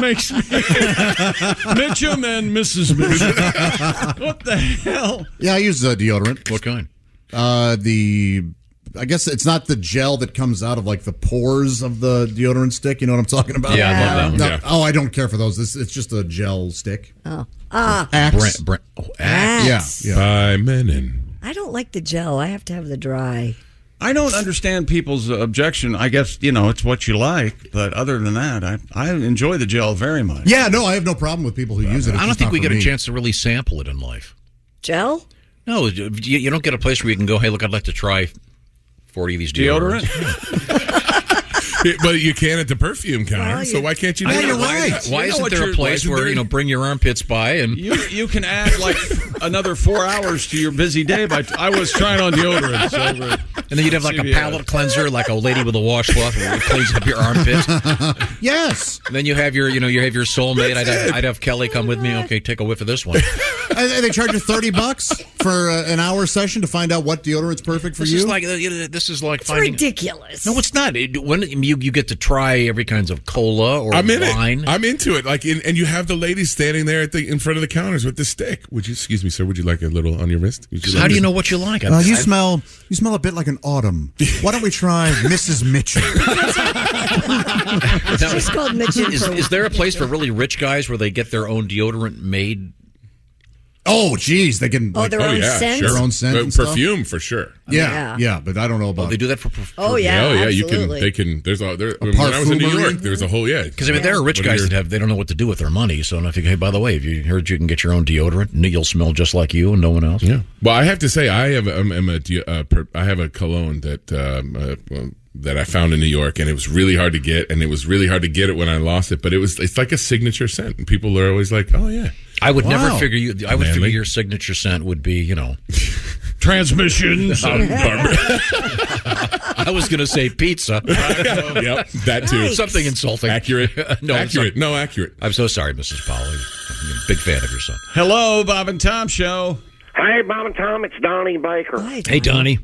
makes me. Mitchum and Mrs. Mitchum. what the hell?
Yeah, I use uh, deodorant.
What kind?
Uh, the I guess it's not the gel that comes out of like the pores of the deodorant stick. You know what I'm talking about?
Yeah, I love that one. Yeah.
Oh, I don't care for those. This it's just a gel stick.
Oh. Ah.
Axe.
Brent, Brent, oh,
Axe.
Yeah, yeah.
By Menon.
I don't like the gel. I have to have the dry.
I don't understand people's objection. I guess you know it's what you like, but other than that, I I enjoy the gel very much.
Yeah, no, I have no problem with people who use it. It's
I don't
just
think
not
we
for
get
me.
a chance to really sample it in life.
Gel?
No, you, you don't get a place where you can go. Hey, look, I'd like to try forty of these deodorants.
but you can at the perfume counter.
Well,
so
you-
why can't you?
I
do
know,
that?
why- Why
You know
isn't
what
there
you're-
a place
why
where
isn't
you know
there-
bring your armpits by and
You you can add like another four hours to your busy day. By I was trying on deodorant, so uh,
and then you'd have like a
CVS.
palate cleanser, like a lady with a washcloth who cleans up your armpits.
yes.
And then you have your, you know, you have your soulmate. I'd have, I'd have Kelly come with me. Okay, take a whiff of this one.
And- and they charge you thirty bucks for uh, an hour session to find out what deodorant's perfect for
This
you.
is like this is like
It's
finding
ridiculous.
No, it's not. It, when you you get to try every kinds of cola or
I'm in
wine.
it. I'm into it. Like, in, and you have the ladies standing there at the in front of the counters with the stick. Would you, excuse me, sir? Would you like a little on your wrist? Would like this?
what you like?
Uh, you
I-
smell. You smell a bit like an autumn. Why don't we try Mrs. Mitchell?
Now,
She's called Mitchum
Is,
for-
is there a place for really rich guys where they get their own deodorant made?
Oh, geez, they can.
Oh, like- their own scent?
Their own scent
But
and stuff?
Uh, perfume for sure.
Yeah, yeah, but I don't know about.
they do that for. for
Oh, yeah.
oh yeah, you can.
absolutely.
They can. There's all there. When I was in New
parfumery?
York, there's a whole yeah.
Because I mean, there are rich
What are
guys
your-
that have they don't know what to do with their money. So, if you, hey, by the way, have you heard you can get your own deodorant and you'll smell just like you and no one else? Yeah.
Well, I have to say, I have um, am a de- uh, per- I have a cologne that um, uh, well, that I found in New York, and it was really hard to get, and it was really hard to get it when I lost it. But it was it's like a signature scent, and people are always like, "Oh yeah."
I would never figure you. I would figure your signature scent would be, you know,
transmissions.
Um, I was going to say pizza.
yep, that too. Yikes.
Something insulting. Accurate. no,
Accurate.
No,
accurate.
I'm so sorry, Mrs. Polly. I'm a big fan of your son.
Hello, Oh, Bob and Tom Show.
Hey, Bob and Tom, it's Donnie Baker.
Hey, Donnie.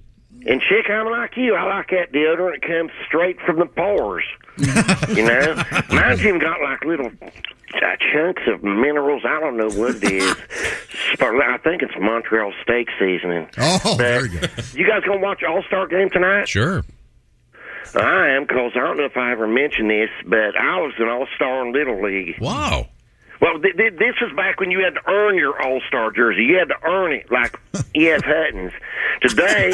And chick, I'm like you. I like that deodorant. It comes straight from the pores. you know, mine's even got like little uh, chunks of minerals. I don't know what it is. Sp- I think it's Montreal steak seasoning.
Oh,
very good. You guys gonna watch All Star game tonight?
Sure.
I am, 'cause I don't know if I ever mentioned this, but I was an All Star in Little League.
Wow.
Well, th- th- this is back when you had to earn your All Star jersey. You had to earn it, like E.F. Hutton's. Today,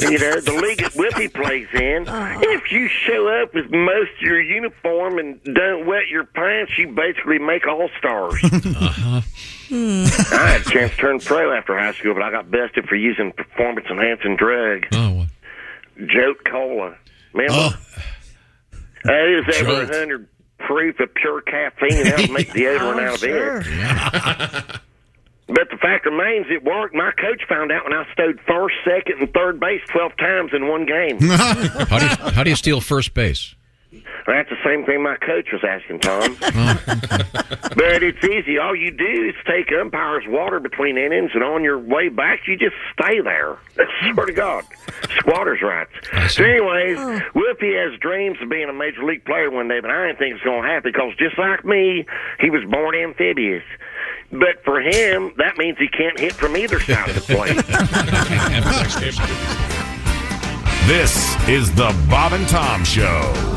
you know, the league that Whippy plays in, if you show up with most of your uniform and don't wet your pants, you basically make All Stars. I had a chance to turn pro after high school, but I got busted for using performance enhancing drug. Oh, what? Oh. Joke cola. Remember? That is over
Jolt.
100 proof of pure caffeine. That would make deodorant
Oh,
out of
sure.
it. But the fact remains, it worked. My coach found out when I stowed first, second, and third base 12 times in one game.
how, do you, how do you steal first base?
That's the same thing my coach was asking, Tom. but it's easy. All you do is take umpire's water between innings, and on your way back, you just stay there. Swear to God. Squatter's rights. So, anyways, Whoopi has dreams of being a major league player one day, but I don't think it's going to happen because just like me, he was born amphibious. But for him, that means he can't hit from either side of the plate.
This is the Bob and Tom Show.